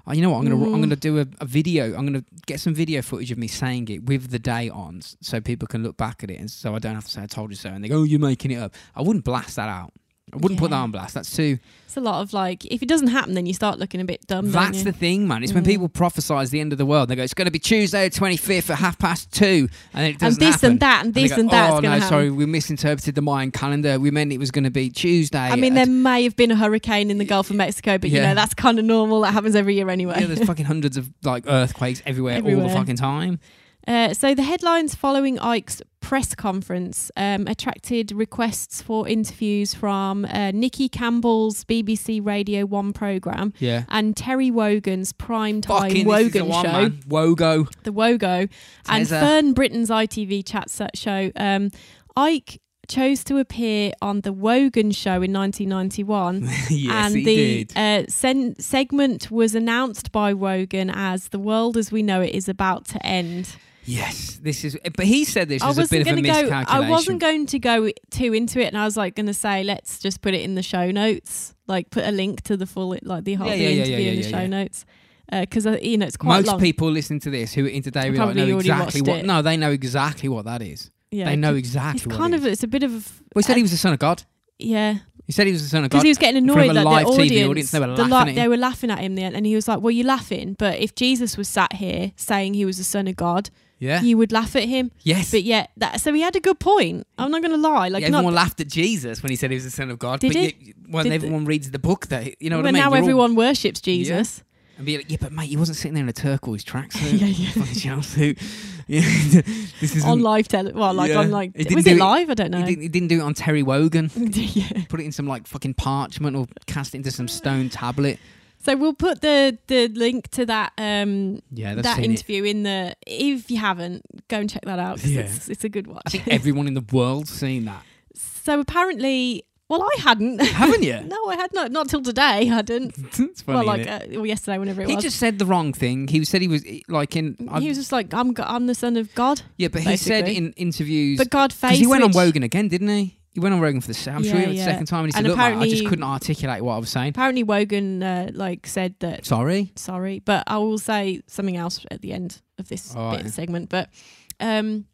[SPEAKER 2] Oh, you know what? I'm gonna I'm
[SPEAKER 3] Mm.
[SPEAKER 2] gonna do a, a video. I'm gonna get some video footage of me saying it with the day on, s- so people can look back at it, and so I don't have to say I told you so. And they go, "Oh, you're making it up." I wouldn't blast that out. I wouldn't put that
[SPEAKER 3] Yeah.
[SPEAKER 2] on blast. That's too.
[SPEAKER 3] It's a lot of like, if it doesn't happen, then you start looking a bit dumb. don't
[SPEAKER 2] that's
[SPEAKER 3] you?
[SPEAKER 2] the thing, man. It's when people prophesize the end of the world. They go, "It's going to be Tuesday, the 25th at half past two, and then it
[SPEAKER 3] and
[SPEAKER 2] doesn't
[SPEAKER 3] this
[SPEAKER 2] happen.
[SPEAKER 3] and that and
[SPEAKER 2] they
[SPEAKER 3] this
[SPEAKER 2] go,
[SPEAKER 3] and that's
[SPEAKER 2] oh no,
[SPEAKER 3] going to
[SPEAKER 2] sorry,
[SPEAKER 3] happen.
[SPEAKER 2] we misinterpreted the Mayan calendar. We meant it was going to be Tuesday.
[SPEAKER 3] I mean,
[SPEAKER 2] at
[SPEAKER 3] there may have been a hurricane in the Gulf of Mexico, but you
[SPEAKER 2] Yeah.
[SPEAKER 3] know that's kind of normal. That happens every year
[SPEAKER 2] Yeah,
[SPEAKER 3] anyway.
[SPEAKER 2] there's fucking hundreds of like earthquakes everywhere, all
[SPEAKER 3] Everywhere.
[SPEAKER 2] the fucking time.
[SPEAKER 3] Uh, so the headlines following Ike's press conference um, attracted requests for interviews from uh, Nikki Campbell's BBC Radio One program
[SPEAKER 2] Yeah.
[SPEAKER 3] and Terry Wogan's prime time
[SPEAKER 2] Fucking this is the
[SPEAKER 3] Wogan
[SPEAKER 2] one,
[SPEAKER 3] show.
[SPEAKER 2] man. Wogo.
[SPEAKER 3] the Wogo, and
[SPEAKER 2] Teza.
[SPEAKER 3] Fern Britain's ITV chat set show. Um, Ike chose to appear on the Wogan show in 1991.
[SPEAKER 2] [laughs] yes,
[SPEAKER 3] and
[SPEAKER 2] he
[SPEAKER 3] the
[SPEAKER 2] did.
[SPEAKER 3] uh, sen- segment was announced by Wogan as the world as we know it is about to end.
[SPEAKER 2] Yes, this is. But he said this
[SPEAKER 3] I
[SPEAKER 2] was a bit of
[SPEAKER 3] wasn't
[SPEAKER 2] a
[SPEAKER 3] going to go.
[SPEAKER 2] miscalculation.
[SPEAKER 3] I wasn't going to go too into it, and I was like going to say, let's just put it in the show notes, like put a link to the full, like the whole
[SPEAKER 2] Yeah,
[SPEAKER 3] the
[SPEAKER 2] yeah, yeah,
[SPEAKER 3] interview
[SPEAKER 2] yeah,
[SPEAKER 3] in the
[SPEAKER 2] yeah,
[SPEAKER 3] show
[SPEAKER 2] yeah.
[SPEAKER 3] notes, because uh, you know it's quite
[SPEAKER 2] Most
[SPEAKER 3] long.
[SPEAKER 2] people listening to this who are in today will like,
[SPEAKER 3] Probably
[SPEAKER 2] know
[SPEAKER 3] already
[SPEAKER 2] exactly
[SPEAKER 3] watched
[SPEAKER 2] what.
[SPEAKER 3] it.
[SPEAKER 2] No, they know exactly what that is.
[SPEAKER 3] yeah,
[SPEAKER 2] they know
[SPEAKER 3] it's
[SPEAKER 2] exactly. what
[SPEAKER 3] kind
[SPEAKER 2] it
[SPEAKER 3] of.
[SPEAKER 2] is.
[SPEAKER 3] It's a bit of. a-
[SPEAKER 2] Well, he said he was the son of God.
[SPEAKER 3] Yeah,
[SPEAKER 2] He said he was the son of
[SPEAKER 3] because
[SPEAKER 2] God.
[SPEAKER 3] he was getting
[SPEAKER 2] in front
[SPEAKER 3] annoyed
[SPEAKER 2] of
[SPEAKER 3] that
[SPEAKER 2] a
[SPEAKER 3] the
[SPEAKER 2] live
[SPEAKER 3] audience,
[SPEAKER 2] TV audience, they were
[SPEAKER 3] the
[SPEAKER 2] laughing at him.
[SPEAKER 3] they were laughing at him then, and he was like, "Well, you're laughing, but if Jesus was sat here saying he was the son of God,
[SPEAKER 2] yeah.
[SPEAKER 3] you would laugh at him."
[SPEAKER 2] yes.
[SPEAKER 3] But yet, that so he had a good point. I'm not going to lie, like
[SPEAKER 2] Yeah,
[SPEAKER 3] not
[SPEAKER 2] everyone laughed at Jesus when he said he was the son of God.
[SPEAKER 3] Did
[SPEAKER 2] but
[SPEAKER 3] he?
[SPEAKER 2] yet- when
[SPEAKER 3] Did-
[SPEAKER 2] everyone reads the book, that you know
[SPEAKER 3] well,
[SPEAKER 2] what I mean.
[SPEAKER 3] now
[SPEAKER 2] You're all-
[SPEAKER 3] everyone
[SPEAKER 2] [laughs]
[SPEAKER 3] worships Jesus.
[SPEAKER 2] and be like, yeah, but mate, he wasn't sitting there in a turquoise tracksuit.
[SPEAKER 3] [laughs] Yeah, yeah.
[SPEAKER 2] fucking Channel two. [laughs] Yeah, this [laughs] is
[SPEAKER 3] on live tele. Well, like
[SPEAKER 2] Yeah.
[SPEAKER 3] on like
[SPEAKER 2] He didn't
[SPEAKER 3] was
[SPEAKER 2] do
[SPEAKER 3] it
[SPEAKER 2] it-
[SPEAKER 3] live? I don't
[SPEAKER 2] He
[SPEAKER 3] know.
[SPEAKER 2] didn't, he didn't do it on Terry Wogan.
[SPEAKER 3] [laughs] yeah.
[SPEAKER 2] Put it in some like fucking parchment or cast it into some stone tablet.
[SPEAKER 3] So we'll put the the link to that um
[SPEAKER 2] Yeah, that's
[SPEAKER 3] that interview in the if you haven't go and check that out. 'cause
[SPEAKER 2] Yeah.
[SPEAKER 3] It's, it's a good watch.
[SPEAKER 2] I
[SPEAKER 3] [laughs]
[SPEAKER 2] think everyone in the world's seen that,
[SPEAKER 3] so apparently, well, I hadn't.
[SPEAKER 2] haven't you?
[SPEAKER 3] [laughs] no, I had not not till today. I hadn't.
[SPEAKER 2] it's funny.
[SPEAKER 3] well, like
[SPEAKER 2] innit?
[SPEAKER 3] uh, or yesterday, whenever it
[SPEAKER 2] he
[SPEAKER 3] was.
[SPEAKER 2] just said the wrong thing. He said he was eh, like in. I-
[SPEAKER 3] he was just like, I'm, go- I'm the son of God,
[SPEAKER 2] yeah, but he said
[SPEAKER 3] basically.
[SPEAKER 2] in interviews
[SPEAKER 3] but God
[SPEAKER 2] because
[SPEAKER 3] face.
[SPEAKER 2] he went on
[SPEAKER 3] which-
[SPEAKER 2] Wogan again, didn't he? He went on Wogan for the. se- I'm sure
[SPEAKER 3] Yeah,
[SPEAKER 2] he went the
[SPEAKER 3] yeah.
[SPEAKER 2] second time, and he
[SPEAKER 3] And
[SPEAKER 2] said, "Look, mate, I
[SPEAKER 3] apparently-
[SPEAKER 2] just couldn't articulate what I was saying.
[SPEAKER 3] Apparently, Wogan uh, like said
[SPEAKER 2] [laughs]
[SPEAKER 3] that
[SPEAKER 2] Sorry."
[SPEAKER 3] sorry, but I will say something else at the end of this
[SPEAKER 2] All
[SPEAKER 3] bit
[SPEAKER 2] right.
[SPEAKER 3] segment. But um,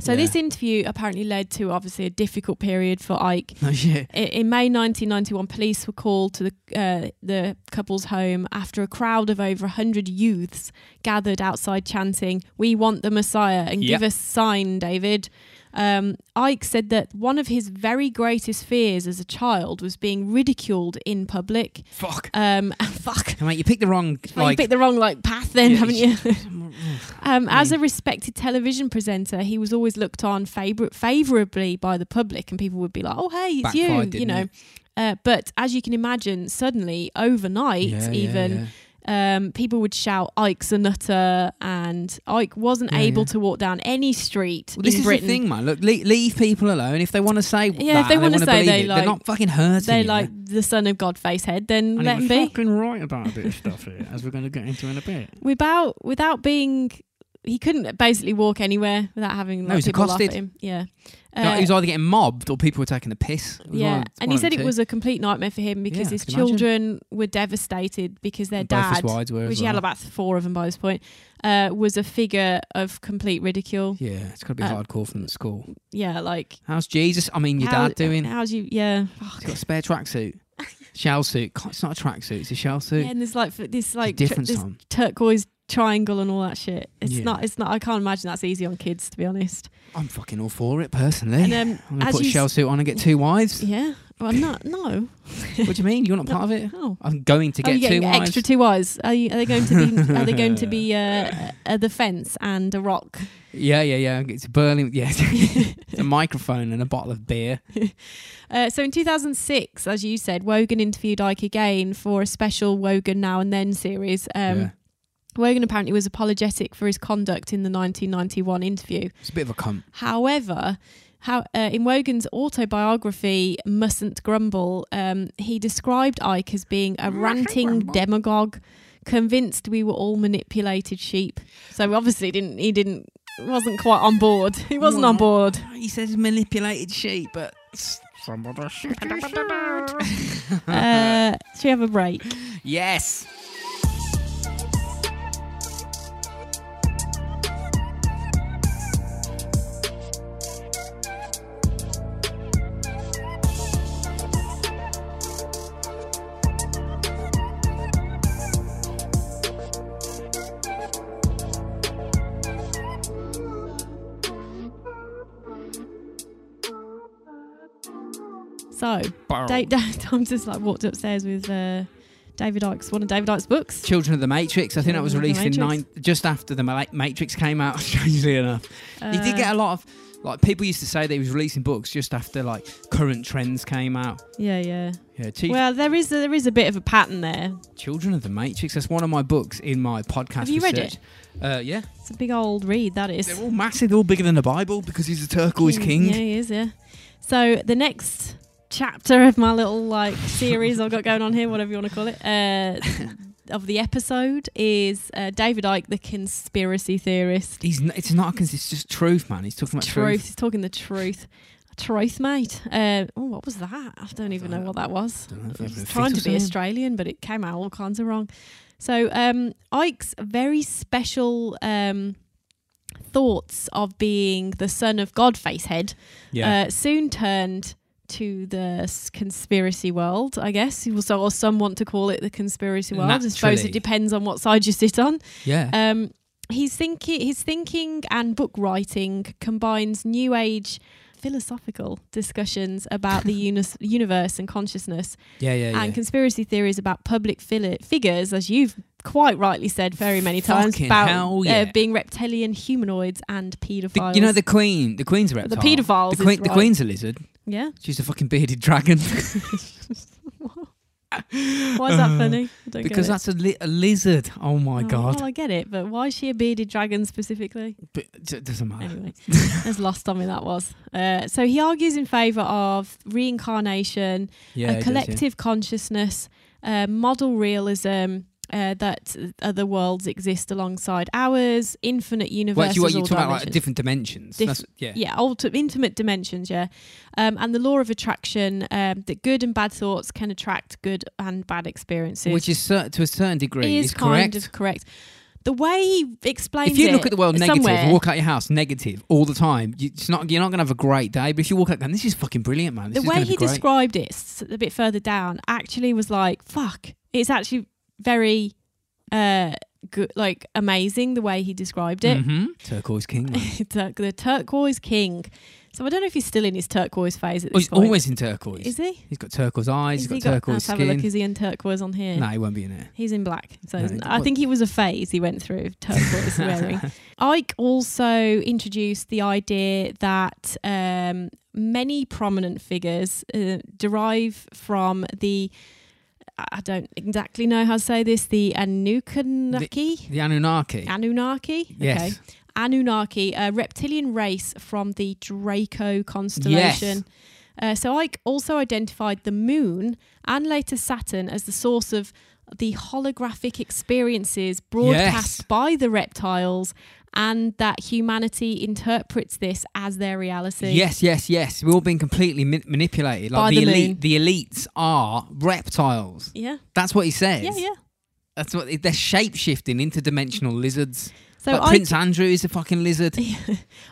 [SPEAKER 3] so
[SPEAKER 2] Yeah.
[SPEAKER 3] this interview apparently led to obviously a difficult period for Ike.
[SPEAKER 2] No Oh, shit.
[SPEAKER 3] I- In May 1991, police were called to the uh, the couple's home after a crowd of over 100 youths gathered outside chanting, "We want the Messiah and
[SPEAKER 2] Yeah.
[SPEAKER 3] give us sign, David." Um, Ike said that one of his very greatest fears as a child was being ridiculed in public.
[SPEAKER 2] Fuck.
[SPEAKER 3] Um, [laughs] fuck.
[SPEAKER 2] Mate, you picked the wrong
[SPEAKER 3] Well,
[SPEAKER 2] like
[SPEAKER 3] you picked the wrong like path then,
[SPEAKER 2] Yeah,
[SPEAKER 3] haven't
[SPEAKER 2] you
[SPEAKER 3] you? [laughs]
[SPEAKER 2] [sighs]
[SPEAKER 3] um, as a respected television presenter, he was always looked on favor- favorably by the public, and people would be like, "Oh, hey, it's
[SPEAKER 2] Backfired,
[SPEAKER 3] you," you
[SPEAKER 2] didn't
[SPEAKER 3] know.
[SPEAKER 2] it?
[SPEAKER 3] Uh, but as you can imagine, suddenly overnight,
[SPEAKER 2] Yeah, yeah,
[SPEAKER 3] even
[SPEAKER 2] yeah.
[SPEAKER 3] Um, people would shout "Ike's a nutter," and Ike wasn't
[SPEAKER 2] Yeah,
[SPEAKER 3] able
[SPEAKER 2] yeah.
[SPEAKER 3] to walk down any street
[SPEAKER 2] Well, this
[SPEAKER 3] in
[SPEAKER 2] is
[SPEAKER 3] Britain.
[SPEAKER 2] the thing, man. Look, leave, leave people alone. If they want to say
[SPEAKER 3] Yeah,
[SPEAKER 2] that
[SPEAKER 3] if they
[SPEAKER 2] and
[SPEAKER 3] wanna
[SPEAKER 2] wanna
[SPEAKER 3] say
[SPEAKER 2] believe
[SPEAKER 3] they
[SPEAKER 2] it,
[SPEAKER 3] like-
[SPEAKER 2] they're not fucking hurting.
[SPEAKER 3] They're
[SPEAKER 2] you.
[SPEAKER 3] like the son of God face head. Then
[SPEAKER 4] And
[SPEAKER 3] let
[SPEAKER 4] he was
[SPEAKER 3] him be.
[SPEAKER 4] fucking right about a bit of stuff here, as we're going to get into in a bit.
[SPEAKER 3] without without being he couldn't basically walk anywhere without having
[SPEAKER 2] No,
[SPEAKER 3] like,
[SPEAKER 2] he's
[SPEAKER 3] people laugh
[SPEAKER 2] accosted.
[SPEAKER 3] at him. Yeah.
[SPEAKER 2] No,
[SPEAKER 3] Uh,
[SPEAKER 2] he was either getting mobbed or people were taking the piss. It was
[SPEAKER 3] yeah,
[SPEAKER 2] one of-
[SPEAKER 3] and
[SPEAKER 2] one
[SPEAKER 3] he
[SPEAKER 2] of the
[SPEAKER 3] said it
[SPEAKER 2] two.
[SPEAKER 3] was a complete nightmare for him
[SPEAKER 2] Yeah,
[SPEAKER 3] because
[SPEAKER 2] I
[SPEAKER 3] his
[SPEAKER 2] can imagine.
[SPEAKER 3] children were devastated because their
[SPEAKER 2] And both
[SPEAKER 3] dad,
[SPEAKER 2] his wives were as
[SPEAKER 3] which he had
[SPEAKER 2] well.
[SPEAKER 3] about four of them by this point, uh, was a figure of complete ridicule.
[SPEAKER 2] Yeah, it's got to be
[SPEAKER 3] Uh,
[SPEAKER 2] hardcore from the school.
[SPEAKER 3] Yeah, like
[SPEAKER 2] How's Jesus? I mean, your
[SPEAKER 3] how-
[SPEAKER 2] dad
[SPEAKER 3] [laughs]
[SPEAKER 2] doing?
[SPEAKER 3] How's you? Yeah,
[SPEAKER 2] He's got a spare
[SPEAKER 3] [laughs]
[SPEAKER 2] tracksuit, shell suit. God, it's not a tracksuit. It's a shell
[SPEAKER 3] yeah
[SPEAKER 2] suit.
[SPEAKER 3] and Oh, there's like f- this
[SPEAKER 2] It's a
[SPEAKER 3] like tr-
[SPEAKER 2] different
[SPEAKER 3] this
[SPEAKER 2] time.
[SPEAKER 3] turquoise triangle and all that shit. It's
[SPEAKER 2] Yeah.
[SPEAKER 3] not. It's not. I can't imagine that's easy on kids, to be honest.
[SPEAKER 2] I'm fucking all for it personally.
[SPEAKER 3] And um,
[SPEAKER 2] I'm gonna
[SPEAKER 3] as
[SPEAKER 2] put a
[SPEAKER 3] you s-
[SPEAKER 2] shell suit on and get two
[SPEAKER 3] [laughs]
[SPEAKER 2] wives.
[SPEAKER 3] yeah, well, not no.
[SPEAKER 2] what do you mean? You're not part of it?
[SPEAKER 3] Oh.
[SPEAKER 2] I'm going to
[SPEAKER 3] Are
[SPEAKER 2] get
[SPEAKER 3] you
[SPEAKER 2] two
[SPEAKER 3] getting
[SPEAKER 2] wives.
[SPEAKER 3] extra two eyes? Are, you, are they going
[SPEAKER 2] [laughs]
[SPEAKER 3] to be? are they going to be uh, uh, the fence and a rock?
[SPEAKER 2] Yeah, yeah, yeah. It's Berlin. Yeah, [laughs]
[SPEAKER 3] [laughs]
[SPEAKER 2] it's a microphone and a bottle of beer.
[SPEAKER 3] Uh, so in 2006, as you said, Wogan interviewed Ike again for a special Wogan Now and Then series. Um,
[SPEAKER 2] yeah.
[SPEAKER 3] Wogan apparently was apologetic for his conduct in the 1991 interview.
[SPEAKER 2] It's a bit of a cunt.
[SPEAKER 3] However, how, uh, in Wogan's autobiography, Mustn't Grumble, um, he described Ike as being a ranting demagogue, convinced we were all manipulated sheep. So obviously, didn't he didn't wasn't quite on board. [laughs] He wasn't on board.
[SPEAKER 2] He says manipulated sheep, but s- somebody shoot it.
[SPEAKER 3] Uh, should we have a break?
[SPEAKER 2] Yes.
[SPEAKER 3] So
[SPEAKER 2] Oh.
[SPEAKER 3] [laughs] Dave, Dave Tom just like walked upstairs with uh, David Icke's one of David Icke's books.
[SPEAKER 2] Children of the Matrix. I think that was
[SPEAKER 3] Children of
[SPEAKER 2] released
[SPEAKER 3] the
[SPEAKER 2] in nine,
[SPEAKER 3] Matrix.
[SPEAKER 2] just after the Ma- Matrix came out. [laughs] Strangely enough, he did
[SPEAKER 3] Uh,
[SPEAKER 2] get a lot of like people used to say that he was releasing books just after like current trends came out.
[SPEAKER 3] Yeah, yeah.
[SPEAKER 2] Yeah, Chief-
[SPEAKER 3] Well, there is there is a bit of a pattern there.
[SPEAKER 2] Children of the Matrix. That's one of my books in my podcast.
[SPEAKER 3] Have you read
[SPEAKER 2] research. Uh, yeah,
[SPEAKER 3] It's a big old read that is.
[SPEAKER 2] they're all massive. They're all bigger than the Bible because he's a turquoise king.
[SPEAKER 3] Mm, Yeah, he is. Yeah. So the next chapter of my little
[SPEAKER 2] [laughs]
[SPEAKER 3] like series I've got going on here, whatever you want to call it, uh, of the episode is uh, David Icke, the conspiracy theorist.
[SPEAKER 2] He's n- it's not because it's just truth, man. He's talking about
[SPEAKER 3] truth.
[SPEAKER 2] truth.
[SPEAKER 3] He's talking the truth. Truth, mate. Uh, oh, what was that? I don't even know what that was.
[SPEAKER 2] Dunno if
[SPEAKER 3] I
[SPEAKER 2] I've
[SPEAKER 3] was
[SPEAKER 2] ever
[SPEAKER 3] trying to
[SPEAKER 2] fixed
[SPEAKER 3] be
[SPEAKER 2] it.
[SPEAKER 3] Australian, but it came out all kinds of wrong. So um, Ike's very special um, thoughts of being the son of God Facehead
[SPEAKER 2] Yeah,
[SPEAKER 3] uh, soon turned to the s- conspiracy world, I guess. You also- Or some want to call it the conspiracy world. I suppose
[SPEAKER 2] Naturally.
[SPEAKER 3] it depends on what side you sit on.
[SPEAKER 2] yeah.
[SPEAKER 3] Um, he's thinking, his thinking and book writing combines New Age philosophical discussions
[SPEAKER 2] [laughs]
[SPEAKER 3] about the unis- universe and consciousness
[SPEAKER 2] yeah, yeah, yeah.
[SPEAKER 3] and conspiracy theories about public fili- figures, as you've quite rightly said very many times,
[SPEAKER 2] Fucking
[SPEAKER 3] about
[SPEAKER 2] hell, yeah.
[SPEAKER 3] uh, being reptilian humanoids and
[SPEAKER 2] The-
[SPEAKER 3] paedophiles.
[SPEAKER 2] you know the queen. The queen's a
[SPEAKER 3] The
[SPEAKER 2] reptile.
[SPEAKER 3] paedophiles
[SPEAKER 2] The,
[SPEAKER 3] is
[SPEAKER 2] queen, the
[SPEAKER 3] right.
[SPEAKER 2] queen's a lizard.
[SPEAKER 3] yeah.
[SPEAKER 2] She's a fucking bearded dragon.
[SPEAKER 3] Why is that funny? I don't
[SPEAKER 2] because
[SPEAKER 3] get
[SPEAKER 2] that's a, li- a lizard. Oh
[SPEAKER 3] it.
[SPEAKER 2] my
[SPEAKER 3] Oh,
[SPEAKER 2] god.
[SPEAKER 3] Well, I get it, but why is she a bearded dragon specifically?
[SPEAKER 2] But it doesn't matter. [laughs]
[SPEAKER 3] Anyway, that's lost on me that was. Uh, so he argues in favour of reincarnation,
[SPEAKER 2] Yeah, it
[SPEAKER 3] a
[SPEAKER 2] does,
[SPEAKER 3] collective consciousness, uh, model realism. Uh, that other worlds exist alongside ours, infinite
[SPEAKER 2] yeah. Well,
[SPEAKER 3] universes.
[SPEAKER 2] actually, what you
[SPEAKER 3] all
[SPEAKER 2] talk about like
[SPEAKER 3] dimensions.
[SPEAKER 2] different dimensions.
[SPEAKER 3] Diff-
[SPEAKER 2] That's, yeah.
[SPEAKER 3] yeah, ultimate, intimate dimensions, yeah. Um, and the law of attraction um, that good and bad thoughts can attract good and bad experiences.
[SPEAKER 2] Which is cer- to a certain degree
[SPEAKER 3] is,
[SPEAKER 2] is,
[SPEAKER 3] kind
[SPEAKER 2] correct.
[SPEAKER 3] of correct. The way he explains
[SPEAKER 2] if you look
[SPEAKER 3] it
[SPEAKER 2] at the world negative,
[SPEAKER 3] somewhere,
[SPEAKER 2] walk out your house negative all the time, you, it's not you're not gonna have a great day. But if you walk out, going, this is fucking brilliant, man. This is
[SPEAKER 3] the way
[SPEAKER 2] gonna
[SPEAKER 3] he
[SPEAKER 2] be great.
[SPEAKER 3] described it s- a bit further down actually was like, fuck, it's actually very uh, good, like amazing the way he described it.
[SPEAKER 2] Mhm. turquoise king.
[SPEAKER 3] [laughs]
[SPEAKER 2] man.
[SPEAKER 3] Tur- the turquoise king. So I don't know if he's still in his turquoise phase at
[SPEAKER 2] Oh,
[SPEAKER 3] this
[SPEAKER 2] he's
[SPEAKER 3] point.
[SPEAKER 2] always in turquoise.
[SPEAKER 3] is he?
[SPEAKER 2] he's got turquoise eyes.
[SPEAKER 3] Has
[SPEAKER 2] He's
[SPEAKER 3] he
[SPEAKER 2] got turquoise
[SPEAKER 3] let's have a look.
[SPEAKER 2] skin.
[SPEAKER 3] Is he in turquoise on here?
[SPEAKER 2] No, he won't be in it.
[SPEAKER 3] He's in black. So
[SPEAKER 2] No,
[SPEAKER 3] isn't-
[SPEAKER 2] he-
[SPEAKER 3] I
[SPEAKER 2] what-
[SPEAKER 3] think it was a phase he went through
[SPEAKER 2] [laughs]
[SPEAKER 3] of turquoise wearing. Ike also introduced the idea that um, many prominent figures uh, derive from the, I don't exactly know how to say this, the Anunnaki.
[SPEAKER 2] The Anunnaki.
[SPEAKER 3] Anunnaki?
[SPEAKER 2] yes.
[SPEAKER 3] Okay. Anunnaki, a reptilian race from the Draco constellation. Uh, so Ike also identified the moon and later Saturn as the source of the holographic experiences broadcast
[SPEAKER 2] Yes.
[SPEAKER 3] by the reptiles, and that humanity interprets this as their reality.
[SPEAKER 2] Yes, yes, yes. We're all being completely ma- manipulated. Like
[SPEAKER 3] By
[SPEAKER 2] the,
[SPEAKER 3] the
[SPEAKER 2] elite,
[SPEAKER 3] moon.
[SPEAKER 2] the elites are reptiles.
[SPEAKER 3] Yeah.
[SPEAKER 2] That's what he says.
[SPEAKER 3] Yeah. Yeah.
[SPEAKER 2] That's what they're shape shifting interdimensional lizards.
[SPEAKER 3] So
[SPEAKER 2] Like
[SPEAKER 3] Ike,
[SPEAKER 2] Prince Andrew is a fucking lizard.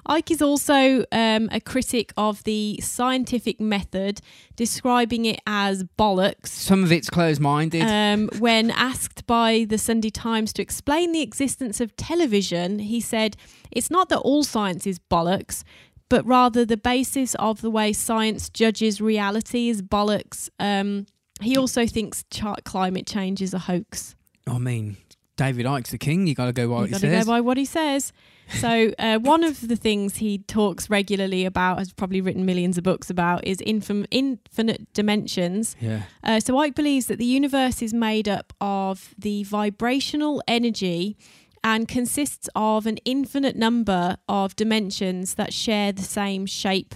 [SPEAKER 3] Ike is also um, a critic of the scientific method, describing it as bollocks.
[SPEAKER 2] Some of it's closed minded.
[SPEAKER 3] Um, when asked by the Sunday Times to explain the existence of television, he said, It's not that all science is bollocks, but rather the basis of the way science judges reality is bollocks. Um, he also thinks chart climate change is a hoax.
[SPEAKER 2] I mean, David Icke's the king. You got to go by what
[SPEAKER 3] you
[SPEAKER 2] he
[SPEAKER 3] got to go
[SPEAKER 2] says.
[SPEAKER 3] by what he says. So, uh, one of the things he talks regularly about, has probably written millions of books about, is infin- infinite dimensions.
[SPEAKER 2] yeah.
[SPEAKER 3] Uh, so Ike believes that the universe is made up of the vibrational energy and consists of an infinite number of dimensions that share the same shape,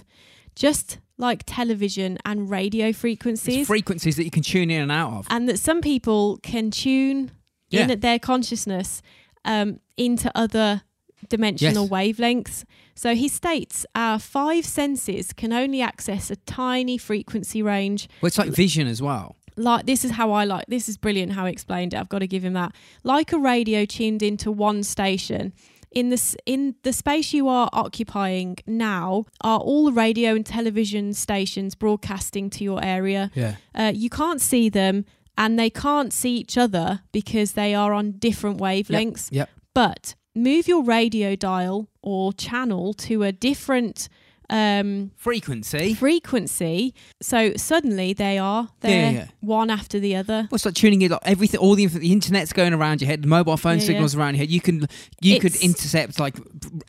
[SPEAKER 3] just like television and radio
[SPEAKER 2] It's
[SPEAKER 3] frequencies. Uh,
[SPEAKER 2] frequencies that you can tune in and out of.
[SPEAKER 3] and that some people can tune
[SPEAKER 2] Yeah.
[SPEAKER 3] in their consciousness um, into other dimensional
[SPEAKER 2] Yes.
[SPEAKER 3] wavelengths. So he states our five senses can only access a tiny frequency range.
[SPEAKER 2] Well, it's like vision as well.
[SPEAKER 3] Like this is how I like this is brilliant how he explained it. I've got to give him that. Like a radio tuned into one station. In the, s- in the space you are occupying now are all radio and television stations broadcasting to your area.
[SPEAKER 2] Yeah.
[SPEAKER 3] Uh, you can't see them and they can't see each other because they are on different wavelengths.
[SPEAKER 2] Yep.
[SPEAKER 3] But move your radio dial or channel to a different um,
[SPEAKER 2] Frequency.
[SPEAKER 3] frequency. So suddenly they are there,
[SPEAKER 2] Yeah, yeah.
[SPEAKER 3] one after the other.
[SPEAKER 2] Well, it's like tuning it. Like everything, all the, inf- the internet's going around your head. The mobile phone
[SPEAKER 3] Yeah,
[SPEAKER 2] signals around your head. You can, you could
[SPEAKER 3] It's-
[SPEAKER 2] intercept like,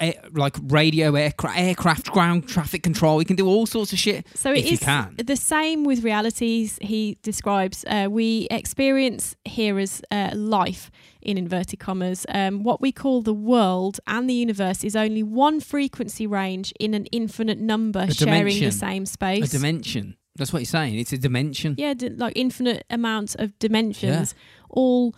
[SPEAKER 2] air, like radio, aircraft, aircraft, ground traffic control. You can do all sorts of shit.
[SPEAKER 3] So
[SPEAKER 2] if
[SPEAKER 3] it
[SPEAKER 2] you
[SPEAKER 3] is
[SPEAKER 2] can.
[SPEAKER 3] the same with realities. He describes uh, we experience here as uh, life in inverted commas. Um, what we call the world and the universe is only one frequency range in an infinite number
[SPEAKER 2] A
[SPEAKER 3] sharing
[SPEAKER 2] dimension.
[SPEAKER 3] the same
[SPEAKER 2] A
[SPEAKER 3] space.
[SPEAKER 2] dimension. That's what you're saying. It's a dimension.
[SPEAKER 3] yeah, d- like infinite amounts of dimensions, all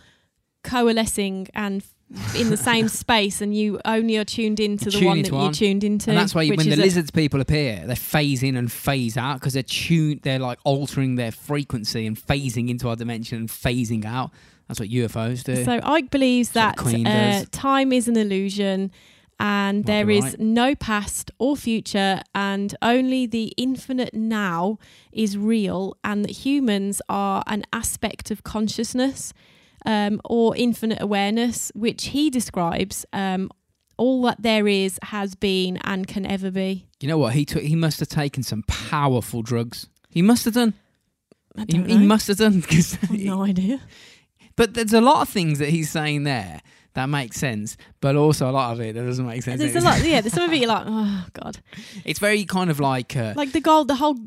[SPEAKER 3] coalescing and f- in
[SPEAKER 2] [laughs]
[SPEAKER 3] the same space, and you only are tuned into
[SPEAKER 2] You
[SPEAKER 3] the
[SPEAKER 2] tune
[SPEAKER 3] one
[SPEAKER 2] into
[SPEAKER 3] that
[SPEAKER 2] one,
[SPEAKER 3] you tuned into.
[SPEAKER 2] and that's why you,
[SPEAKER 3] which
[SPEAKER 2] when the
[SPEAKER 3] is a-
[SPEAKER 2] lizards people appear, they phase in and phase out because they're tuned. They're like altering their frequency and phasing into our dimension and phasing out. That's what UFOs do.
[SPEAKER 3] So Ike believes
[SPEAKER 2] Sort
[SPEAKER 3] that
[SPEAKER 2] of Queen
[SPEAKER 3] uh,
[SPEAKER 2] does.
[SPEAKER 3] time is an illusion and
[SPEAKER 2] Might
[SPEAKER 3] there
[SPEAKER 2] be
[SPEAKER 3] is
[SPEAKER 2] right.
[SPEAKER 3] no past or future and only the infinite now is real and that humans are an aspect of consciousness um, or infinite awareness which he describes um, all that there is has been and can ever be
[SPEAKER 2] you know what? He took. He must have taken some powerful drugs. He must have done.
[SPEAKER 3] I
[SPEAKER 2] He,
[SPEAKER 3] don't
[SPEAKER 2] he
[SPEAKER 3] know.
[SPEAKER 2] must have done because [laughs]
[SPEAKER 3] I've no idea
[SPEAKER 2] But there's a lot of things that he's saying there that makes sense, but also a lot of it that doesn't make sense.
[SPEAKER 3] there's a lot yeah there's some
[SPEAKER 2] [laughs]
[SPEAKER 3] of it you're like oh god
[SPEAKER 2] It's very kind of like uh,
[SPEAKER 3] like oh, the gold, the whole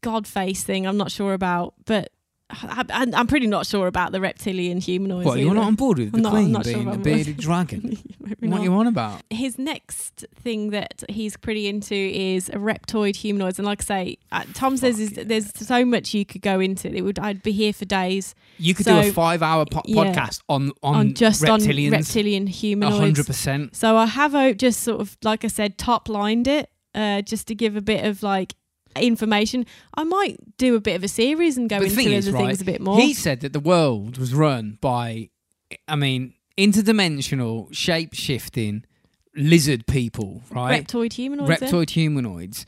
[SPEAKER 3] god face thing. I'm not sure about, but I, I, I'm pretty not sure about the reptilian humanoids.
[SPEAKER 2] what you're
[SPEAKER 3] either.
[SPEAKER 2] not
[SPEAKER 3] [laughs]
[SPEAKER 2] on board with
[SPEAKER 3] I'm
[SPEAKER 2] the
[SPEAKER 3] not- I'm
[SPEAKER 2] queen
[SPEAKER 3] not sure
[SPEAKER 2] being
[SPEAKER 3] if
[SPEAKER 2] a
[SPEAKER 3] I'm-
[SPEAKER 2] bearded
[SPEAKER 3] [laughs]
[SPEAKER 2] dragon.
[SPEAKER 3] Maybe
[SPEAKER 2] what
[SPEAKER 3] not.
[SPEAKER 2] you on about?
[SPEAKER 3] His next thing that he's pretty into is reptoid humanoids, and like I say, uh, Tom says is,
[SPEAKER 2] Fuck yeah.
[SPEAKER 3] there's so much you could go into. It would I'd be here for days
[SPEAKER 2] You could do
[SPEAKER 3] So,
[SPEAKER 2] a five-hour po-
[SPEAKER 3] yeah.
[SPEAKER 2] podcast on on,
[SPEAKER 3] on, just on
[SPEAKER 2] reptilians.
[SPEAKER 3] reptilian
[SPEAKER 2] A hundred
[SPEAKER 3] humanoids.
[SPEAKER 2] percent.
[SPEAKER 3] So I have uh, just sort of like I said, top lined it uh, just to give a bit of like information. I might do a bit of a series and go
[SPEAKER 2] But the
[SPEAKER 3] into
[SPEAKER 2] thing
[SPEAKER 3] other
[SPEAKER 2] is, right,
[SPEAKER 3] things a bit more.
[SPEAKER 2] He said that the world was run by, I mean, interdimensional shape-shifting lizard people, right?
[SPEAKER 3] Reptoid humanoids. eh?
[SPEAKER 2] reptoid humanoids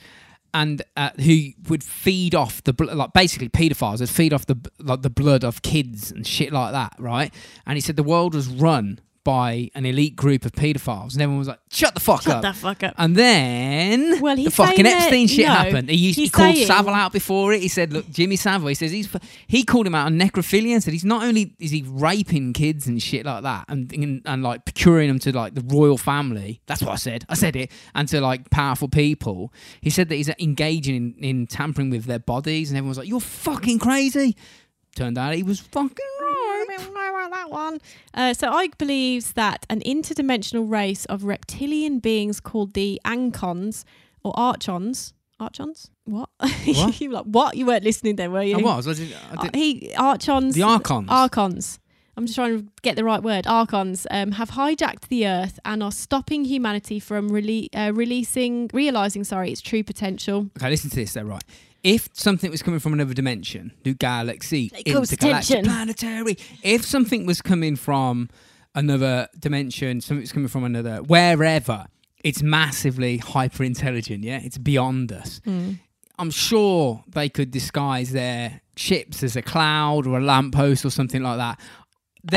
[SPEAKER 2] and uh, who would feed off the bl- like basically pedophiles would feed off the b- like the blood of kids and shit like that right and he said the world was run by an elite group of pedophiles and everyone was like shut the fuck up
[SPEAKER 3] Shut the fuck up.
[SPEAKER 2] and then
[SPEAKER 3] Well, he's
[SPEAKER 2] the fucking
[SPEAKER 3] saying that-
[SPEAKER 2] Epstein shit
[SPEAKER 3] no,
[SPEAKER 2] happened. He, used, he
[SPEAKER 3] he's
[SPEAKER 2] called
[SPEAKER 3] saying-
[SPEAKER 2] Savile out before it. He said, "Look, Jimmy Savile." He says he's f- he called him out on necrophilia and said he's not only is he raping kids and shit like that and and, and like procuring them to like the royal family. That's what I said. I said it and to like powerful people. He said that he's engaging in, in tampering with their bodies and everyone's like, "You're fucking crazy." Turned out he was fucking
[SPEAKER 3] I
[SPEAKER 2] right.
[SPEAKER 3] don't know about that one. Uh, so Ike believes that an interdimensional race of reptilian beings called the Ancons or Archons. Archons? What?
[SPEAKER 2] What?
[SPEAKER 3] [laughs] you were like what? You weren't listening then, were you?
[SPEAKER 2] I was. I did, I
[SPEAKER 3] Uh,
[SPEAKER 2] did,
[SPEAKER 3] he Archons.
[SPEAKER 2] the archons.
[SPEAKER 3] Oh, Archons. I'm just trying to get the right word. Archons um, have hijacked the Earth and are stopping humanity from rele- uh, releasing, realizing, sorry, its true potential.
[SPEAKER 2] Okay, listen to this. They're right. If something was coming from another dimension, new galaxy,
[SPEAKER 3] Like close
[SPEAKER 2] intergalactic,
[SPEAKER 3] attention.
[SPEAKER 2] planetary. If something was coming from another dimension, something was coming from another wherever, it's massively hyper intelligent. Yeah, it's beyond us.
[SPEAKER 3] Hmm.
[SPEAKER 2] I'm sure they could disguise their ships as a cloud or a lamppost or something like that.
[SPEAKER 3] As,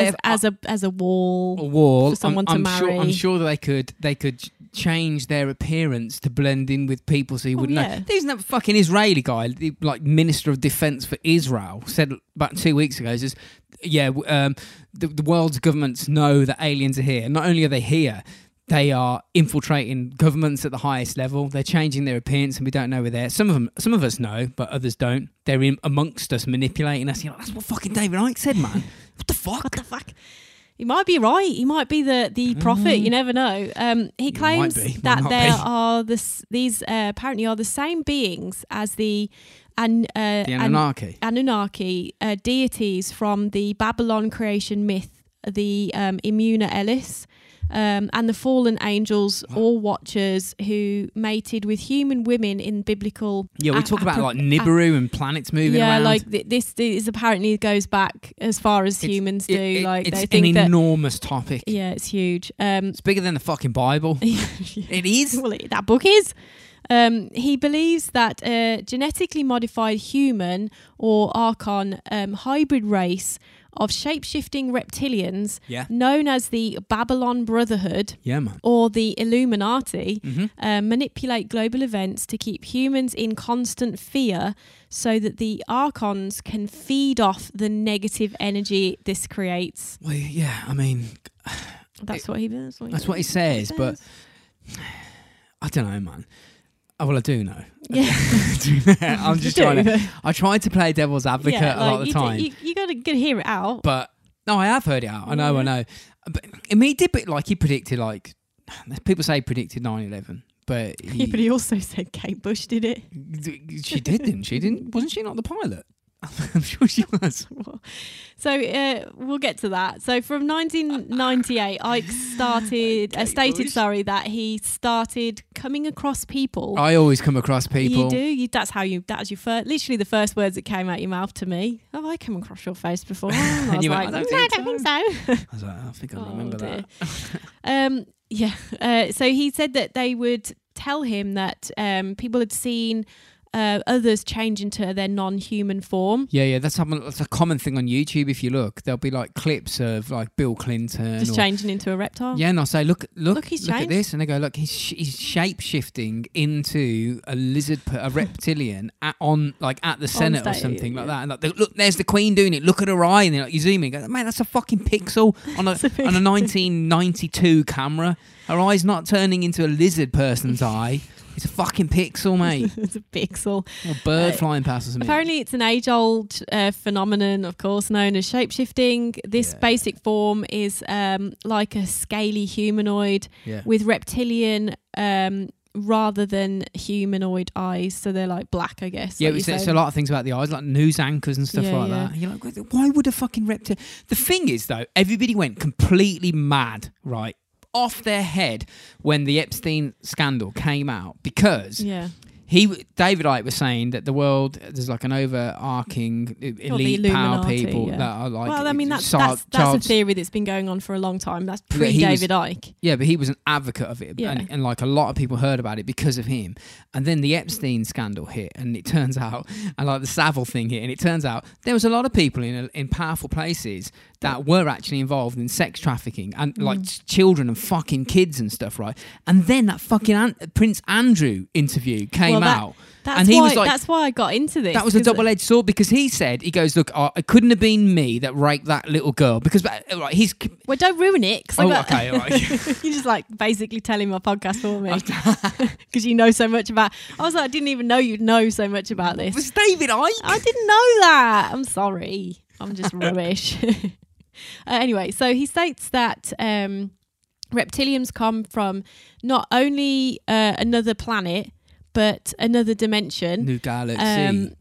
[SPEAKER 2] They've-
[SPEAKER 3] as a as a wall.
[SPEAKER 2] a wall
[SPEAKER 3] for someone to
[SPEAKER 2] I'm, I'm Sure, I'm
[SPEAKER 3] marry.
[SPEAKER 2] sure that they could they could ch- change their appearance to blend in with people so you
[SPEAKER 3] Oh,
[SPEAKER 2] wouldn't
[SPEAKER 3] yeah.
[SPEAKER 2] know. There's that fucking Israeli guy, the, like Minister of Defense for Israel, said about two weeks ago. he Says, yeah, w- um, the, the world's governments know that aliens are here. Not only are they here. They are infiltrating governments at the highest level. They're changing their appearance, and we don't know where they're. Some of them, some of us know, but others don't. They're in amongst us, manipulating us. You know, that's what fucking David Icke said,
[SPEAKER 3] [laughs]
[SPEAKER 2] man. what the fuck?
[SPEAKER 3] What the fuck? He might be right. He might be the the prophet. You never know. Um, he
[SPEAKER 2] Mm. might
[SPEAKER 3] claims
[SPEAKER 2] be, might
[SPEAKER 3] that
[SPEAKER 2] not
[SPEAKER 3] there
[SPEAKER 2] be.
[SPEAKER 3] are this these uh, apparently are the same beings as the and uh,
[SPEAKER 2] The
[SPEAKER 3] An-
[SPEAKER 2] Anunnaki.
[SPEAKER 3] Anunnaki uh, deities from the Babylon creation myth the um, Immuna Ellis, um, and the fallen angels or watchers who mated with human women in biblical.
[SPEAKER 2] Yeah, we
[SPEAKER 3] a-
[SPEAKER 2] talk about
[SPEAKER 3] appro-
[SPEAKER 2] like Nibiru and planets moving
[SPEAKER 3] yeah,
[SPEAKER 2] around.
[SPEAKER 3] like th- this is apparently goes back as far as
[SPEAKER 2] It's-
[SPEAKER 3] humans
[SPEAKER 2] It-
[SPEAKER 3] do.
[SPEAKER 2] it-
[SPEAKER 3] like
[SPEAKER 2] it's
[SPEAKER 3] they
[SPEAKER 2] an
[SPEAKER 3] think that
[SPEAKER 2] enormous topic.
[SPEAKER 3] yeah, it's huge. Um, [laughs]
[SPEAKER 2] It's bigger than the fucking Bible. It is.
[SPEAKER 3] well, it- that book is. Um, he believes that a genetically modified human or archon um, hybrid race of shape-shifting reptilians,
[SPEAKER 2] Yeah.
[SPEAKER 3] known as the Babylon Brotherhood
[SPEAKER 2] Yeah, man.
[SPEAKER 3] or the Illuminati,
[SPEAKER 2] hmm
[SPEAKER 3] uh, manipulate global events to keep humans in constant fear so that the archons can feed off the negative energy this creates.
[SPEAKER 2] Well, yeah. I mean,
[SPEAKER 3] That's what he that's what he,
[SPEAKER 2] that's what he says, but I don't know, man. Oh, well, I do [laughs] know.
[SPEAKER 3] yeah.
[SPEAKER 2] I'm just trying to.
[SPEAKER 3] [laughs]
[SPEAKER 2] I tried to play devil's advocate
[SPEAKER 3] Yeah,
[SPEAKER 2] a lot
[SPEAKER 3] like,
[SPEAKER 2] of the
[SPEAKER 3] you do-
[SPEAKER 2] time,
[SPEAKER 3] You, you gotta get hear it out.
[SPEAKER 2] but no, I have heard it out. I know, I
[SPEAKER 3] Yeah.
[SPEAKER 2] know. But I mean, he did, but like he predicted, like [sighs] people say, he predicted 9/11, but
[SPEAKER 3] Yeah,
[SPEAKER 2] he,
[SPEAKER 3] [laughs] but [laughs] he also said Kate Bush did it. [laughs]
[SPEAKER 2] she did, didn't she? Didn't wasn't she not the pilot? [laughs] I'm sure she was.
[SPEAKER 3] So uh, we'll get to that. So from 1998,
[SPEAKER 2] [laughs]
[SPEAKER 3] Ike started uh,
[SPEAKER 2] Kate
[SPEAKER 3] stated
[SPEAKER 2] Bush.
[SPEAKER 3] sorry that he started coming across people.
[SPEAKER 2] I always come across people.
[SPEAKER 3] You do. You, that's how you. That's your first. Literally, the first words that came out your mouth to me. Have I come across your face before?
[SPEAKER 2] [laughs]
[SPEAKER 3] And I
[SPEAKER 2] And
[SPEAKER 3] was
[SPEAKER 2] you
[SPEAKER 3] like,
[SPEAKER 2] went, "I don't
[SPEAKER 3] "No, I
[SPEAKER 2] think
[SPEAKER 3] don't think so.
[SPEAKER 2] I was like, I think I
[SPEAKER 3] Oh,
[SPEAKER 2] remember that. [laughs]
[SPEAKER 3] dear. um, yeah. [laughs] Uh, so he said that they would tell him that um, people had seen uh, others change into their non-human form.
[SPEAKER 2] Yeah, yeah, that's something. That's a common thing on YouTube. If you look, there'll be like clips of like Bill Clinton.
[SPEAKER 3] Just
[SPEAKER 2] or,
[SPEAKER 3] changing into a reptile.
[SPEAKER 2] Yeah, and I'll say, look, look,
[SPEAKER 3] Look,
[SPEAKER 2] look,
[SPEAKER 3] he's
[SPEAKER 2] at
[SPEAKER 3] changed.
[SPEAKER 2] this, and they go, look, he's sh- he's shape shifting into a lizard,
[SPEAKER 3] [laughs]
[SPEAKER 2] per- a reptilian at, on like at the Senate or
[SPEAKER 3] stage,
[SPEAKER 2] something like
[SPEAKER 3] yeah.
[SPEAKER 2] that. And like, they- look, there's the Queen doing it. Look at her eye, and then, like you zoom in, and go, man, that's a fucking pixel on a
[SPEAKER 3] [laughs] It's a big-
[SPEAKER 2] on a 1992 camera. Her eye's not turning into a lizard person's eye. It's a fucking pixel, mate.
[SPEAKER 3] it's a pixel.
[SPEAKER 2] Or a bird
[SPEAKER 3] Uh,
[SPEAKER 2] flying past or something.
[SPEAKER 3] Apparently, it's an age-old uh, phenomenon, of course, known as shapeshifting. This
[SPEAKER 2] Yeah.
[SPEAKER 3] basic form is um, like a scaly humanoid
[SPEAKER 2] yeah.
[SPEAKER 3] with reptilian um, rather than humanoid eyes. So they're like black, I guess.
[SPEAKER 2] Yeah,
[SPEAKER 3] like you
[SPEAKER 2] it's, it's
[SPEAKER 3] said.
[SPEAKER 2] a lot of things about the eyes, like news anchors and stuff
[SPEAKER 3] Yeah,
[SPEAKER 2] like
[SPEAKER 3] yeah.
[SPEAKER 2] that. And you're like, "Why- why would a fucking reptile? The thing is, though, everybody went completely mad, right, off their head when the Epstein scandal came out because
[SPEAKER 3] Yeah.
[SPEAKER 2] he, w- David Icke, was saying that the world there's like an overarching e-
[SPEAKER 3] Well, the
[SPEAKER 2] elite power
[SPEAKER 3] Illuminati,
[SPEAKER 2] people
[SPEAKER 3] yeah.
[SPEAKER 2] that are like,
[SPEAKER 3] well, I mean, that's,
[SPEAKER 2] child-
[SPEAKER 3] that's, that's
[SPEAKER 2] child-
[SPEAKER 3] a theory that's been going on for a long time. That's
[SPEAKER 2] Yeah,
[SPEAKER 3] pre
[SPEAKER 2] he was-
[SPEAKER 3] David Icke.
[SPEAKER 2] Yeah, but he was an advocate of it,
[SPEAKER 3] Yeah.
[SPEAKER 2] and, and like a lot of people heard about it because of him. And then the Epstein scandal hit, and it [laughs] turns out, and like the Savile thing hit, and it turns out there was a lot of people in in powerful places that were actually involved in sex trafficking and
[SPEAKER 3] Mm.
[SPEAKER 2] like s- children and fucking kids and stuff, right? And then that fucking An- Prince Andrew interview came
[SPEAKER 3] Well, that-
[SPEAKER 2] out.
[SPEAKER 3] That's
[SPEAKER 2] and he
[SPEAKER 3] why,
[SPEAKER 2] was like,
[SPEAKER 3] that's why I got into this.
[SPEAKER 2] that was a
[SPEAKER 3] 'cause
[SPEAKER 2] double edged sword because he said, he goes, Look, I it couldn't have been me that raped that little girl because uh, like, he's.
[SPEAKER 3] Well, don't ruin it. 'cause I
[SPEAKER 2] Oh,
[SPEAKER 3] got-
[SPEAKER 2] okay, all right.
[SPEAKER 3] [laughs] you just like basically telling my podcast for me
[SPEAKER 2] [laughs]
[SPEAKER 3] [laughs] because you know so much about. I was like, I didn't even know you'd know so much about
[SPEAKER 2] It
[SPEAKER 3] this.
[SPEAKER 2] was David Icke.
[SPEAKER 3] I didn't know that. I'm sorry. I'm
[SPEAKER 2] [laughs]
[SPEAKER 3] just rubbish. [laughs] uh, anyway, so he states that um, reptilians come from not only uh, another planet, but another dimension.
[SPEAKER 2] New Galaxy.
[SPEAKER 3] Um,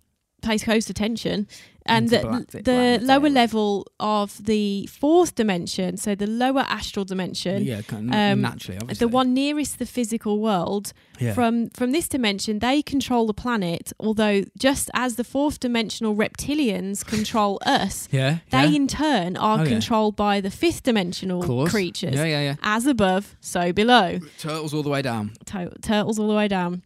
[SPEAKER 3] pays close attention. And the,
[SPEAKER 2] Intergalactic eh?
[SPEAKER 3] the
[SPEAKER 2] planetary.
[SPEAKER 3] lower level of the fourth dimension, so the lower astral dimension,
[SPEAKER 2] yeah, kind of
[SPEAKER 3] um,
[SPEAKER 2] naturally, obviously.
[SPEAKER 3] the one nearest the physical world,
[SPEAKER 2] yeah.
[SPEAKER 3] from from this dimension they control the planet although just as the fourth dimensional
[SPEAKER 2] [laughs]
[SPEAKER 3] reptilians control us
[SPEAKER 2] yeah,
[SPEAKER 3] they
[SPEAKER 2] yeah.
[SPEAKER 3] in turn are
[SPEAKER 2] Oh, yeah.
[SPEAKER 3] controlled by the fifth dimensional
[SPEAKER 2] Of course.
[SPEAKER 3] creatures
[SPEAKER 2] Yeah, yeah, yeah.
[SPEAKER 3] as above so below
[SPEAKER 2] Turtles all the way down.
[SPEAKER 3] Tur- turtles all the way down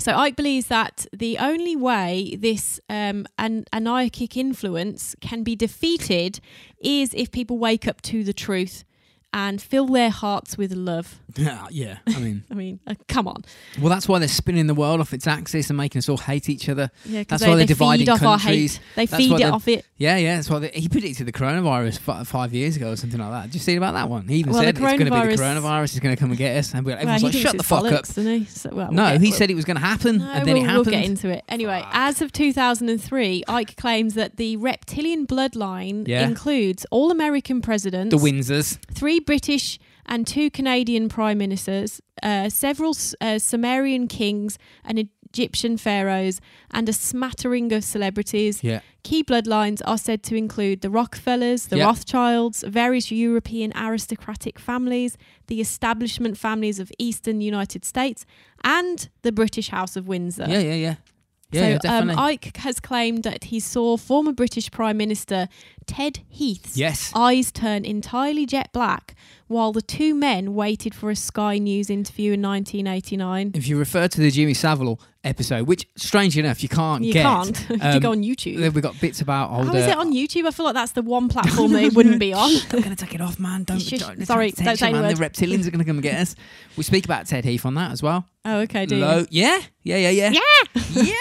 [SPEAKER 3] so Ike believes that the only way this um, an- anarchic influence can be defeated is if people wake up to the truth and fill their hearts with love.
[SPEAKER 2] [laughs] Yeah, yeah. I mean,
[SPEAKER 3] I mean, uh, come on.
[SPEAKER 2] well, that's why they're spinning the world off its axis and making us all hate each other.
[SPEAKER 3] Yeah, 'cause
[SPEAKER 2] That's why they're dividing
[SPEAKER 3] feed off
[SPEAKER 2] countries.
[SPEAKER 3] Our hate. They
[SPEAKER 2] That's why
[SPEAKER 3] feed it
[SPEAKER 2] they're-
[SPEAKER 3] off it.
[SPEAKER 2] Yeah, yeah. That's why they, he predicted the coronavirus f- five years ago or something like that. Did you see about that one? He even
[SPEAKER 3] Well,
[SPEAKER 2] said it's
[SPEAKER 3] the
[SPEAKER 2] going to be the
[SPEAKER 3] coronavirus-
[SPEAKER 2] coronavirus is going to come and get us, and we- everyone's
[SPEAKER 3] he
[SPEAKER 2] like,
[SPEAKER 3] thinks
[SPEAKER 2] "Shut the
[SPEAKER 3] it's
[SPEAKER 2] fuck up."
[SPEAKER 3] bollocks, doesn't he? So, well, we'll
[SPEAKER 2] No,
[SPEAKER 3] get-
[SPEAKER 2] he
[SPEAKER 3] we'll-
[SPEAKER 2] said it was going to happen,
[SPEAKER 3] No,
[SPEAKER 2] and then
[SPEAKER 3] we'll,
[SPEAKER 2] it
[SPEAKER 3] we'll
[SPEAKER 2] happened.
[SPEAKER 3] get into it anyway.
[SPEAKER 2] Fuck.
[SPEAKER 3] As of 2003, Ike claims that the reptilian bloodline
[SPEAKER 2] Yeah.
[SPEAKER 3] includes all American presidents,
[SPEAKER 2] the Windsors.
[SPEAKER 3] three British and two Canadian prime ministers, uh, several S- uh, Sumerian kings, and a Egyptian pharaohs, and a smattering of celebrities.
[SPEAKER 2] Yeah.
[SPEAKER 3] Key bloodlines are said to include the Rockefellers, the
[SPEAKER 2] Yeah.
[SPEAKER 3] Rothschilds, various European aristocratic families, the establishment families of Eastern United States, and the British House of Windsor.
[SPEAKER 2] Yeah, yeah, yeah. Yeah, yeah,
[SPEAKER 3] so um,
[SPEAKER 2] definitely.
[SPEAKER 3] Ike has claimed that he saw former British Prime Minister Ted Heath's
[SPEAKER 2] yes.
[SPEAKER 3] eyes turn entirely jet black while the two men waited for a Sky News interview in 1989.
[SPEAKER 2] If you refer to the Jimmy Savile episode, which strangely enough you can't
[SPEAKER 3] You
[SPEAKER 2] get,
[SPEAKER 3] can't. [laughs] you have to
[SPEAKER 2] um,
[SPEAKER 3] go on YouTube.
[SPEAKER 2] then we got bits about
[SPEAKER 3] How
[SPEAKER 2] older.
[SPEAKER 3] is
[SPEAKER 2] [laughs]
[SPEAKER 3] it on YouTube? I feel like that's the one platform that it wouldn't be on.
[SPEAKER 2] I'm gonna take it off, man. Don't,
[SPEAKER 3] Shush.
[SPEAKER 2] don't sorry,
[SPEAKER 3] Sorry, don't say any
[SPEAKER 2] man. The
[SPEAKER 3] word.
[SPEAKER 2] reptilians are gonna come and get us. We speak about Ted Heath on that as well.
[SPEAKER 3] Oh, okay, do you?
[SPEAKER 2] Lo- yeah, yeah, yeah, yeah, [laughs] yeah,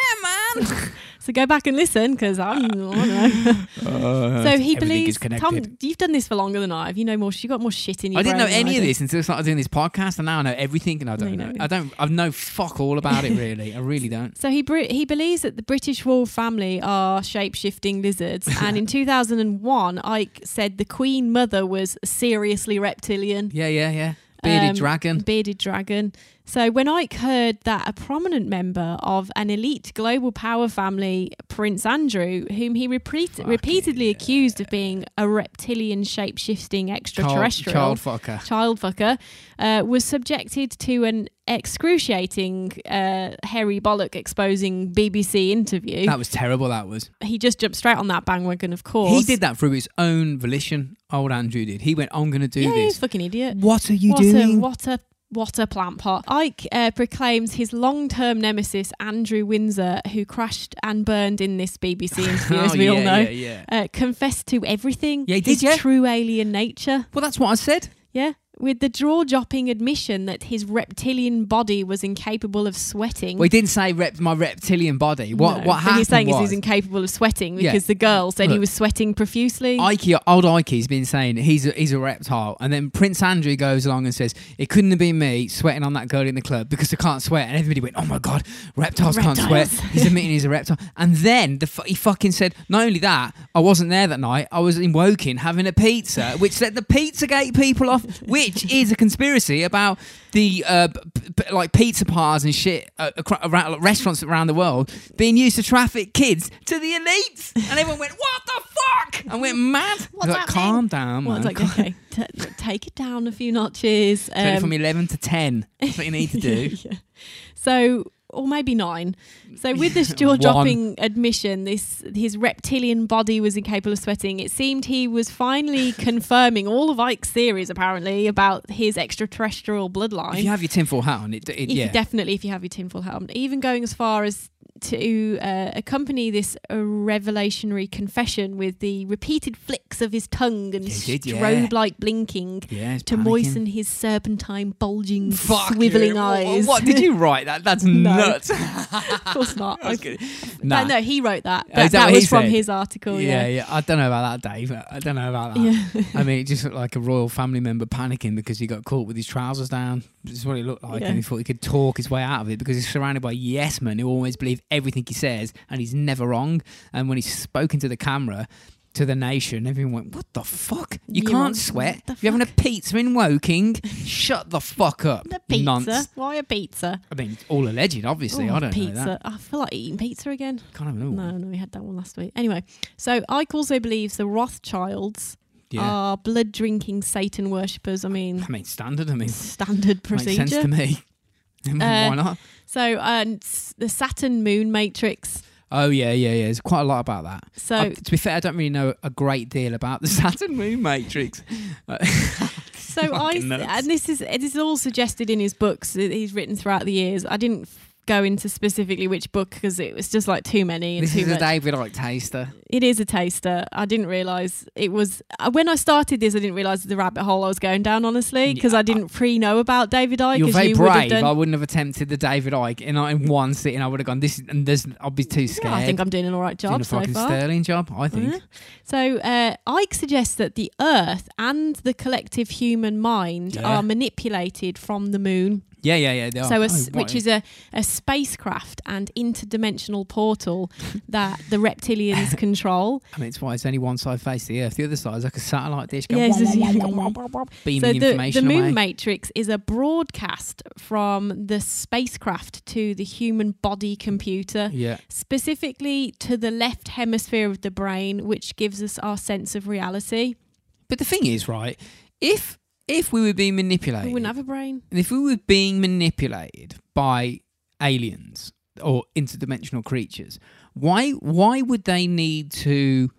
[SPEAKER 2] man.
[SPEAKER 3] So go back and listen because I'm. I don't
[SPEAKER 2] [laughs]
[SPEAKER 3] know.
[SPEAKER 2] Uh,
[SPEAKER 3] so he
[SPEAKER 2] everything
[SPEAKER 3] believes.
[SPEAKER 2] is connected.
[SPEAKER 3] Tom, you've done this for longer than I have. You know more. You got more shit in your
[SPEAKER 2] I didn't know
[SPEAKER 3] brain than
[SPEAKER 2] any
[SPEAKER 3] I
[SPEAKER 2] of
[SPEAKER 3] do.
[SPEAKER 2] this until I started doing this podcast, and now I know everything. And I don't
[SPEAKER 3] you
[SPEAKER 2] know.
[SPEAKER 3] know.
[SPEAKER 2] I don't. I know fuck all about it. Really, I really don't.
[SPEAKER 3] So he br- he believes that the British royal family are shape shifting
[SPEAKER 2] [laughs]
[SPEAKER 3] lizards, and in 2001, Ike said the Queen Mother was seriously reptilian,
[SPEAKER 2] Yeah, yeah, yeah. Bearded
[SPEAKER 3] Um,
[SPEAKER 2] dragon.
[SPEAKER 3] bearded dragon. So when Ike heard that a prominent member of an elite global power family, Prince Andrew, whom he repeat-
[SPEAKER 2] Fucking
[SPEAKER 3] repeatedly accused of being a reptilian shape shifting
[SPEAKER 2] Child,
[SPEAKER 3] extraterrestrial,
[SPEAKER 2] child fucker.
[SPEAKER 3] childfucker, uh, was subjected to an excruciating uh, Harry Bollock exposing BBC interview.
[SPEAKER 2] That was terrible. That was.
[SPEAKER 3] he just jumped straight on that bandwagon, of course.
[SPEAKER 2] He did that through his own volition. Old Andrew did. He went, "I'm gonna do
[SPEAKER 3] yeah, he's
[SPEAKER 2] this."
[SPEAKER 3] a fucking idiot.
[SPEAKER 2] What are you
[SPEAKER 3] what
[SPEAKER 2] doing? [laughs]
[SPEAKER 3] a what a what a plant pot. Ike uh, proclaims his long-term nemesis Andrew Windsor, who crashed and burned in this BBC
[SPEAKER 2] [laughs]
[SPEAKER 3] interview, as
[SPEAKER 2] Oh,
[SPEAKER 3] we all
[SPEAKER 2] yeah,
[SPEAKER 3] know.
[SPEAKER 2] Yeah, yeah.
[SPEAKER 3] Uh, confessed to everything.
[SPEAKER 2] Yeah, he
[SPEAKER 3] his
[SPEAKER 2] did, yeah.
[SPEAKER 3] true alien nature.
[SPEAKER 2] Well, that's what I said.
[SPEAKER 3] Yeah, with the jaw dropping admission that his reptilian body was incapable of sweating.
[SPEAKER 2] Well, he didn't say rep- my reptilian body. What
[SPEAKER 3] No,
[SPEAKER 2] what
[SPEAKER 3] but
[SPEAKER 2] happened
[SPEAKER 3] he's saying
[SPEAKER 2] was,
[SPEAKER 3] is he's incapable of sweating
[SPEAKER 2] Yeah.
[SPEAKER 3] because the girl said he
[SPEAKER 2] Look.
[SPEAKER 3] was sweating profusely.
[SPEAKER 2] Ike, old Ike's been saying he's a, he's a reptile, and then Prince Andrew goes along and says it couldn't have been me sweating on that girl in the club because I can't sweat, and everybody went, "Oh my god, reptiles, can't
[SPEAKER 3] Reptiles.
[SPEAKER 2] sweat." He's admitting he's a reptile, and then the f- he fucking said, "Not only that, I wasn't there that night. I was in Woking having a pizza, which set the Pizzagate people off, which is a conspiracy about the uh, p- p- like pizza bars and shit uh, acro- around, like, restaurants around the world being used to traffic kids to the elites," and everyone went, "What the fuck?" and went mad.
[SPEAKER 1] What's
[SPEAKER 2] like,
[SPEAKER 1] happening?
[SPEAKER 2] calm down,
[SPEAKER 3] Well,
[SPEAKER 2] man.
[SPEAKER 3] it's like, okay, t- t- take it down a few notches.
[SPEAKER 2] Turn it
[SPEAKER 3] um,
[SPEAKER 2] from eleven to ten. That's what you need to
[SPEAKER 3] [laughs]
[SPEAKER 2] do.
[SPEAKER 3] yeah. So, or maybe nine. So,
[SPEAKER 2] [laughs]
[SPEAKER 3] with this jaw dropping admission, this his reptilian body was incapable of sweating. It seemed he
[SPEAKER 2] [laughs]
[SPEAKER 3] was finally confirming all of Ike's theories, apparently, about his extraterrestrial bloodline.
[SPEAKER 2] if you have your tinfoil hat on, it, it
[SPEAKER 3] If you-
[SPEAKER 2] yeah.
[SPEAKER 3] definitely if you have your tinfoil hat on. Even going as far as to uh, accompany this uh, revelationary confession with the repeated flicks of his tongue and
[SPEAKER 2] Yeah, he did, yeah.
[SPEAKER 3] strobe-like blinking
[SPEAKER 2] yeah, it's
[SPEAKER 3] to
[SPEAKER 2] panicking.
[SPEAKER 3] moisten his serpentine, bulging,
[SPEAKER 2] Fuck
[SPEAKER 3] swiveling
[SPEAKER 2] you. Wha- wha-
[SPEAKER 3] eyes.
[SPEAKER 2] What, did you [laughs] write that? That's
[SPEAKER 3] No.
[SPEAKER 2] nuts. [laughs]
[SPEAKER 3] [laughs] of course not.
[SPEAKER 2] That's
[SPEAKER 3] I-
[SPEAKER 2] good.
[SPEAKER 3] No,
[SPEAKER 2] Nah.
[SPEAKER 3] no, he wrote that.
[SPEAKER 2] Is
[SPEAKER 3] That,
[SPEAKER 2] that
[SPEAKER 3] that
[SPEAKER 2] what
[SPEAKER 3] was
[SPEAKER 2] he
[SPEAKER 3] from
[SPEAKER 2] said?
[SPEAKER 3] his article.
[SPEAKER 2] yeah,
[SPEAKER 3] Yeah,
[SPEAKER 2] yeah. I don't know about that, Dave. I don't know about that.
[SPEAKER 3] Yeah.
[SPEAKER 2] I mean, it just looked like a royal family member panicking because he got caught with his trousers down. This is what it looked like,
[SPEAKER 3] Yeah.
[SPEAKER 2] and he thought he could talk his way out of it because he's surrounded by yes men who always believe everything he says, and he's never wrong. And when he's spoken to the camera, to the nation, everyone went, "What the fuck? You
[SPEAKER 3] You're on-
[SPEAKER 2] can't sweat.
[SPEAKER 3] what the
[SPEAKER 2] You're having a pizza in
[SPEAKER 3] [laughs]
[SPEAKER 2] Woking. Shut the fuck up.
[SPEAKER 3] The pizza.
[SPEAKER 2] Nonce.
[SPEAKER 3] Why a pizza?
[SPEAKER 2] I mean, it's all alleged, obviously.
[SPEAKER 3] Ooh,
[SPEAKER 2] I don't
[SPEAKER 3] pizza.
[SPEAKER 2] know that.
[SPEAKER 3] I feel like eating pizza again.
[SPEAKER 2] Can't have an all.
[SPEAKER 3] No, no, we had that one last week. Anyway, so Ike also believes the Rothschilds
[SPEAKER 2] Yeah,
[SPEAKER 3] are blood drinking Satan worshippers.
[SPEAKER 2] [laughs]
[SPEAKER 3] I mean,
[SPEAKER 2] I mean, standard. I mean,
[SPEAKER 3] [laughs] standard Um, procedure. Uh,
[SPEAKER 2] makes sense to me. [laughs] Why not?
[SPEAKER 3] So, um, s- the Saturn Moon Matrix.
[SPEAKER 2] Oh yeah, yeah, yeah. There's quite a lot about that.
[SPEAKER 3] So,
[SPEAKER 2] I- to be fair, I don't really know a great deal about the [laughs] Saturn Moon Matrix.
[SPEAKER 3] So I
[SPEAKER 2] [laughs] Fucking nuts.
[SPEAKER 3] and this is it is all suggested in his books that he's written throughout the years. I didn't f- go into specifically which book because it was just like too many and
[SPEAKER 2] this
[SPEAKER 3] too
[SPEAKER 2] is a
[SPEAKER 3] much.
[SPEAKER 2] David Icke taster.
[SPEAKER 3] It is a taster. I didn't realize it was uh, when I started this. I didn't realize the rabbit hole I was going down honestly because
[SPEAKER 2] Yeah,
[SPEAKER 3] I didn't pre know about David Icke.
[SPEAKER 2] You're
[SPEAKER 3] as
[SPEAKER 2] very
[SPEAKER 3] you would have
[SPEAKER 2] brave.
[SPEAKER 3] done.
[SPEAKER 2] I wouldn't have attempted the David Icke, and I, in one sitting, I would have gone. This and there's. I'll be too
[SPEAKER 3] Yeah,
[SPEAKER 2] scared.
[SPEAKER 3] I think I'm doing an all right
[SPEAKER 2] doing
[SPEAKER 3] job
[SPEAKER 2] a
[SPEAKER 3] so
[SPEAKER 2] fucking
[SPEAKER 3] far.
[SPEAKER 2] sterling job. I think.
[SPEAKER 3] Yeah. Mm-hmm. So uh, Ike suggests that the Earth and the collective human mind
[SPEAKER 2] Yeah.
[SPEAKER 3] are manipulated from the moon.
[SPEAKER 2] Yeah, yeah, yeah. They are.
[SPEAKER 3] So, a,
[SPEAKER 4] Oh,
[SPEAKER 3] s-
[SPEAKER 4] right.
[SPEAKER 3] which is a, a spacecraft and interdimensional
[SPEAKER 2] [laughs]
[SPEAKER 3] portal that the reptilians control.
[SPEAKER 2] I mean, it's why it's only one side face the Earth. The other side is like a satellite dish going
[SPEAKER 3] Yeah, it's just-
[SPEAKER 2] beaming
[SPEAKER 3] so the, the
[SPEAKER 2] information
[SPEAKER 3] moon
[SPEAKER 2] away.
[SPEAKER 3] matrix is a broadcast from the spacecraft to the human body computer,
[SPEAKER 2] yeah,
[SPEAKER 3] specifically to the left hemisphere of the brain, which gives us our sense of reality.
[SPEAKER 2] but the thing is, right? If if we were being manipulated,
[SPEAKER 3] We wouldn't have a brain.
[SPEAKER 2] And if we were being manipulated by aliens or interdimensional creatures, why why would they need to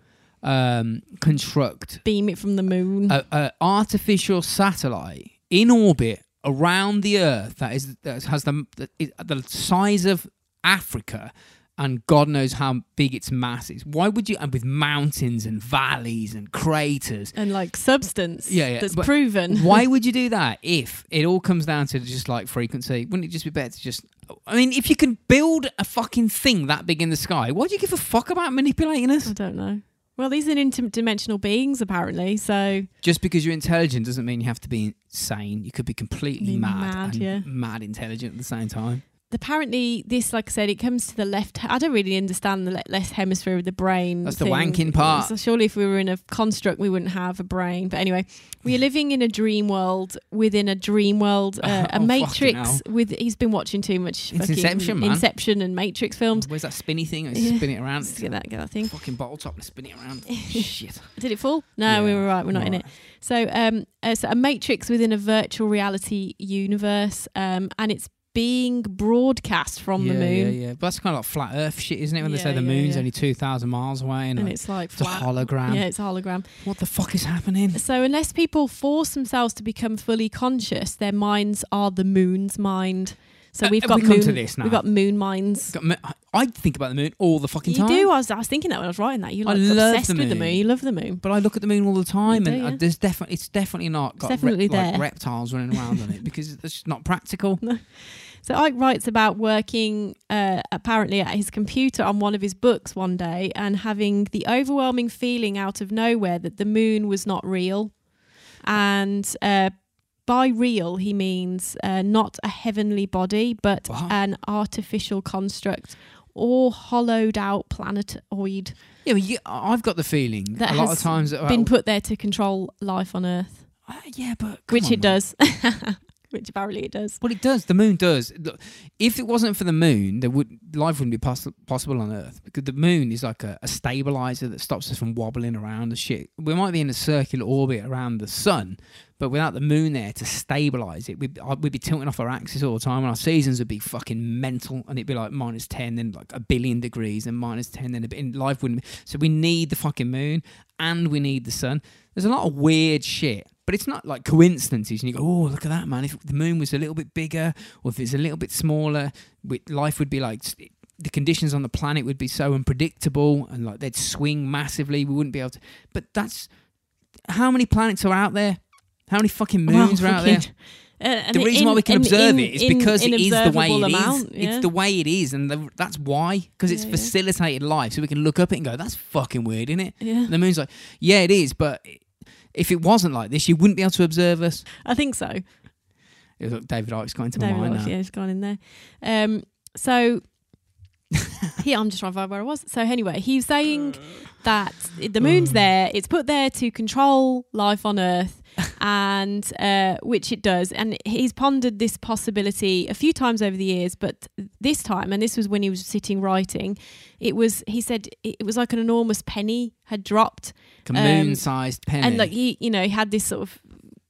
[SPEAKER 2] um, construct
[SPEAKER 3] Beam it from the moon.
[SPEAKER 2] a, a artificial satellite in orbit around the Earth that is that has the that is the size of Africa? And God knows how big its mass is. Why would you? And with mountains and valleys and craters,
[SPEAKER 3] and like substance
[SPEAKER 2] Yeah, yeah,
[SPEAKER 3] that's
[SPEAKER 2] but
[SPEAKER 3] proven.
[SPEAKER 2] [laughs] why would you do that if it all comes down to just like frequency? Wouldn't it just be better to just? I mean, if you can build a fucking thing that big in the sky, why do you give a fuck about manipulating
[SPEAKER 3] I
[SPEAKER 2] us?
[SPEAKER 3] don't know. Well, these are interdimensional beings, apparently. So
[SPEAKER 2] Just because you're intelligent doesn't mean you have to be insane. You could be completely
[SPEAKER 3] Be
[SPEAKER 2] mad,
[SPEAKER 3] mad,
[SPEAKER 2] and
[SPEAKER 3] yeah.
[SPEAKER 2] mad intelligent at the same time.
[SPEAKER 3] apparently, this, like I said, it comes to the left. I don't really understand the le- left hemisphere of the brain.
[SPEAKER 2] That's the
[SPEAKER 3] thing.
[SPEAKER 2] wanking part.
[SPEAKER 3] So surely, if we were in a construct, we wouldn't have a brain. But anyway, we are living in a dream world within a dream world, uh,
[SPEAKER 2] [laughs] Oh,
[SPEAKER 3] a
[SPEAKER 2] fucking
[SPEAKER 3] matrix.
[SPEAKER 2] hell.
[SPEAKER 3] With he's been watching too much
[SPEAKER 2] It's
[SPEAKER 3] fucking
[SPEAKER 2] Inception, man.
[SPEAKER 3] Inception and Matrix films.
[SPEAKER 2] Where's that spinny thing? I
[SPEAKER 3] Um, Yeah.
[SPEAKER 2] spin it around.
[SPEAKER 3] Let's get that, get that [laughs] thing.
[SPEAKER 2] Fucking bottle top. Let's spin it around.
[SPEAKER 3] [laughs]
[SPEAKER 2] Shit.
[SPEAKER 3] Did it fall? No, we
[SPEAKER 2] Yeah,
[SPEAKER 3] were right. We're not in it.
[SPEAKER 2] right.
[SPEAKER 3] So, um, uh, so a matrix within a virtual reality universe, um, and it's being broadcast from
[SPEAKER 2] yeah,
[SPEAKER 3] the moon,
[SPEAKER 2] Yeah, yeah. But that's kind of like flat Earth shit, isn't it? When they
[SPEAKER 3] Yeah,
[SPEAKER 2] say the
[SPEAKER 3] yeah,
[SPEAKER 2] moon's
[SPEAKER 3] yeah.
[SPEAKER 2] only two thousand miles away, and,
[SPEAKER 3] and
[SPEAKER 2] like,
[SPEAKER 3] it's like
[SPEAKER 2] it's a
[SPEAKER 3] flat.
[SPEAKER 2] hologram.
[SPEAKER 3] Yeah, it's a hologram.
[SPEAKER 2] What the fuck is happening?
[SPEAKER 3] So, unless people force themselves to become fully conscious, their minds are the moon's mind. So
[SPEAKER 2] Uh,
[SPEAKER 3] we've
[SPEAKER 2] have
[SPEAKER 3] got
[SPEAKER 2] we come
[SPEAKER 3] moon.
[SPEAKER 2] to this now?
[SPEAKER 3] We've got moon minds.
[SPEAKER 2] Got mo- I- I think about the moon all the fucking
[SPEAKER 3] You
[SPEAKER 2] time.
[SPEAKER 3] do. I was, I was thinking that when I was writing that. You're
[SPEAKER 2] I
[SPEAKER 3] like
[SPEAKER 2] love
[SPEAKER 3] obsessed
[SPEAKER 2] the
[SPEAKER 3] with the
[SPEAKER 2] moon.
[SPEAKER 3] moon. You love the moon.
[SPEAKER 2] But I look at the moon all the time,
[SPEAKER 3] do,
[SPEAKER 2] and uh
[SPEAKER 3] yeah.
[SPEAKER 2] there's definitely it's definitely not got
[SPEAKER 3] definitely
[SPEAKER 2] rep- like
[SPEAKER 3] there.
[SPEAKER 2] reptiles running around
[SPEAKER 3] [laughs]
[SPEAKER 2] on it because it's just not practical.
[SPEAKER 3] So Ike writes about working uh, apparently at his computer on one of his books one day and having the overwhelming feeling out of nowhere that the moon was not real. And uh, by real, he means uh, not a heavenly body, but
[SPEAKER 2] What?
[SPEAKER 3] an artificial construct or hollowed out planetoid
[SPEAKER 2] Yeah, but you, I- I've got the feeling
[SPEAKER 3] That
[SPEAKER 2] a lot of
[SPEAKER 3] has
[SPEAKER 2] times. That,
[SPEAKER 3] been put there to control life on Earth,
[SPEAKER 2] uh, yeah, but come
[SPEAKER 3] which
[SPEAKER 2] on,
[SPEAKER 3] it
[SPEAKER 2] man.
[SPEAKER 3] does. [laughs] which apparently it does.
[SPEAKER 2] Well, it does. The moon does. Look, if it wasn't for the moon, there would life wouldn't be poss- possible on Earth because the moon is like a, a stabilizer that stops us from wobbling around and shit. We might be in a circular orbit around the sun, but without the moon there to stabilize it, we'd, I- we'd be tilting off our axis all the time, and our seasons would be fucking mental, and it'd be like minus ten, then like a billion degrees, and minus ten, then a bit. And life wouldn't. Be. So we need the fucking moon, and we need the sun. There's a lot of weird shit. But it's not like coincidences, and you go, "Oh, look at that, man! If the moon was a little bit bigger, or if it's a little bit smaller, we- life would be like the conditions on the planet would be so unpredictable, and like they'd swing massively. We wouldn't be able to." But that's how many planets are out there? How many fucking moons
[SPEAKER 3] Well,
[SPEAKER 2] are out there?
[SPEAKER 3] fucking- Uh, and
[SPEAKER 2] The reason why
[SPEAKER 3] in-
[SPEAKER 2] we can
[SPEAKER 3] in-
[SPEAKER 2] observe
[SPEAKER 3] in-
[SPEAKER 2] it is
[SPEAKER 3] in-
[SPEAKER 2] because it is the way it
[SPEAKER 3] inobservable
[SPEAKER 2] is.
[SPEAKER 3] amount, yeah.
[SPEAKER 2] It's the way it is, and the, that's why because it's
[SPEAKER 3] Yeah, yeah.
[SPEAKER 2] facilitated life. So we can look up at it and go, "That's fucking weird, isn't it?"
[SPEAKER 3] Yeah.
[SPEAKER 2] And the moon's like, "Yeah, it is, but." If it wasn't like this, you wouldn't be able to observe us.
[SPEAKER 3] I think so.
[SPEAKER 2] It was like David Icke's got into
[SPEAKER 3] David
[SPEAKER 2] mine
[SPEAKER 3] Lodge,
[SPEAKER 2] now.
[SPEAKER 3] yeah, has gone in there. Um,
[SPEAKER 2] [laughs]
[SPEAKER 3] so here I'm just trying to find where I was. So anyway, he's saying
[SPEAKER 2] Mm.
[SPEAKER 3] that the moon's there. It's put there to control life on
[SPEAKER 2] [laughs]
[SPEAKER 3] Earth, and uh, which it does. And he's pondered this possibility a few times over the years, but this time, and this was when he was sitting writing, it was. He said it it was like an enormous penny had dropped
[SPEAKER 2] Like a
[SPEAKER 3] Um,
[SPEAKER 2] moon-sized penny.
[SPEAKER 3] and like he you know he had this sort of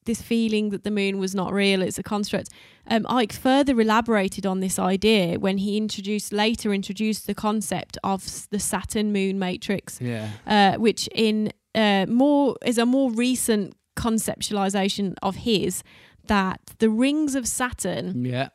[SPEAKER 3] this feeling that the moon was not real it's a construct um, ike further elaborated on this idea when he introduced later introduced the concept of s- the saturn moon matrix
[SPEAKER 2] yeah.
[SPEAKER 3] uh, which in uh, more is a more recent conceptualization of his that the rings of saturn
[SPEAKER 2] Yeah.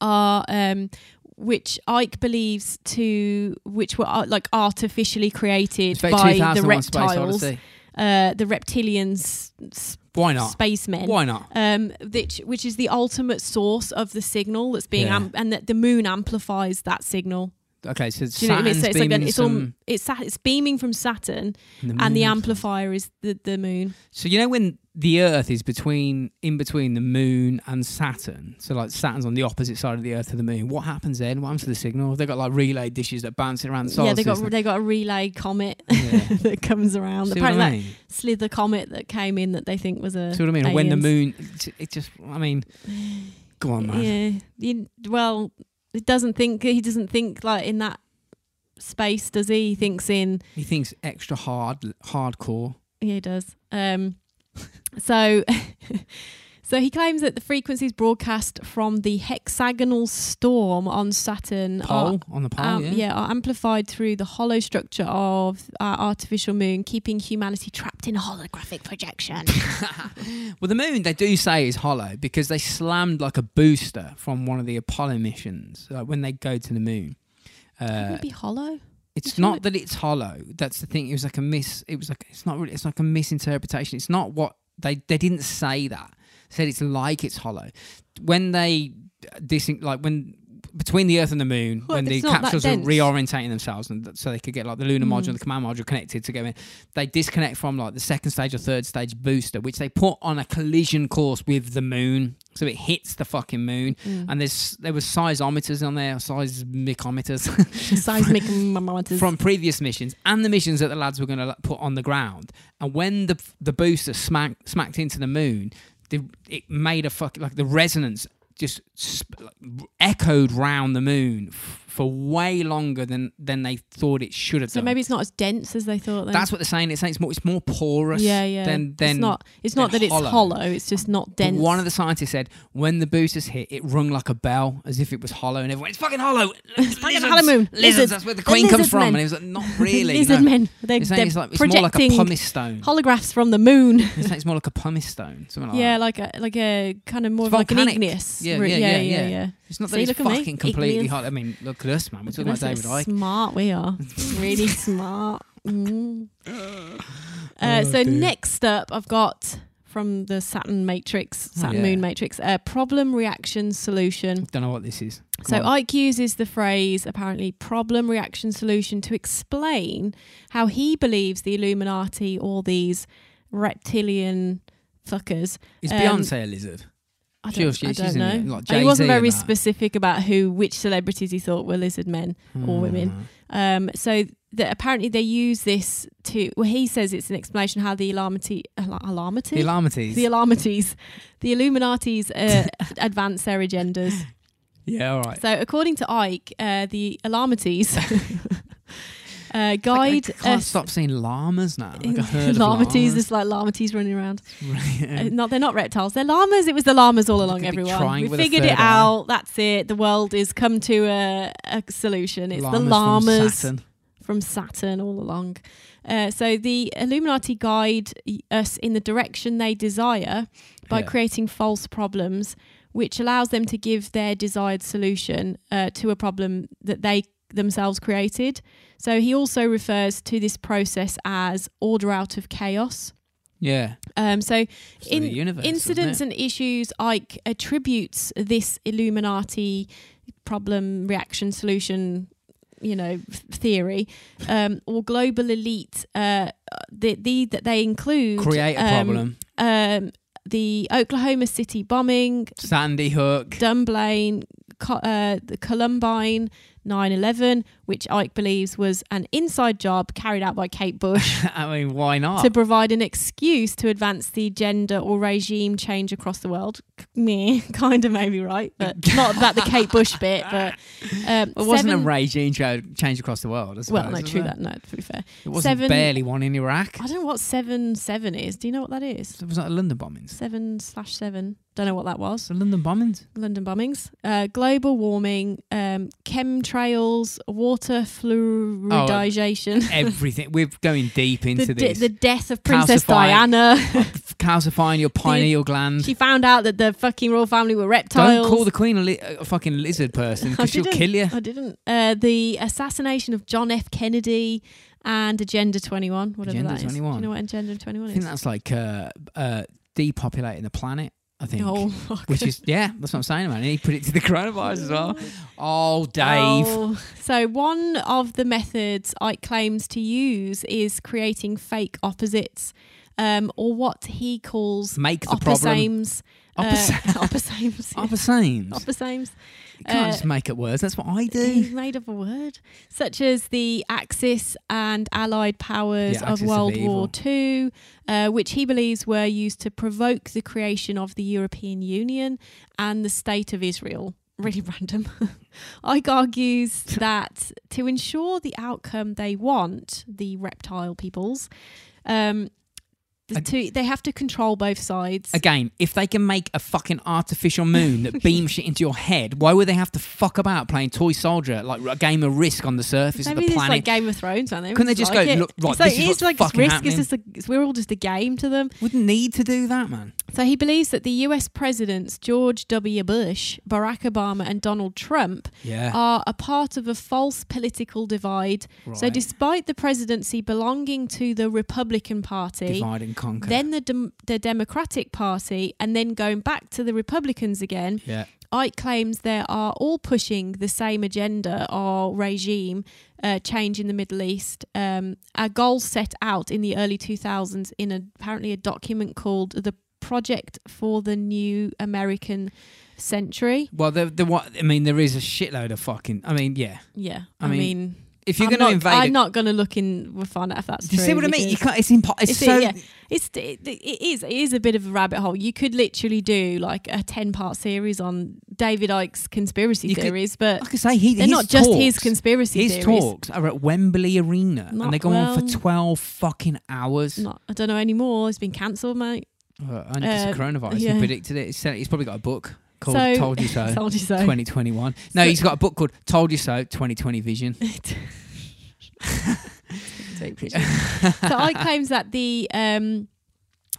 [SPEAKER 3] are um which Ike believes to which were uh, like artificially created
[SPEAKER 2] It's about
[SPEAKER 3] by the
[SPEAKER 2] 2001 Space
[SPEAKER 3] reptiles,
[SPEAKER 2] Odyssey.
[SPEAKER 3] uh, the reptilians, s-
[SPEAKER 2] Why not?
[SPEAKER 3] spacemen.
[SPEAKER 2] Why not?
[SPEAKER 3] Um, which which is the ultimate source of the signal that's being
[SPEAKER 2] Yeah.
[SPEAKER 3] am- and that the moon amplifies that signal.
[SPEAKER 2] Okay, so
[SPEAKER 3] Do you know what I mean?
[SPEAKER 2] Saturn's
[SPEAKER 3] So it's like
[SPEAKER 2] beaming
[SPEAKER 3] an, it's all
[SPEAKER 2] some,
[SPEAKER 3] it's Sat- it's beaming from Saturn, and
[SPEAKER 2] moon.
[SPEAKER 3] the amplifier is the the moon.
[SPEAKER 2] So you know when the Earth is between in between the Moon and Saturn, so like Saturn's on the opposite side of the Earth to the Moon. What happens then? What happens to the signal? Have They got like relay dishes that bounce it around the solar
[SPEAKER 3] yeah, they got
[SPEAKER 2] system.
[SPEAKER 3] [laughs] they got a relay comet [laughs]
[SPEAKER 2] Yeah.
[SPEAKER 3] that comes around.
[SPEAKER 2] See what
[SPEAKER 3] Apparently,
[SPEAKER 2] I
[SPEAKER 3] that
[SPEAKER 2] mean?
[SPEAKER 3] slither comet that came in that they think was a.
[SPEAKER 2] See what I mean? When the
[SPEAKER 3] Uh, aliens.
[SPEAKER 2] Moon, it- it just, I
[SPEAKER 3] [sighs]
[SPEAKER 2] mean, go on, man.
[SPEAKER 3] Yeah. You- well, it doesn't think he doesn't think like in that space, does he? He thinks in
[SPEAKER 2] He thinks extra hard, hardcore.
[SPEAKER 3] yeah, he does. Um, [laughs] so, [laughs] so he claims that the frequencies broadcast from the hexagonal storm on Saturn are
[SPEAKER 2] Pole on the pole,
[SPEAKER 3] um,
[SPEAKER 2] yeah.
[SPEAKER 3] yeah. are amplified through the hollow structure of our artificial moon, keeping humanity trapped in a
[SPEAKER 2] [laughs]
[SPEAKER 3] holographic projection.
[SPEAKER 2] Well, the moon they do say is hollow because they slammed like a booster from one of the Apollo missions like when they go to the moon.
[SPEAKER 3] It
[SPEAKER 2] Uh,
[SPEAKER 3] would be hollow.
[SPEAKER 2] it's
[SPEAKER 3] Isn't
[SPEAKER 2] not
[SPEAKER 3] it-
[SPEAKER 2] that it's hollow. That's the thing. It was like a mis. It was like it's not really. It's like a misinterpretation. It's not what they they didn't say that. They said it's like it's hollow. When they this like when between the Earth and the Moon,
[SPEAKER 3] Well,
[SPEAKER 2] when the
[SPEAKER 3] it's not that
[SPEAKER 2] capsules are
[SPEAKER 3] dense.
[SPEAKER 2] reorientating themselves and th- so they could get like the lunar module
[SPEAKER 3] Mm.
[SPEAKER 2] and the command module connected together, they disconnect from like the second stage or third stage booster, which they put on a collision course with the Moon, so it hits the fucking Moon.
[SPEAKER 3] Mm.
[SPEAKER 2] And there's there was seismometers on there, seismicometers
[SPEAKER 3] [laughs] Seismic manometers.
[SPEAKER 2] from previous missions and the missions that the lads were going to put on the ground. And when the the booster smack, smacked into the moon, the, it made a fuck like the resonance just sp- like, r- echoed round the moon f- for way longer than than they thought it should have
[SPEAKER 3] so
[SPEAKER 2] done.
[SPEAKER 3] maybe it's not as dense as they thought. Then.
[SPEAKER 2] that's what they're saying. It's saying it's more it's more porous.
[SPEAKER 3] yeah, yeah.
[SPEAKER 2] Than than
[SPEAKER 3] it's not. It's
[SPEAKER 2] than
[SPEAKER 3] not that
[SPEAKER 2] hollow.
[SPEAKER 3] it's hollow. It's just not
[SPEAKER 2] but
[SPEAKER 3] dense.
[SPEAKER 2] One of the scientists said when the boosters hit, it rung like a bell, as if it was hollow, and everyone, it's fucking
[SPEAKER 3] [laughs]
[SPEAKER 2] hollow. It's
[SPEAKER 3] fucking hollow moon.
[SPEAKER 2] Lizards.
[SPEAKER 3] Lizards.
[SPEAKER 2] That's where the
[SPEAKER 3] They're
[SPEAKER 2] queen comes
[SPEAKER 3] lizard
[SPEAKER 2] from.
[SPEAKER 3] men.
[SPEAKER 2] And he was like,
[SPEAKER 3] [laughs]
[SPEAKER 2] not really.
[SPEAKER 3] Lizard
[SPEAKER 2] no.
[SPEAKER 3] men. They're,
[SPEAKER 2] It's, saying
[SPEAKER 3] they're
[SPEAKER 2] it's like it's more like a
[SPEAKER 3] projecting
[SPEAKER 2] pumice stone.
[SPEAKER 3] holographs from the moon.
[SPEAKER 2] It's, like it's more like a pumice stone, something like
[SPEAKER 3] yeah,
[SPEAKER 2] that.
[SPEAKER 3] like a like a kind of more
[SPEAKER 2] It's
[SPEAKER 3] of like an
[SPEAKER 2] volcanic.
[SPEAKER 3] igneous.
[SPEAKER 2] Yeah,
[SPEAKER 3] root.
[SPEAKER 2] yeah, yeah, yeah. It's not that
[SPEAKER 3] See,
[SPEAKER 2] it's
[SPEAKER 3] look at me.
[SPEAKER 2] fucking completely
[SPEAKER 3] Igneous.
[SPEAKER 2] hot. I mean, look at us, man. We're
[SPEAKER 3] Look
[SPEAKER 2] talking
[SPEAKER 3] at
[SPEAKER 2] about
[SPEAKER 3] us,
[SPEAKER 2] David
[SPEAKER 3] we're
[SPEAKER 2] Icke.
[SPEAKER 3] Smart, we
[SPEAKER 2] [laughs]
[SPEAKER 3] are really smart. Mm. Uh,
[SPEAKER 2] Oh,
[SPEAKER 3] so
[SPEAKER 2] dear.
[SPEAKER 3] next up, I've got from the Saturn matrix,
[SPEAKER 2] Oh,
[SPEAKER 3] Saturn
[SPEAKER 2] yeah.
[SPEAKER 3] Moon matrix, a problem reaction solution.
[SPEAKER 2] Don't know what this is. Come
[SPEAKER 3] So
[SPEAKER 2] on.
[SPEAKER 3] Ike uses the phrase apparently problem reaction solution to explain how he believes the Illuminati or these reptilian fuckers.
[SPEAKER 2] is
[SPEAKER 3] um,
[SPEAKER 2] Beyonce a lizard?
[SPEAKER 3] I don't,
[SPEAKER 2] Sure, she-
[SPEAKER 3] I
[SPEAKER 2] she's
[SPEAKER 3] don't
[SPEAKER 2] in it,
[SPEAKER 3] know.
[SPEAKER 2] like
[SPEAKER 3] he
[SPEAKER 2] Jay-Z
[SPEAKER 3] wasn't very
[SPEAKER 2] and that.
[SPEAKER 3] specific about who, which celebrities he thought were lizard men
[SPEAKER 2] Hmm.
[SPEAKER 3] or women. Um, so that apparently they use this to. Well, he says it's an explanation how the Illuminati,
[SPEAKER 2] The
[SPEAKER 3] Illuminati,
[SPEAKER 2] Illuminates.
[SPEAKER 3] the Illuminatis, the
[SPEAKER 2] [laughs]
[SPEAKER 3] Illuminati's uh, advance their agendas.
[SPEAKER 2] yeah, all right.
[SPEAKER 3] So according to Ike, uh, the [laughs] Illuminatis uh, guide.
[SPEAKER 2] I, I can't
[SPEAKER 3] us-
[SPEAKER 2] stop seeing llamas now. Like a
[SPEAKER 3] [laughs]
[SPEAKER 2] herd of
[SPEAKER 3] Illuminatis,
[SPEAKER 2] llamas.
[SPEAKER 3] it's like Illuminatis running around.
[SPEAKER 2] Yeah.
[SPEAKER 3] [laughs] Uh, not they're not reptiles. They're llamas. It was the llamas all along.
[SPEAKER 2] big
[SPEAKER 3] Everyone,
[SPEAKER 2] triangle
[SPEAKER 3] we
[SPEAKER 2] with a
[SPEAKER 3] figured
[SPEAKER 2] third
[SPEAKER 3] it
[SPEAKER 2] eye.
[SPEAKER 3] out. That's it. The world is come to a, a solution.
[SPEAKER 2] [laughs]
[SPEAKER 3] It's the
[SPEAKER 2] from
[SPEAKER 3] llamas from Saturn,
[SPEAKER 2] Saturn.
[SPEAKER 3] all along. Uh, so the Illuminati guide y- us in the direction they desire by
[SPEAKER 2] Yeah.
[SPEAKER 3] creating false problems, which allows them to give their desired solution uh, to a problem that they themselves created. So he also refers to this process as order out of chaos.
[SPEAKER 2] Yeah.
[SPEAKER 3] Um, so
[SPEAKER 2] It's
[SPEAKER 3] In-
[SPEAKER 2] the universe, isn't
[SPEAKER 3] incidents
[SPEAKER 2] it?
[SPEAKER 3] and issues Ike attributes this Illuminati problem reaction solution you know f- theory um, or global elite uh, the, the that they include
[SPEAKER 2] create a
[SPEAKER 3] um,
[SPEAKER 2] problem.
[SPEAKER 3] um, the Oklahoma City bombing
[SPEAKER 2] Sandy Hook.
[SPEAKER 3] Dunblane Co- uh, the Columbine 9/11 which Ike believes was an inside job carried out by Kate Bush
[SPEAKER 2] [laughs] I mean, why not?
[SPEAKER 3] to provide an excuse to advance the gender or regime change across the world. [laughs] Me, kind of maybe right,
[SPEAKER 2] [laughs]
[SPEAKER 3] but not about the Kate Bush bit. But um,
[SPEAKER 2] it wasn't
[SPEAKER 3] seven-
[SPEAKER 2] a regime cho- change across the world. I
[SPEAKER 3] well,
[SPEAKER 2] suppose,
[SPEAKER 3] no,
[SPEAKER 2] was
[SPEAKER 3] true
[SPEAKER 2] there?
[SPEAKER 3] that. No, to be fair,
[SPEAKER 2] It wasn't
[SPEAKER 3] Seven-
[SPEAKER 2] barely one in Iraq.
[SPEAKER 3] I don't know what seven seven is. Do you know what that is?
[SPEAKER 2] It was like London bombings.
[SPEAKER 3] Seven slash seven. Don't know what that was.
[SPEAKER 2] So London bombings.
[SPEAKER 3] London bombings, uh, global warming, um, chemtrails, water
[SPEAKER 2] Oh,
[SPEAKER 3] fluoridization,
[SPEAKER 2] Everything. We're going deep into
[SPEAKER 3] [laughs] the, de-
[SPEAKER 2] this.
[SPEAKER 3] the death of Princess
[SPEAKER 2] Calcify-
[SPEAKER 3] Diana.
[SPEAKER 2] [laughs] Calcifying your
[SPEAKER 3] [laughs]
[SPEAKER 2] pineal gland.
[SPEAKER 3] she found out that the fucking royal family were reptiles.
[SPEAKER 2] Don't call the queen a, li- a fucking lizard
[SPEAKER 3] [laughs]
[SPEAKER 2] person
[SPEAKER 3] I
[SPEAKER 2] because she'll
[SPEAKER 3] didn't.
[SPEAKER 2] kill you.
[SPEAKER 3] I didn't. Uh, the assassination of John F. Kennedy and Agenda 21, whatever
[SPEAKER 2] Agenda
[SPEAKER 3] that is. Do
[SPEAKER 2] 21.
[SPEAKER 3] you know what Agenda 21
[SPEAKER 2] I
[SPEAKER 3] is?
[SPEAKER 2] think that's like uh, uh, depopulating the planet. I think.
[SPEAKER 3] Oh, [laughs] fuck.
[SPEAKER 2] Which is yeah, that's what I'm saying, man. And he predicted the [laughs] coronavirus as
[SPEAKER 3] [laughs]
[SPEAKER 2] well. Oh, Dave.
[SPEAKER 3] Oh, so one of the methods Ike claims to use is creating fake opposites, um, or what he calls
[SPEAKER 2] Make the problem.
[SPEAKER 3] opposames.
[SPEAKER 2] Oppos-
[SPEAKER 3] [laughs] Uh, opposames. yeah.
[SPEAKER 2] Opposames.
[SPEAKER 3] Opposames.
[SPEAKER 2] you can't
[SPEAKER 3] uh,
[SPEAKER 2] just make up words. That's what I
[SPEAKER 3] He's
[SPEAKER 2] do.
[SPEAKER 3] made up a word, such as the Axis and Allied powers
[SPEAKER 2] Yeah,
[SPEAKER 3] of
[SPEAKER 2] Axis of
[SPEAKER 3] World
[SPEAKER 2] evil.
[SPEAKER 3] War II, uh, which he believes were used to provoke the creation of the European Union and the State of Israel. Really [laughs] random. Ike argues that to ensure the outcome they want, the reptile peoples, um, the
[SPEAKER 2] Ag-
[SPEAKER 3] two, they have to control both sides.
[SPEAKER 2] Again, if they can make a fucking artificial moon
[SPEAKER 3] [laughs]
[SPEAKER 2] that beams shit into your head, why would they have to fuck about playing toy soldier like a game of risk on the surface
[SPEAKER 3] Maybe
[SPEAKER 2] of the
[SPEAKER 3] this is
[SPEAKER 2] planet?
[SPEAKER 3] like Game of Thrones, aren't they?
[SPEAKER 2] Couldn't they
[SPEAKER 3] It's
[SPEAKER 2] just
[SPEAKER 3] like
[SPEAKER 2] go,
[SPEAKER 3] it.
[SPEAKER 2] "Look, right,
[SPEAKER 3] It's like,
[SPEAKER 2] this is
[SPEAKER 3] it's
[SPEAKER 2] what's
[SPEAKER 3] like it's
[SPEAKER 2] fucking
[SPEAKER 3] risk.
[SPEAKER 2] happening."
[SPEAKER 3] It's just a, we're all just a game to them.
[SPEAKER 2] Wouldn't need to do that, man.
[SPEAKER 3] So he believes that the US presidents George W. Bush, Barack Obama, and Donald Trump
[SPEAKER 2] Yeah.
[SPEAKER 3] are a part of a false political divide. So,
[SPEAKER 2] Right.
[SPEAKER 3] despite the presidency belonging to the Republican Party,
[SPEAKER 2] Divide and conquer.
[SPEAKER 3] then the, dem- the Democratic Party, and then going back to the Republicans again,
[SPEAKER 2] yeah.
[SPEAKER 3] Ike claims they are all pushing the same agenda or regime uh, change in the Middle East. Um, a goal set out in the early 2000s in a, apparently a document called the Project for the New American Century.
[SPEAKER 2] Well, the the what I mean, there is a shitload of fucking. I mean, yeah.
[SPEAKER 3] Yeah,
[SPEAKER 2] I
[SPEAKER 3] I,
[SPEAKER 2] mean,
[SPEAKER 3] mean,
[SPEAKER 2] If you're
[SPEAKER 3] I'm
[SPEAKER 2] going to
[SPEAKER 3] not-
[SPEAKER 2] invade,
[SPEAKER 3] I'm
[SPEAKER 2] it-
[SPEAKER 3] not going to look in. We'll find out if that's
[SPEAKER 2] Do you
[SPEAKER 3] true.
[SPEAKER 2] see what I mean? You
[SPEAKER 3] because-
[SPEAKER 2] can't. It's impossible. It's
[SPEAKER 3] It's-
[SPEAKER 2] so.
[SPEAKER 3] yeah. It's it, it is it is a bit of a rabbit hole. You could literally do like a ten part series on David Ike's conspiracy
[SPEAKER 2] You could-
[SPEAKER 3] theories, but
[SPEAKER 2] Like I say, he,
[SPEAKER 3] They're
[SPEAKER 2] his
[SPEAKER 3] not just his
[SPEAKER 2] talks-
[SPEAKER 3] conspiracy
[SPEAKER 2] His
[SPEAKER 3] theories.
[SPEAKER 2] talks are at Wembley Arena,
[SPEAKER 3] Not
[SPEAKER 2] and they go on
[SPEAKER 3] well.
[SPEAKER 2] for twelve fucking hours.
[SPEAKER 3] Not, I don't know anymore. It's been cancelled, mate.
[SPEAKER 2] Uh, only 'cause of
[SPEAKER 3] Uh,
[SPEAKER 2] coronavirus,
[SPEAKER 3] yeah.
[SPEAKER 2] he predicted it. He's, said- he's probably got a book called
[SPEAKER 3] So-
[SPEAKER 2] "Told
[SPEAKER 3] [laughs]
[SPEAKER 2] You So."
[SPEAKER 3] Told you so.
[SPEAKER 2] 2021. No,
[SPEAKER 3] So-
[SPEAKER 2] he's got a book called "Told You So 2020 Vision." [laughs]
[SPEAKER 3] so I claims that the um,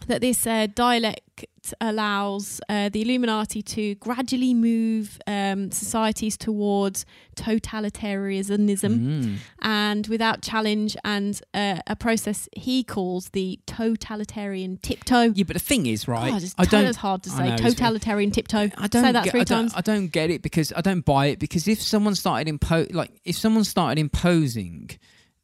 [SPEAKER 3] that this uh, dialect allows uh, the Illuminati to gradually move um, societies towards totalitarianism
[SPEAKER 2] Mm.
[SPEAKER 3] and without challenge, and uh, a process he calls the totalitarian tiptoe. Oh,
[SPEAKER 2] Yeah, but the thing is, right?
[SPEAKER 3] God, it's
[SPEAKER 2] I don't.
[SPEAKER 3] that's hard to
[SPEAKER 2] I
[SPEAKER 3] say.
[SPEAKER 2] know, it's-
[SPEAKER 3] totalitarian tiptoe.
[SPEAKER 2] I don't
[SPEAKER 3] say that
[SPEAKER 2] get,
[SPEAKER 3] three
[SPEAKER 2] I don't,
[SPEAKER 3] times.
[SPEAKER 2] I don't get it because I don't buy it because if someone started impo- like if someone started imposing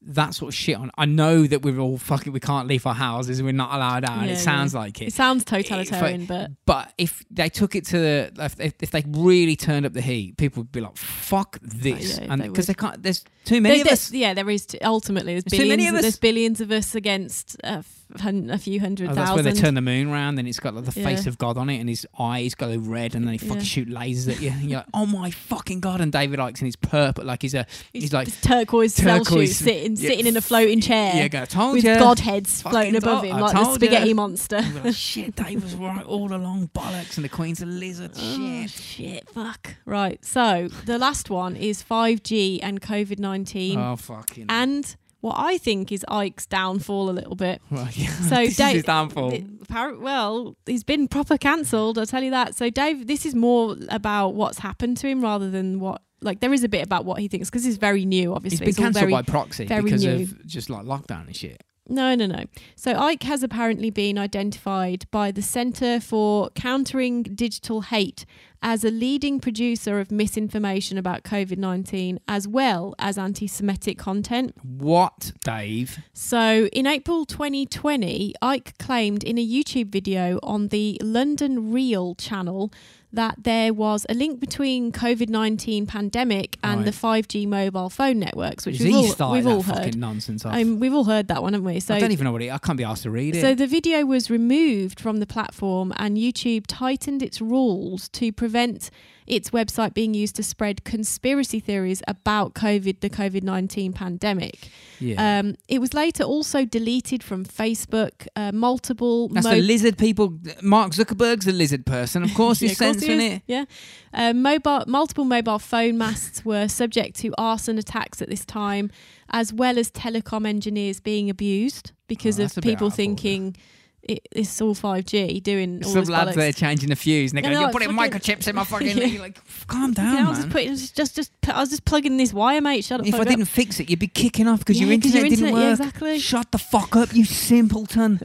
[SPEAKER 2] that sort of shit on, I know that we're all fucking we can't leave our houses and we're not allowed out. and
[SPEAKER 3] Yeah,
[SPEAKER 2] it sounds like
[SPEAKER 3] it
[SPEAKER 2] it.
[SPEAKER 3] sounds totalitarian, but
[SPEAKER 2] But if they took it to the, if, if, if they really turned up the heat, people would be like, "Fuck this,"
[SPEAKER 3] yeah,
[SPEAKER 2] and
[SPEAKER 3] they
[SPEAKER 2] because they
[SPEAKER 3] would.
[SPEAKER 2] can't. There's too many
[SPEAKER 3] There-
[SPEAKER 2] of
[SPEAKER 3] there's-
[SPEAKER 2] us.
[SPEAKER 3] Yeah, there is. t- Ultimately, there's
[SPEAKER 2] There's too many of
[SPEAKER 3] billions. Of
[SPEAKER 2] us.
[SPEAKER 3] there's billions of us against a, f- hun- a few hundred
[SPEAKER 2] Oh,
[SPEAKER 3] thousand.
[SPEAKER 2] that's where they turn the moon round, and it's got like the
[SPEAKER 3] Yeah.
[SPEAKER 2] face of God on it, and his eyes go red, and then he fucking
[SPEAKER 3] Yeah.
[SPEAKER 2] shoot lasers at you. And you're like, "Oh my fucking god!" And David Ike's in his purple, like he's a
[SPEAKER 3] It's
[SPEAKER 2] he's like-
[SPEAKER 3] this turquoise, turquoise
[SPEAKER 2] Turquoise-
[SPEAKER 3] suit sitting
[SPEAKER 2] yeah,
[SPEAKER 3] sitting in a floating chair
[SPEAKER 2] yeah, go, told
[SPEAKER 3] with
[SPEAKER 2] ya."
[SPEAKER 3] godheads
[SPEAKER 2] Fucking
[SPEAKER 3] floating above
[SPEAKER 2] told-
[SPEAKER 3] him
[SPEAKER 2] I
[SPEAKER 3] like the
[SPEAKER 2] told ya.
[SPEAKER 3] spaghetti monster.
[SPEAKER 2] You'd be like, shit, Dave was right all along. Bollocks, and the Queen's a lizard.
[SPEAKER 3] [laughs] Oh,
[SPEAKER 2] Shit.
[SPEAKER 3] shit, fuck. Right, so the last one is 5G and COVID 19.
[SPEAKER 2] Oh fucking.
[SPEAKER 3] And what I think is Ike's downfall a
[SPEAKER 2] [laughs]
[SPEAKER 3] little bit.
[SPEAKER 2] right, yeah.
[SPEAKER 3] So
[SPEAKER 2] this is
[SPEAKER 3] Dave-
[SPEAKER 2] his downfall.
[SPEAKER 3] Th- appar- well, he's been proper cancelled. I'll tell you that. So, Dave, this is more about what's happened to him rather than what. Like, there is a bit about what he thinks because he's very new. Obviously,
[SPEAKER 2] He's been
[SPEAKER 3] It's all
[SPEAKER 2] cancelled
[SPEAKER 3] very-
[SPEAKER 2] by proxy
[SPEAKER 3] very
[SPEAKER 2] because
[SPEAKER 3] new.
[SPEAKER 2] of just like lockdown and shit.
[SPEAKER 3] No, no, no. So Ike has apparently been identified by the Centre for Countering Digital Hate as a leading producer of misinformation about COVID 19 as well as anti Semitic content.
[SPEAKER 2] What, Dave?
[SPEAKER 3] So in April 2020, Ike claimed in a YouTube video on the London Real channel that there was a link between COVID-19 pandemic and
[SPEAKER 2] Right.
[SPEAKER 3] the 5G mobile phone networks, which
[SPEAKER 2] Is he
[SPEAKER 3] we've all,
[SPEAKER 2] started
[SPEAKER 3] we've all
[SPEAKER 2] that fucking
[SPEAKER 3] heard.
[SPEAKER 2] nonsense off?
[SPEAKER 3] Um, we've all heard that one, haven't we? So
[SPEAKER 2] I don't even know what it. I can't be asked to read it.
[SPEAKER 3] so the video was removed from the platform, and YouTube tightened its rules to prevent its website being used to spread conspiracy theories about COVID, the COVID nineteen pandemic.
[SPEAKER 2] yeah.
[SPEAKER 3] Um, it was later also deleted from Facebook. Uh, multiple
[SPEAKER 2] That's
[SPEAKER 3] mo-
[SPEAKER 2] the lizard people. Mark Zuckerberg's a lizard person. Of course,
[SPEAKER 3] [laughs] Yeah,
[SPEAKER 2] he's
[SPEAKER 3] of course he
[SPEAKER 2] censoring
[SPEAKER 3] is.
[SPEAKER 2] it.
[SPEAKER 3] Yeah, uh, mobile multiple mobile phone masts were subject to arson attacks at this time, as well as telecom engineers being abused because
[SPEAKER 2] Oh, that's
[SPEAKER 3] of
[SPEAKER 2] a bit
[SPEAKER 3] people
[SPEAKER 2] out of order.
[SPEAKER 3] thinking it, it's all five G doing all
[SPEAKER 2] Some
[SPEAKER 3] this
[SPEAKER 2] lads
[SPEAKER 3] bollocks.
[SPEAKER 2] there changing the fuse, and they're
[SPEAKER 3] No,
[SPEAKER 2] going,
[SPEAKER 3] no,
[SPEAKER 2] "You're
[SPEAKER 3] it's
[SPEAKER 2] putting
[SPEAKER 3] fucking-
[SPEAKER 2] microchips
[SPEAKER 3] [laughs]
[SPEAKER 2] in my fucking."
[SPEAKER 3] Yeah.
[SPEAKER 2] You're like, calm
[SPEAKER 3] You know,
[SPEAKER 2] down,
[SPEAKER 3] I was just
[SPEAKER 2] man.
[SPEAKER 3] putting just, just just I was just plugging this wire, mate. Shut up.
[SPEAKER 2] If I
[SPEAKER 3] fuck up.
[SPEAKER 2] didn't fix it, you'd be kicking off because
[SPEAKER 3] Yeah,
[SPEAKER 2] your internet didn't [laughs]
[SPEAKER 3] yeah,
[SPEAKER 2] work.
[SPEAKER 3] exactly. [laughs]
[SPEAKER 2] Shut the fuck up, you simpleton.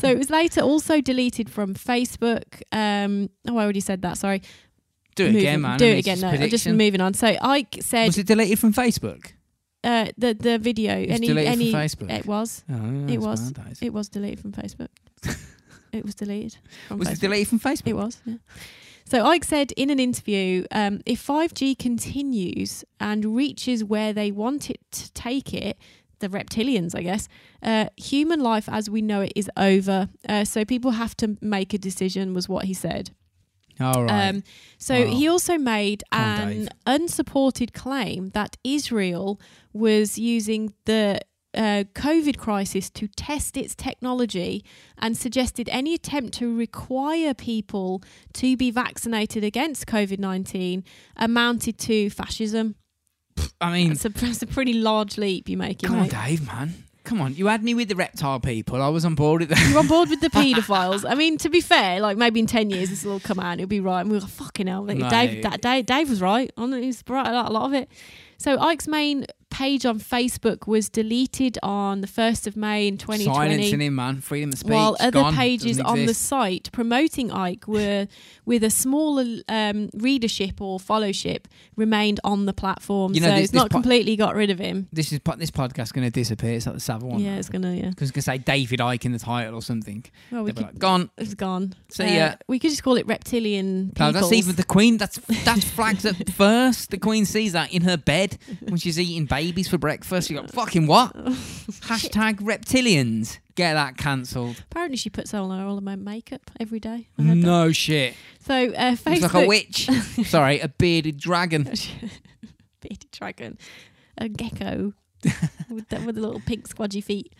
[SPEAKER 3] so it was later also deleted from Facebook. Um, oh, I already said that. Sorry.
[SPEAKER 2] Do it again,
[SPEAKER 3] Moving-
[SPEAKER 2] man.
[SPEAKER 3] Do
[SPEAKER 2] I
[SPEAKER 3] it
[SPEAKER 2] mean, it's
[SPEAKER 3] again.
[SPEAKER 2] just
[SPEAKER 3] No, I'm just
[SPEAKER 2] prediction.
[SPEAKER 3] moving on. So Ike said
[SPEAKER 2] Was it deleted from Facebook?
[SPEAKER 3] uh, the the video.
[SPEAKER 2] It's
[SPEAKER 3] any
[SPEAKER 2] deleted
[SPEAKER 3] any
[SPEAKER 2] from Facebook.
[SPEAKER 3] it was
[SPEAKER 2] Oh,
[SPEAKER 3] it
[SPEAKER 2] that's
[SPEAKER 3] was.
[SPEAKER 2] bad, that is.
[SPEAKER 3] it was deleted from Facebook. it
[SPEAKER 2] [laughs]
[SPEAKER 3] was deleted. From
[SPEAKER 2] Was
[SPEAKER 3] Facebook.
[SPEAKER 2] it deleted from Facebook?
[SPEAKER 3] It was, yeah. So Ike said in an interview, um, if 5G continues and reaches where they want it to take it, the reptilians, I guess, uh, human life as we know it is over. Uh, so people have to make a decision, was what he said.
[SPEAKER 2] All right.
[SPEAKER 3] Um, so
[SPEAKER 2] Wow.
[SPEAKER 3] he also made
[SPEAKER 2] Come on,
[SPEAKER 3] an
[SPEAKER 2] Dave.
[SPEAKER 3] unsupported claim that Israel was using the uh, COVID crisis to test its technology and suggested any attempt to require people to be vaccinated against COVID 19 amounted to fascism.
[SPEAKER 2] I mean,
[SPEAKER 3] That's a, [laughs] that's a pretty large leap you're making.
[SPEAKER 2] come on,
[SPEAKER 3] mate.
[SPEAKER 2] Dave, man. Come on. You had me with the reptile people. I was on board with [laughs] that.
[SPEAKER 3] You're on board with the paedophiles. I mean, to be fair, like maybe in ten years this will all come out and it'll be right. And we were fucking hell. Like,
[SPEAKER 2] No.
[SPEAKER 3] Dave, that Dave, Dave was right. On he was right about a lot of it. So Ike's main page on Facebook was deleted on the first of May in 2020.
[SPEAKER 2] Silencing him, man. Freedom of speech.
[SPEAKER 3] While other
[SPEAKER 2] gone,
[SPEAKER 3] pages
[SPEAKER 2] doesn't
[SPEAKER 3] on the
[SPEAKER 2] exist.
[SPEAKER 3] site promoting Ike were with a smaller um, readership or followship remained on the platform,
[SPEAKER 2] You know,
[SPEAKER 3] so
[SPEAKER 2] this-
[SPEAKER 3] it's
[SPEAKER 2] this
[SPEAKER 3] not
[SPEAKER 2] po-
[SPEAKER 3] completely got rid of him.
[SPEAKER 2] This is po- this podcast's going to disappear. It's like the Savile one.
[SPEAKER 3] Yeah, it's gonna yeah.
[SPEAKER 2] Because it's going to say David Ike in the title or something.
[SPEAKER 3] Well, we
[SPEAKER 2] They'll be
[SPEAKER 3] could,
[SPEAKER 2] like, gone.
[SPEAKER 3] it's gone. Uh,
[SPEAKER 2] See ya.
[SPEAKER 3] we could just call it reptilian.
[SPEAKER 2] No, that's
[SPEAKER 3] peoples.
[SPEAKER 2] even the Queen. That's
[SPEAKER 3] [laughs]
[SPEAKER 2] that's flags up first. The Queen sees that in her bed when she's eating babies for breakfast. She got fucking
[SPEAKER 3] [laughs]
[SPEAKER 2] what? Hashtag reptilians. Get that cancelled.
[SPEAKER 3] Apparently, she puts on all of my makeup every day. I heard
[SPEAKER 2] No shit.
[SPEAKER 3] that. So uh,
[SPEAKER 2] Looks
[SPEAKER 3] Facebook.
[SPEAKER 2] like a witch. Sorry, a bearded dragon.
[SPEAKER 3] [laughs] Bearded dragon, a gecko
[SPEAKER 2] [laughs]
[SPEAKER 3] with the, with the little pink squadgy feet.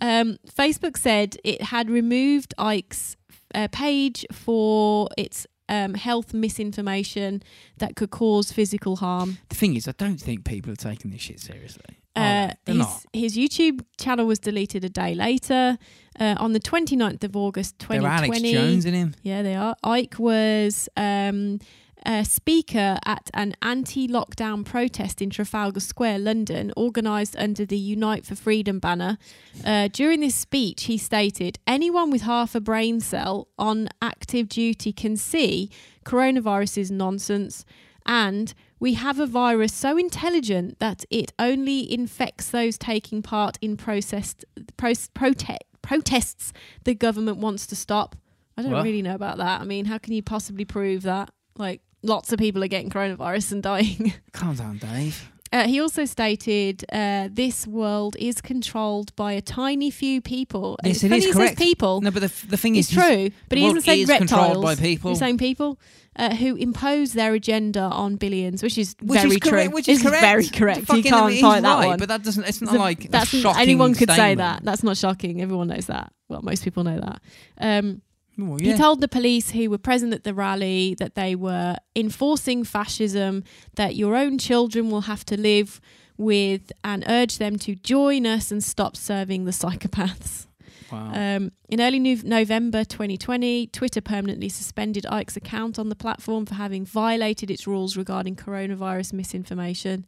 [SPEAKER 3] Um, Facebook said it had removed Ike's uh, page for its um, health misinformation that could cause physical harm.
[SPEAKER 2] The thing is, I don't think people are taking this shit seriously. Are
[SPEAKER 3] Uh,
[SPEAKER 2] they? Oh, They're not.
[SPEAKER 3] his, his YouTube channel was deleted a day later uh, on the 29th of August
[SPEAKER 2] They're
[SPEAKER 3] 2020.
[SPEAKER 2] Alex Jones in him.
[SPEAKER 3] Yeah, they are. Ike was um, a speaker at an anti lockdown protest in Trafalgar Square, London, organised under the Unite for Freedom banner. Uh, during this speech, he stated anyone with half a brain cell on active duty can see coronavirus is nonsense and. We have a virus so intelligent that it only infects those taking part in processed, pro- prote- protests the government wants to stop. I don't
[SPEAKER 2] What?
[SPEAKER 3] really know about that. I mean, how can you possibly prove that? Like, lots of people are getting coronavirus and dying.
[SPEAKER 2] Calm down, Dave.
[SPEAKER 3] Uh, he also stated, uh, "This world is controlled by a tiny few people." And
[SPEAKER 2] Yes,
[SPEAKER 3] it's
[SPEAKER 2] it
[SPEAKER 3] funny
[SPEAKER 2] is
[SPEAKER 3] he
[SPEAKER 2] correct.
[SPEAKER 3] Says people.
[SPEAKER 2] No, but the, f- the thing
[SPEAKER 3] it's
[SPEAKER 2] is, he's-
[SPEAKER 3] true, but he
[SPEAKER 2] well,
[SPEAKER 3] isn't saying
[SPEAKER 2] it is
[SPEAKER 3] reptiles.
[SPEAKER 2] controlled by people.
[SPEAKER 3] He's saying people uh, who impose their agenda on billions, which is
[SPEAKER 2] Which
[SPEAKER 3] very
[SPEAKER 2] is correct.
[SPEAKER 3] true.
[SPEAKER 2] Which is
[SPEAKER 3] This
[SPEAKER 2] correct.
[SPEAKER 3] very correct.
[SPEAKER 2] Fucking,
[SPEAKER 3] you can't
[SPEAKER 2] he's
[SPEAKER 3] fight that
[SPEAKER 2] right,
[SPEAKER 3] one.
[SPEAKER 2] But that doesn't. It's not
[SPEAKER 3] So
[SPEAKER 2] like
[SPEAKER 3] that's
[SPEAKER 2] a shocking
[SPEAKER 3] anyone could say
[SPEAKER 2] statement.
[SPEAKER 3] that. That's not shocking. Everyone knows that. Well, most people know that. Um,
[SPEAKER 2] Well,
[SPEAKER 3] He
[SPEAKER 2] yeah.
[SPEAKER 3] told the police who were present at the rally that they were enforcing fascism, that your own children will have to live with, and urged them to join us and stop serving the psychopaths.
[SPEAKER 2] Wow.
[SPEAKER 3] Um, in early Nov November 2020, Twitter permanently suspended Ike's account on the platform for having violated its rules regarding coronavirus misinformation.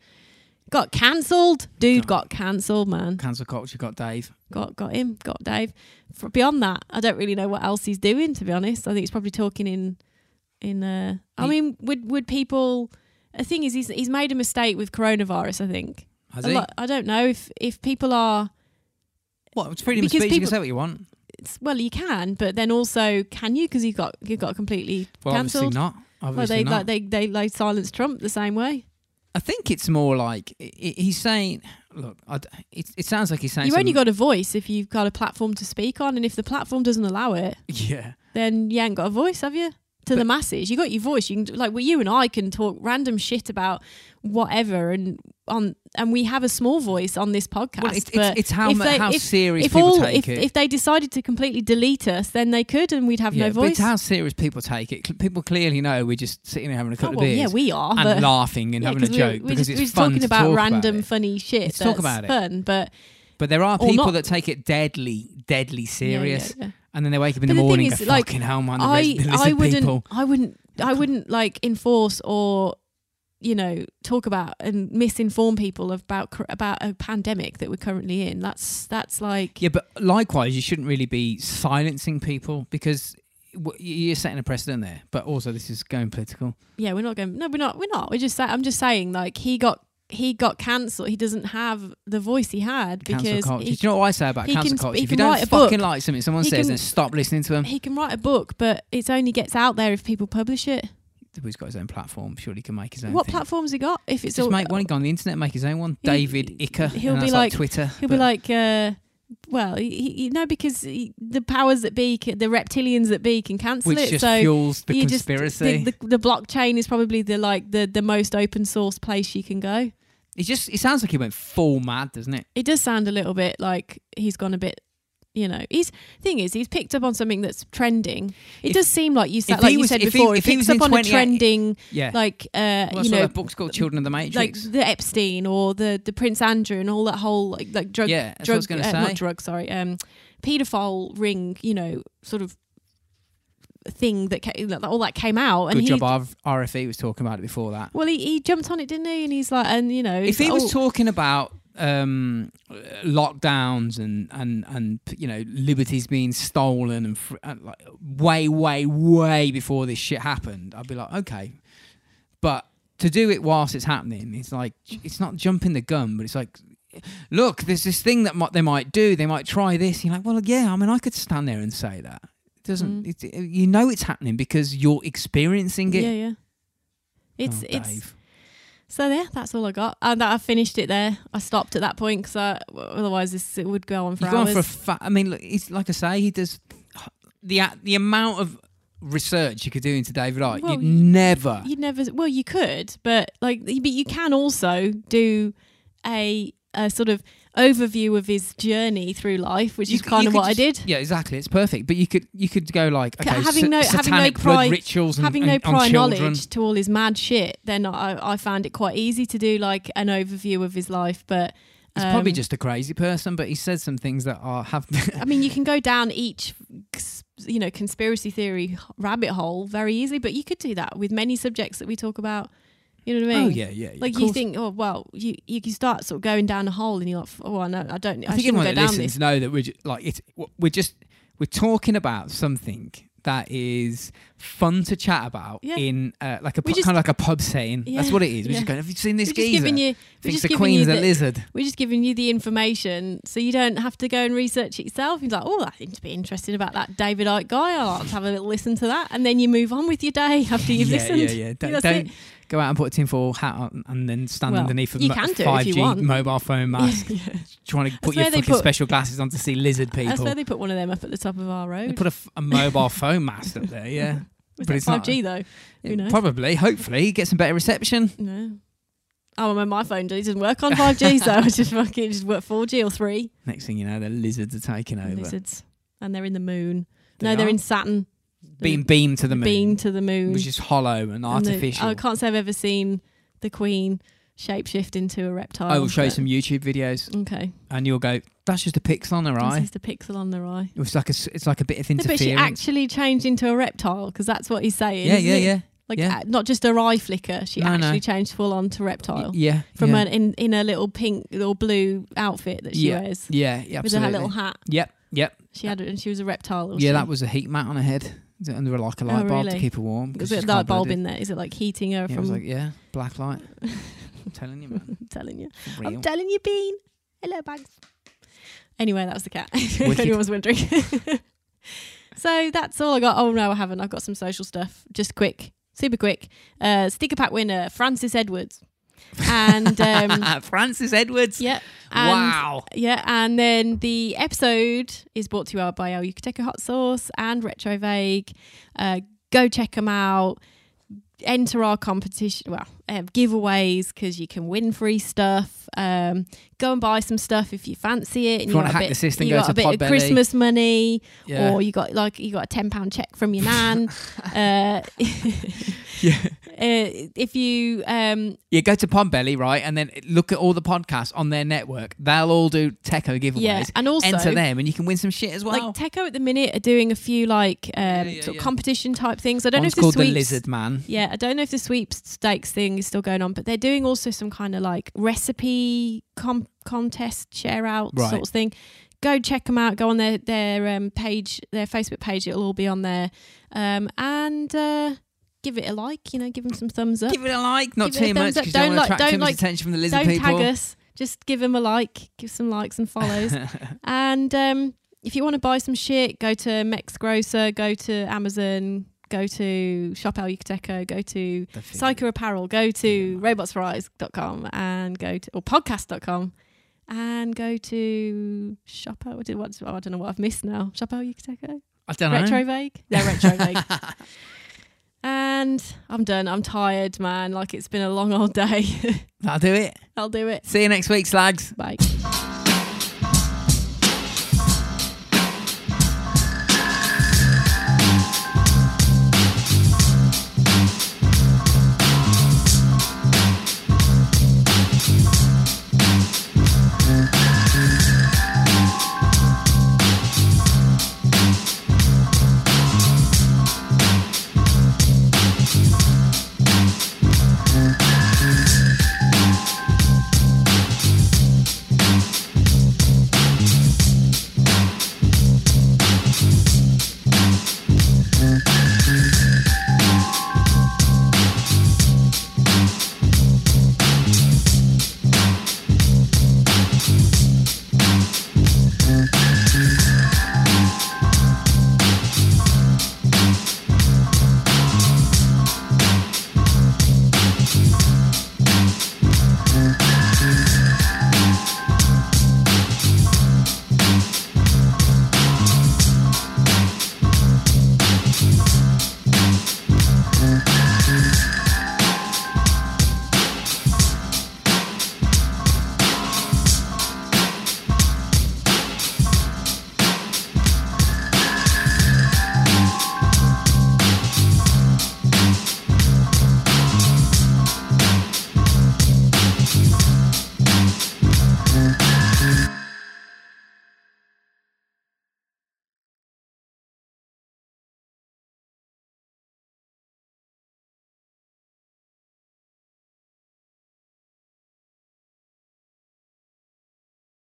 [SPEAKER 3] Got cancelled, dude. Got cancelled, man.
[SPEAKER 2] Cancel culture got Dave.
[SPEAKER 3] Got got him, got Dave. For beyond that, I don't really know what else he's doing. To be honest, I think he's probably talking in in. Uh, I
[SPEAKER 2] He-
[SPEAKER 3] mean, would would people? The thing is, he's he's made a mistake with coronavirus. I think.
[SPEAKER 2] Has
[SPEAKER 3] A
[SPEAKER 2] he?
[SPEAKER 3] lot- I don't know if if people are.
[SPEAKER 2] What? It's freedom of
[SPEAKER 3] Because
[SPEAKER 2] speech. you can
[SPEAKER 3] people-
[SPEAKER 2] say what you want.
[SPEAKER 3] It's, well, you can, but then also can you? Because you got you got completely
[SPEAKER 2] Well, obviously
[SPEAKER 3] cancelled.
[SPEAKER 2] not.
[SPEAKER 3] Well,
[SPEAKER 2] Obviously
[SPEAKER 3] they
[SPEAKER 2] not.
[SPEAKER 3] like they they like silenced Trump the same way.
[SPEAKER 2] I think it's more like i- i- he's saying. Look, I d it, it sounds like he's saying.
[SPEAKER 3] You've only
[SPEAKER 2] some-
[SPEAKER 3] got a voice if you've got a platform to speak on, and if the platform doesn't allow it,
[SPEAKER 2] [laughs] Yeah.
[SPEAKER 3] then you ain't got a voice, have you? To the
[SPEAKER 2] But-
[SPEAKER 3] masses, you got your voice. You can like well, you and I can talk random shit about whatever, and on and we have a small voice on this podcast.
[SPEAKER 2] Well, it's,
[SPEAKER 3] but
[SPEAKER 2] it's, it's how
[SPEAKER 3] if
[SPEAKER 2] mu-
[SPEAKER 3] they-
[SPEAKER 2] how
[SPEAKER 3] if-
[SPEAKER 2] serious
[SPEAKER 3] if
[SPEAKER 2] people
[SPEAKER 3] all
[SPEAKER 2] take
[SPEAKER 3] if,
[SPEAKER 2] it.
[SPEAKER 3] if they decided to completely delete us, then they could, and we'd have
[SPEAKER 2] yeah,
[SPEAKER 3] no
[SPEAKER 2] But
[SPEAKER 3] voice.
[SPEAKER 2] it's how serious people take it. Cl- People clearly know we're just sitting there having a
[SPEAKER 3] oh,
[SPEAKER 2] couple
[SPEAKER 3] well,
[SPEAKER 2] of beers
[SPEAKER 3] yeah, we are.
[SPEAKER 2] and
[SPEAKER 3] but
[SPEAKER 2] laughing and
[SPEAKER 3] yeah,
[SPEAKER 2] having a
[SPEAKER 3] 'cause
[SPEAKER 2] joke
[SPEAKER 3] we're, we're
[SPEAKER 2] because
[SPEAKER 3] just,
[SPEAKER 2] it's
[SPEAKER 3] we're just
[SPEAKER 2] fun
[SPEAKER 3] talking
[SPEAKER 2] to
[SPEAKER 3] about
[SPEAKER 2] talk
[SPEAKER 3] random
[SPEAKER 2] about it.
[SPEAKER 3] funny shit.
[SPEAKER 2] Let's
[SPEAKER 3] that's
[SPEAKER 2] talk about it.
[SPEAKER 3] fun, but
[SPEAKER 2] But there are
[SPEAKER 3] or
[SPEAKER 2] people
[SPEAKER 3] not.
[SPEAKER 2] that take it deadly, deadly
[SPEAKER 3] yeah, yeah,
[SPEAKER 2] serious,
[SPEAKER 3] yeah.
[SPEAKER 2] and then they wake up in
[SPEAKER 3] But
[SPEAKER 2] the,
[SPEAKER 3] the thing
[SPEAKER 2] morning
[SPEAKER 3] is,
[SPEAKER 2] and go,
[SPEAKER 3] like,
[SPEAKER 2] fucking hell, man, the, res-
[SPEAKER 3] I
[SPEAKER 2] the lizard
[SPEAKER 3] I wouldn't
[SPEAKER 2] people.
[SPEAKER 3] I wouldn't I wouldn't like enforce or you know talk about and misinform people about cur- about a pandemic that we're currently in. That's that's like
[SPEAKER 2] Yeah, but likewise, you shouldn't really be silencing people because w- you're setting a precedent there. But also, this is going political.
[SPEAKER 3] yeah, we're not going. No, we're not. We're not. We're just. Say, I'm just saying. Like he got he got cancelled. He doesn't have the voice he had
[SPEAKER 2] Cancel
[SPEAKER 3] because
[SPEAKER 2] culture.
[SPEAKER 3] he,
[SPEAKER 2] Do you know what I say about
[SPEAKER 3] he
[SPEAKER 2] cancel
[SPEAKER 3] can-
[SPEAKER 2] culture?
[SPEAKER 3] he
[SPEAKER 2] If you
[SPEAKER 3] can
[SPEAKER 2] don't
[SPEAKER 3] write a
[SPEAKER 2] fucking
[SPEAKER 3] book.
[SPEAKER 2] like something someone
[SPEAKER 3] He
[SPEAKER 2] says,
[SPEAKER 3] can-
[SPEAKER 2] then stop listening to them.
[SPEAKER 3] he can write a book, but it only gets out there if people publish it.
[SPEAKER 2] He's got his own platform. Surely he can make his own.
[SPEAKER 3] What
[SPEAKER 2] thing.
[SPEAKER 3] platforms he got? If it's
[SPEAKER 2] Just
[SPEAKER 3] all,
[SPEAKER 2] make one. Go on the internet, make his own one.
[SPEAKER 3] He'll-
[SPEAKER 2] David Icker.
[SPEAKER 3] he'll
[SPEAKER 2] and
[SPEAKER 3] be
[SPEAKER 2] that's
[SPEAKER 3] like-
[SPEAKER 2] Twitter.
[SPEAKER 3] He'll
[SPEAKER 2] but-
[SPEAKER 3] be like, uh, well, he, he, you know, because he, the powers that be, ca- the reptilians that be, can cancel
[SPEAKER 2] which
[SPEAKER 3] it.
[SPEAKER 2] just
[SPEAKER 3] so
[SPEAKER 2] fuels the
[SPEAKER 3] you just-
[SPEAKER 2] conspiracy.
[SPEAKER 3] the, the, the blockchain is probably the like the the most open source place you can go.
[SPEAKER 2] it just it sounds like he went full mad, doesn't it?
[SPEAKER 3] It does sound a little bit like he's gone a bit. You know, he's thing is he's picked up on something that's trending. It
[SPEAKER 2] If-
[SPEAKER 3] does seem like you said,
[SPEAKER 2] if
[SPEAKER 3] like
[SPEAKER 2] he
[SPEAKER 3] you
[SPEAKER 2] was-
[SPEAKER 3] said
[SPEAKER 2] if he-
[SPEAKER 3] before,
[SPEAKER 2] if
[SPEAKER 3] he
[SPEAKER 2] he
[SPEAKER 3] picks
[SPEAKER 2] was in
[SPEAKER 3] up on a
[SPEAKER 2] 20
[SPEAKER 3] trending
[SPEAKER 2] Yeah.
[SPEAKER 3] like uh,
[SPEAKER 2] well, I
[SPEAKER 3] you
[SPEAKER 2] saw
[SPEAKER 3] know
[SPEAKER 2] that book's called Children of the
[SPEAKER 3] like
[SPEAKER 2] Matrix.
[SPEAKER 3] the Epstein or the the Prince Andrew and all that whole like like drug
[SPEAKER 2] yeah, that's what I
[SPEAKER 3] drug
[SPEAKER 2] was going
[SPEAKER 3] uh,
[SPEAKER 2] to
[SPEAKER 3] not
[SPEAKER 2] say.
[SPEAKER 3] drug sorry um pedophile ring you know sort of thing that came, all that came out and
[SPEAKER 2] Good
[SPEAKER 3] he
[SPEAKER 2] job. RF- RFE was talking about it before that.
[SPEAKER 3] well he, he jumped on it didn't he and he's like and you know
[SPEAKER 2] if
[SPEAKER 3] he's
[SPEAKER 2] he
[SPEAKER 3] like,
[SPEAKER 2] was
[SPEAKER 3] oh,
[SPEAKER 2] talking about um lockdowns and and and you know liberties being stolen and, fr- and like way way way before this shit happened i'd be like okay but to do it whilst it's happening it's like it's not jumping the gun but it's like look there's this thing that might, they might do they might try this you're like well yeah i mean i could stand there and say that it doesn't
[SPEAKER 3] Mm.
[SPEAKER 2] it, you know it's happening because you're experiencing it
[SPEAKER 3] yeah yeah it's
[SPEAKER 2] Oh,
[SPEAKER 3] it's
[SPEAKER 2] Dave.
[SPEAKER 3] so there that's all I got and I finished it there I stopped at that point because otherwise this it would go on for
[SPEAKER 2] You've
[SPEAKER 3] hours
[SPEAKER 2] gone for a fa- I mean, look, it's like I say, he does the the amount of research you could do into David Icke.
[SPEAKER 3] Well,
[SPEAKER 2] you'd
[SPEAKER 3] you-
[SPEAKER 2] never.
[SPEAKER 3] you never well you could but like y- but you can also do a, a sort of overview of his journey through life which
[SPEAKER 2] you
[SPEAKER 3] is
[SPEAKER 2] c-
[SPEAKER 3] kind
[SPEAKER 2] you
[SPEAKER 3] of
[SPEAKER 2] could
[SPEAKER 3] what i
[SPEAKER 2] just-
[SPEAKER 3] did
[SPEAKER 2] Yeah, exactly. It's perfect. But you could you could go like
[SPEAKER 3] C-
[SPEAKER 2] okay,
[SPEAKER 3] having
[SPEAKER 2] sa-
[SPEAKER 3] no- having no
[SPEAKER 2] satanic blood
[SPEAKER 3] prior-
[SPEAKER 2] rituals and,
[SPEAKER 3] having
[SPEAKER 2] Mm, and,
[SPEAKER 3] no prior
[SPEAKER 2] on children.
[SPEAKER 3] knowledge to all his mad shit then I, I found it quite easy to do like an overview of his life but
[SPEAKER 2] He's
[SPEAKER 3] um,
[SPEAKER 2] probably just a crazy person, but he said some things that are have.
[SPEAKER 3] [laughs] i mean you can go down each cons- you know conspiracy theory rabbit hole very easily but you could do that with many subjects that we talk about you know what i mean
[SPEAKER 2] oh yeah, yeah, yeah.
[SPEAKER 3] like
[SPEAKER 2] of
[SPEAKER 3] you
[SPEAKER 2] course.
[SPEAKER 3] think, oh well, you you can start sort of going down a hole, and you're like, oh, I know, I don't, I,
[SPEAKER 2] I think
[SPEAKER 3] shouldn't
[SPEAKER 2] anyone
[SPEAKER 3] go
[SPEAKER 2] that
[SPEAKER 3] down
[SPEAKER 2] listens
[SPEAKER 3] this.
[SPEAKER 2] know that we're just, like it's we're just we're talking about something that is fun to chat about
[SPEAKER 3] Yeah.
[SPEAKER 2] in uh, like a
[SPEAKER 3] We're
[SPEAKER 2] pu-
[SPEAKER 3] just-
[SPEAKER 2] kind of like a pub scene. That's
[SPEAKER 3] Yeah,
[SPEAKER 2] what it is. We're
[SPEAKER 3] yeah.
[SPEAKER 2] just going. Have you seen this
[SPEAKER 3] We're just
[SPEAKER 2] geezer?
[SPEAKER 3] giving you, we're
[SPEAKER 2] Thinks
[SPEAKER 3] just
[SPEAKER 2] the
[SPEAKER 3] giving you
[SPEAKER 2] queen's a
[SPEAKER 3] the, [laughs]
[SPEAKER 2] lizard.
[SPEAKER 3] we're just giving you the information, so you don't have to go and research it yourself. You're like, oh, that seems to be interesting about that David Icke guy. I'll have to have a little listen to that, and then you move on with your day [laughs] after you've
[SPEAKER 2] yeah,
[SPEAKER 3] listened.
[SPEAKER 2] yeah, yeah. Don't,
[SPEAKER 3] That's
[SPEAKER 2] don't go out and put a tinfoil hat on and then stand
[SPEAKER 3] Well,
[SPEAKER 2] underneath a
[SPEAKER 3] you
[SPEAKER 2] mo-
[SPEAKER 3] can do it if you
[SPEAKER 2] 5G
[SPEAKER 3] want.
[SPEAKER 2] mobile phone mask,
[SPEAKER 3] Yeah, yeah.
[SPEAKER 2] trying to put your
[SPEAKER 3] where they
[SPEAKER 2] fucking
[SPEAKER 3] put-
[SPEAKER 2] special glasses on to see
[SPEAKER 3] [laughs]
[SPEAKER 2] lizard
[SPEAKER 3] I
[SPEAKER 2] people.
[SPEAKER 3] swear they put one of them up at the top of our
[SPEAKER 2] They
[SPEAKER 3] road.
[SPEAKER 2] put a, f- a mobile phone mast up there, yeah. but
[SPEAKER 3] Was that
[SPEAKER 2] it's not-
[SPEAKER 3] 5G though? [laughs] Who knows?
[SPEAKER 2] Probably, hopefully, get some better reception.
[SPEAKER 3] No. Oh, well, my phone does- doesn't work on
[SPEAKER 2] [laughs]
[SPEAKER 3] 5G, so I just fucking just work 4G or three.
[SPEAKER 2] Next thing you know, the lizards are taking over.
[SPEAKER 3] Lizards, and they're in the moon.
[SPEAKER 2] They
[SPEAKER 3] no, they're
[SPEAKER 2] are.
[SPEAKER 3] in Saturn.
[SPEAKER 2] being beamed to the moon,
[SPEAKER 3] Beam to the moon.
[SPEAKER 2] which is hollow and
[SPEAKER 3] And the-
[SPEAKER 2] artificial.
[SPEAKER 3] I can't say I've ever seen the Queen shapeshift into a reptile.
[SPEAKER 2] I will show you
[SPEAKER 3] but-
[SPEAKER 2] some YouTube videos,
[SPEAKER 3] Okay.
[SPEAKER 2] and you'll go, "That's just a pixel on her
[SPEAKER 3] Mm. This
[SPEAKER 2] eye."
[SPEAKER 3] is the pixel on their eye.
[SPEAKER 2] It's like a, s- it's like a bit of
[SPEAKER 3] No, but
[SPEAKER 2] interference.
[SPEAKER 3] she actually changed into a reptile because that's what he's saying.
[SPEAKER 2] yeah,
[SPEAKER 3] isn't
[SPEAKER 2] yeah,
[SPEAKER 3] it?
[SPEAKER 2] yeah,
[SPEAKER 3] Like
[SPEAKER 2] yeah.
[SPEAKER 3] a- not just her eye flicker. She
[SPEAKER 2] No, no.
[SPEAKER 3] actually changed full on to reptile
[SPEAKER 2] yeah.
[SPEAKER 3] from
[SPEAKER 2] yeah.
[SPEAKER 3] an in in a little pink or blue outfit that she
[SPEAKER 2] Yeah,
[SPEAKER 3] wears
[SPEAKER 2] yeah, yeah,
[SPEAKER 3] with her
[SPEAKER 2] absolutely.
[SPEAKER 3] little hat.
[SPEAKER 2] Yep, yep.
[SPEAKER 3] She had and she was a reptile. wasn't
[SPEAKER 2] yeah,
[SPEAKER 3] she?
[SPEAKER 2] that was a heat mat on her head Is it under like a light
[SPEAKER 3] Oh,
[SPEAKER 2] bulb to
[SPEAKER 3] really?
[SPEAKER 2] keep her warm.
[SPEAKER 3] Is
[SPEAKER 2] because
[SPEAKER 3] it
[SPEAKER 2] she's
[SPEAKER 3] light bulb
[SPEAKER 2] cold-blooded.
[SPEAKER 3] in there? Is it like heating her
[SPEAKER 2] Yeah, it
[SPEAKER 3] from?
[SPEAKER 2] was
[SPEAKER 3] [laughs]
[SPEAKER 2] like yeah, black light. I'm telling you, man.
[SPEAKER 3] I'm telling you.
[SPEAKER 2] for Real.
[SPEAKER 3] [laughs] I'm telling you, Bean. Hello, Bugs. Anyway, that was the cat. if
[SPEAKER 2] Wicked.
[SPEAKER 3] [laughs] anyone's wondering. so that's all I got. Oh, no, I haven't. I've got some social stuff. Just quick, super quick. Uh, sticker pack winner, Francis Edwards. And
[SPEAKER 2] [laughs]
[SPEAKER 3] um,
[SPEAKER 2] Francis Edwards.
[SPEAKER 3] yeah. And,
[SPEAKER 2] wow.
[SPEAKER 3] Yeah, and then the episode is brought to you by El Yucateco Hot Sauce and Retro Vague. Uh, go check them out. Enter our competition, well, uh, giveaways because you can win free stuff. Um, go and buy some stuff if you fancy it. And
[SPEAKER 2] If you wanna
[SPEAKER 3] got a
[SPEAKER 2] hack
[SPEAKER 3] bit-
[SPEAKER 2] the system,
[SPEAKER 3] you
[SPEAKER 2] go
[SPEAKER 3] got
[SPEAKER 2] to
[SPEAKER 3] a bit of
[SPEAKER 2] Podbelly.
[SPEAKER 3] Christmas money,
[SPEAKER 2] Yeah.
[SPEAKER 3] or you got like you got a ten pound check from
[SPEAKER 2] [laughs]
[SPEAKER 3] your nan. uh, [laughs]
[SPEAKER 2] yeah.
[SPEAKER 3] Uh, if you um,
[SPEAKER 2] Yeah, go to Podbelly, right, and then look at all the podcasts on their network. They'll all do Techo giveaways.
[SPEAKER 3] yeah, and also
[SPEAKER 2] Enter them, and you can win some shit as well.
[SPEAKER 3] Like Techo at the minute are doing a few like um,
[SPEAKER 2] yeah,
[SPEAKER 3] sort of
[SPEAKER 2] yeah.
[SPEAKER 3] competition type things. I don't
[SPEAKER 2] One's
[SPEAKER 3] know if
[SPEAKER 2] called
[SPEAKER 3] the sweeps.
[SPEAKER 2] the Lizard Man.
[SPEAKER 3] Yeah, I don't know if the sweepstakes thing thing is still going on, but they're doing also some kind of like recipe com- contest share out
[SPEAKER 2] Right.
[SPEAKER 3] sorts of thing. Go check them out. Go on their their um, page, their Facebook page. It'll all be on there, um, and uh, give it a like. You know, give them some thumbs up.
[SPEAKER 2] Give it a like, not
[SPEAKER 3] Give it a
[SPEAKER 2] too much,
[SPEAKER 3] thumbs up.
[SPEAKER 2] because don't,
[SPEAKER 3] Don't
[SPEAKER 2] want to
[SPEAKER 3] like-
[SPEAKER 2] attract
[SPEAKER 3] don't
[SPEAKER 2] too much
[SPEAKER 3] like-
[SPEAKER 2] attention from the lizard
[SPEAKER 3] Don't tag
[SPEAKER 2] [laughs] people.
[SPEAKER 3] us. Just give them a like. Give some
[SPEAKER 2] [laughs]
[SPEAKER 3] likes and follows. And um, if you want to buy some shit, go to Mex Grocer, go to Amazon, go to Shop El Yucateco, go to
[SPEAKER 2] The thing.
[SPEAKER 3] Psycho Apparel, go to
[SPEAKER 2] Yeah.
[SPEAKER 3] robotsforeyes.com and go to, or podcast.com and go to Shop El, what, did- what's- oh, I don't know what I've missed now. Shop El Yucateco?
[SPEAKER 2] I don't know.
[SPEAKER 3] Retro Vague? They're Retro Vague.
[SPEAKER 2] [laughs]
[SPEAKER 3] And I'm done. I'm tired, man. Like it's been a long old day. [laughs]
[SPEAKER 2] That'll do it.
[SPEAKER 3] I'll do it.
[SPEAKER 2] See you next week, slags.
[SPEAKER 3] Bye.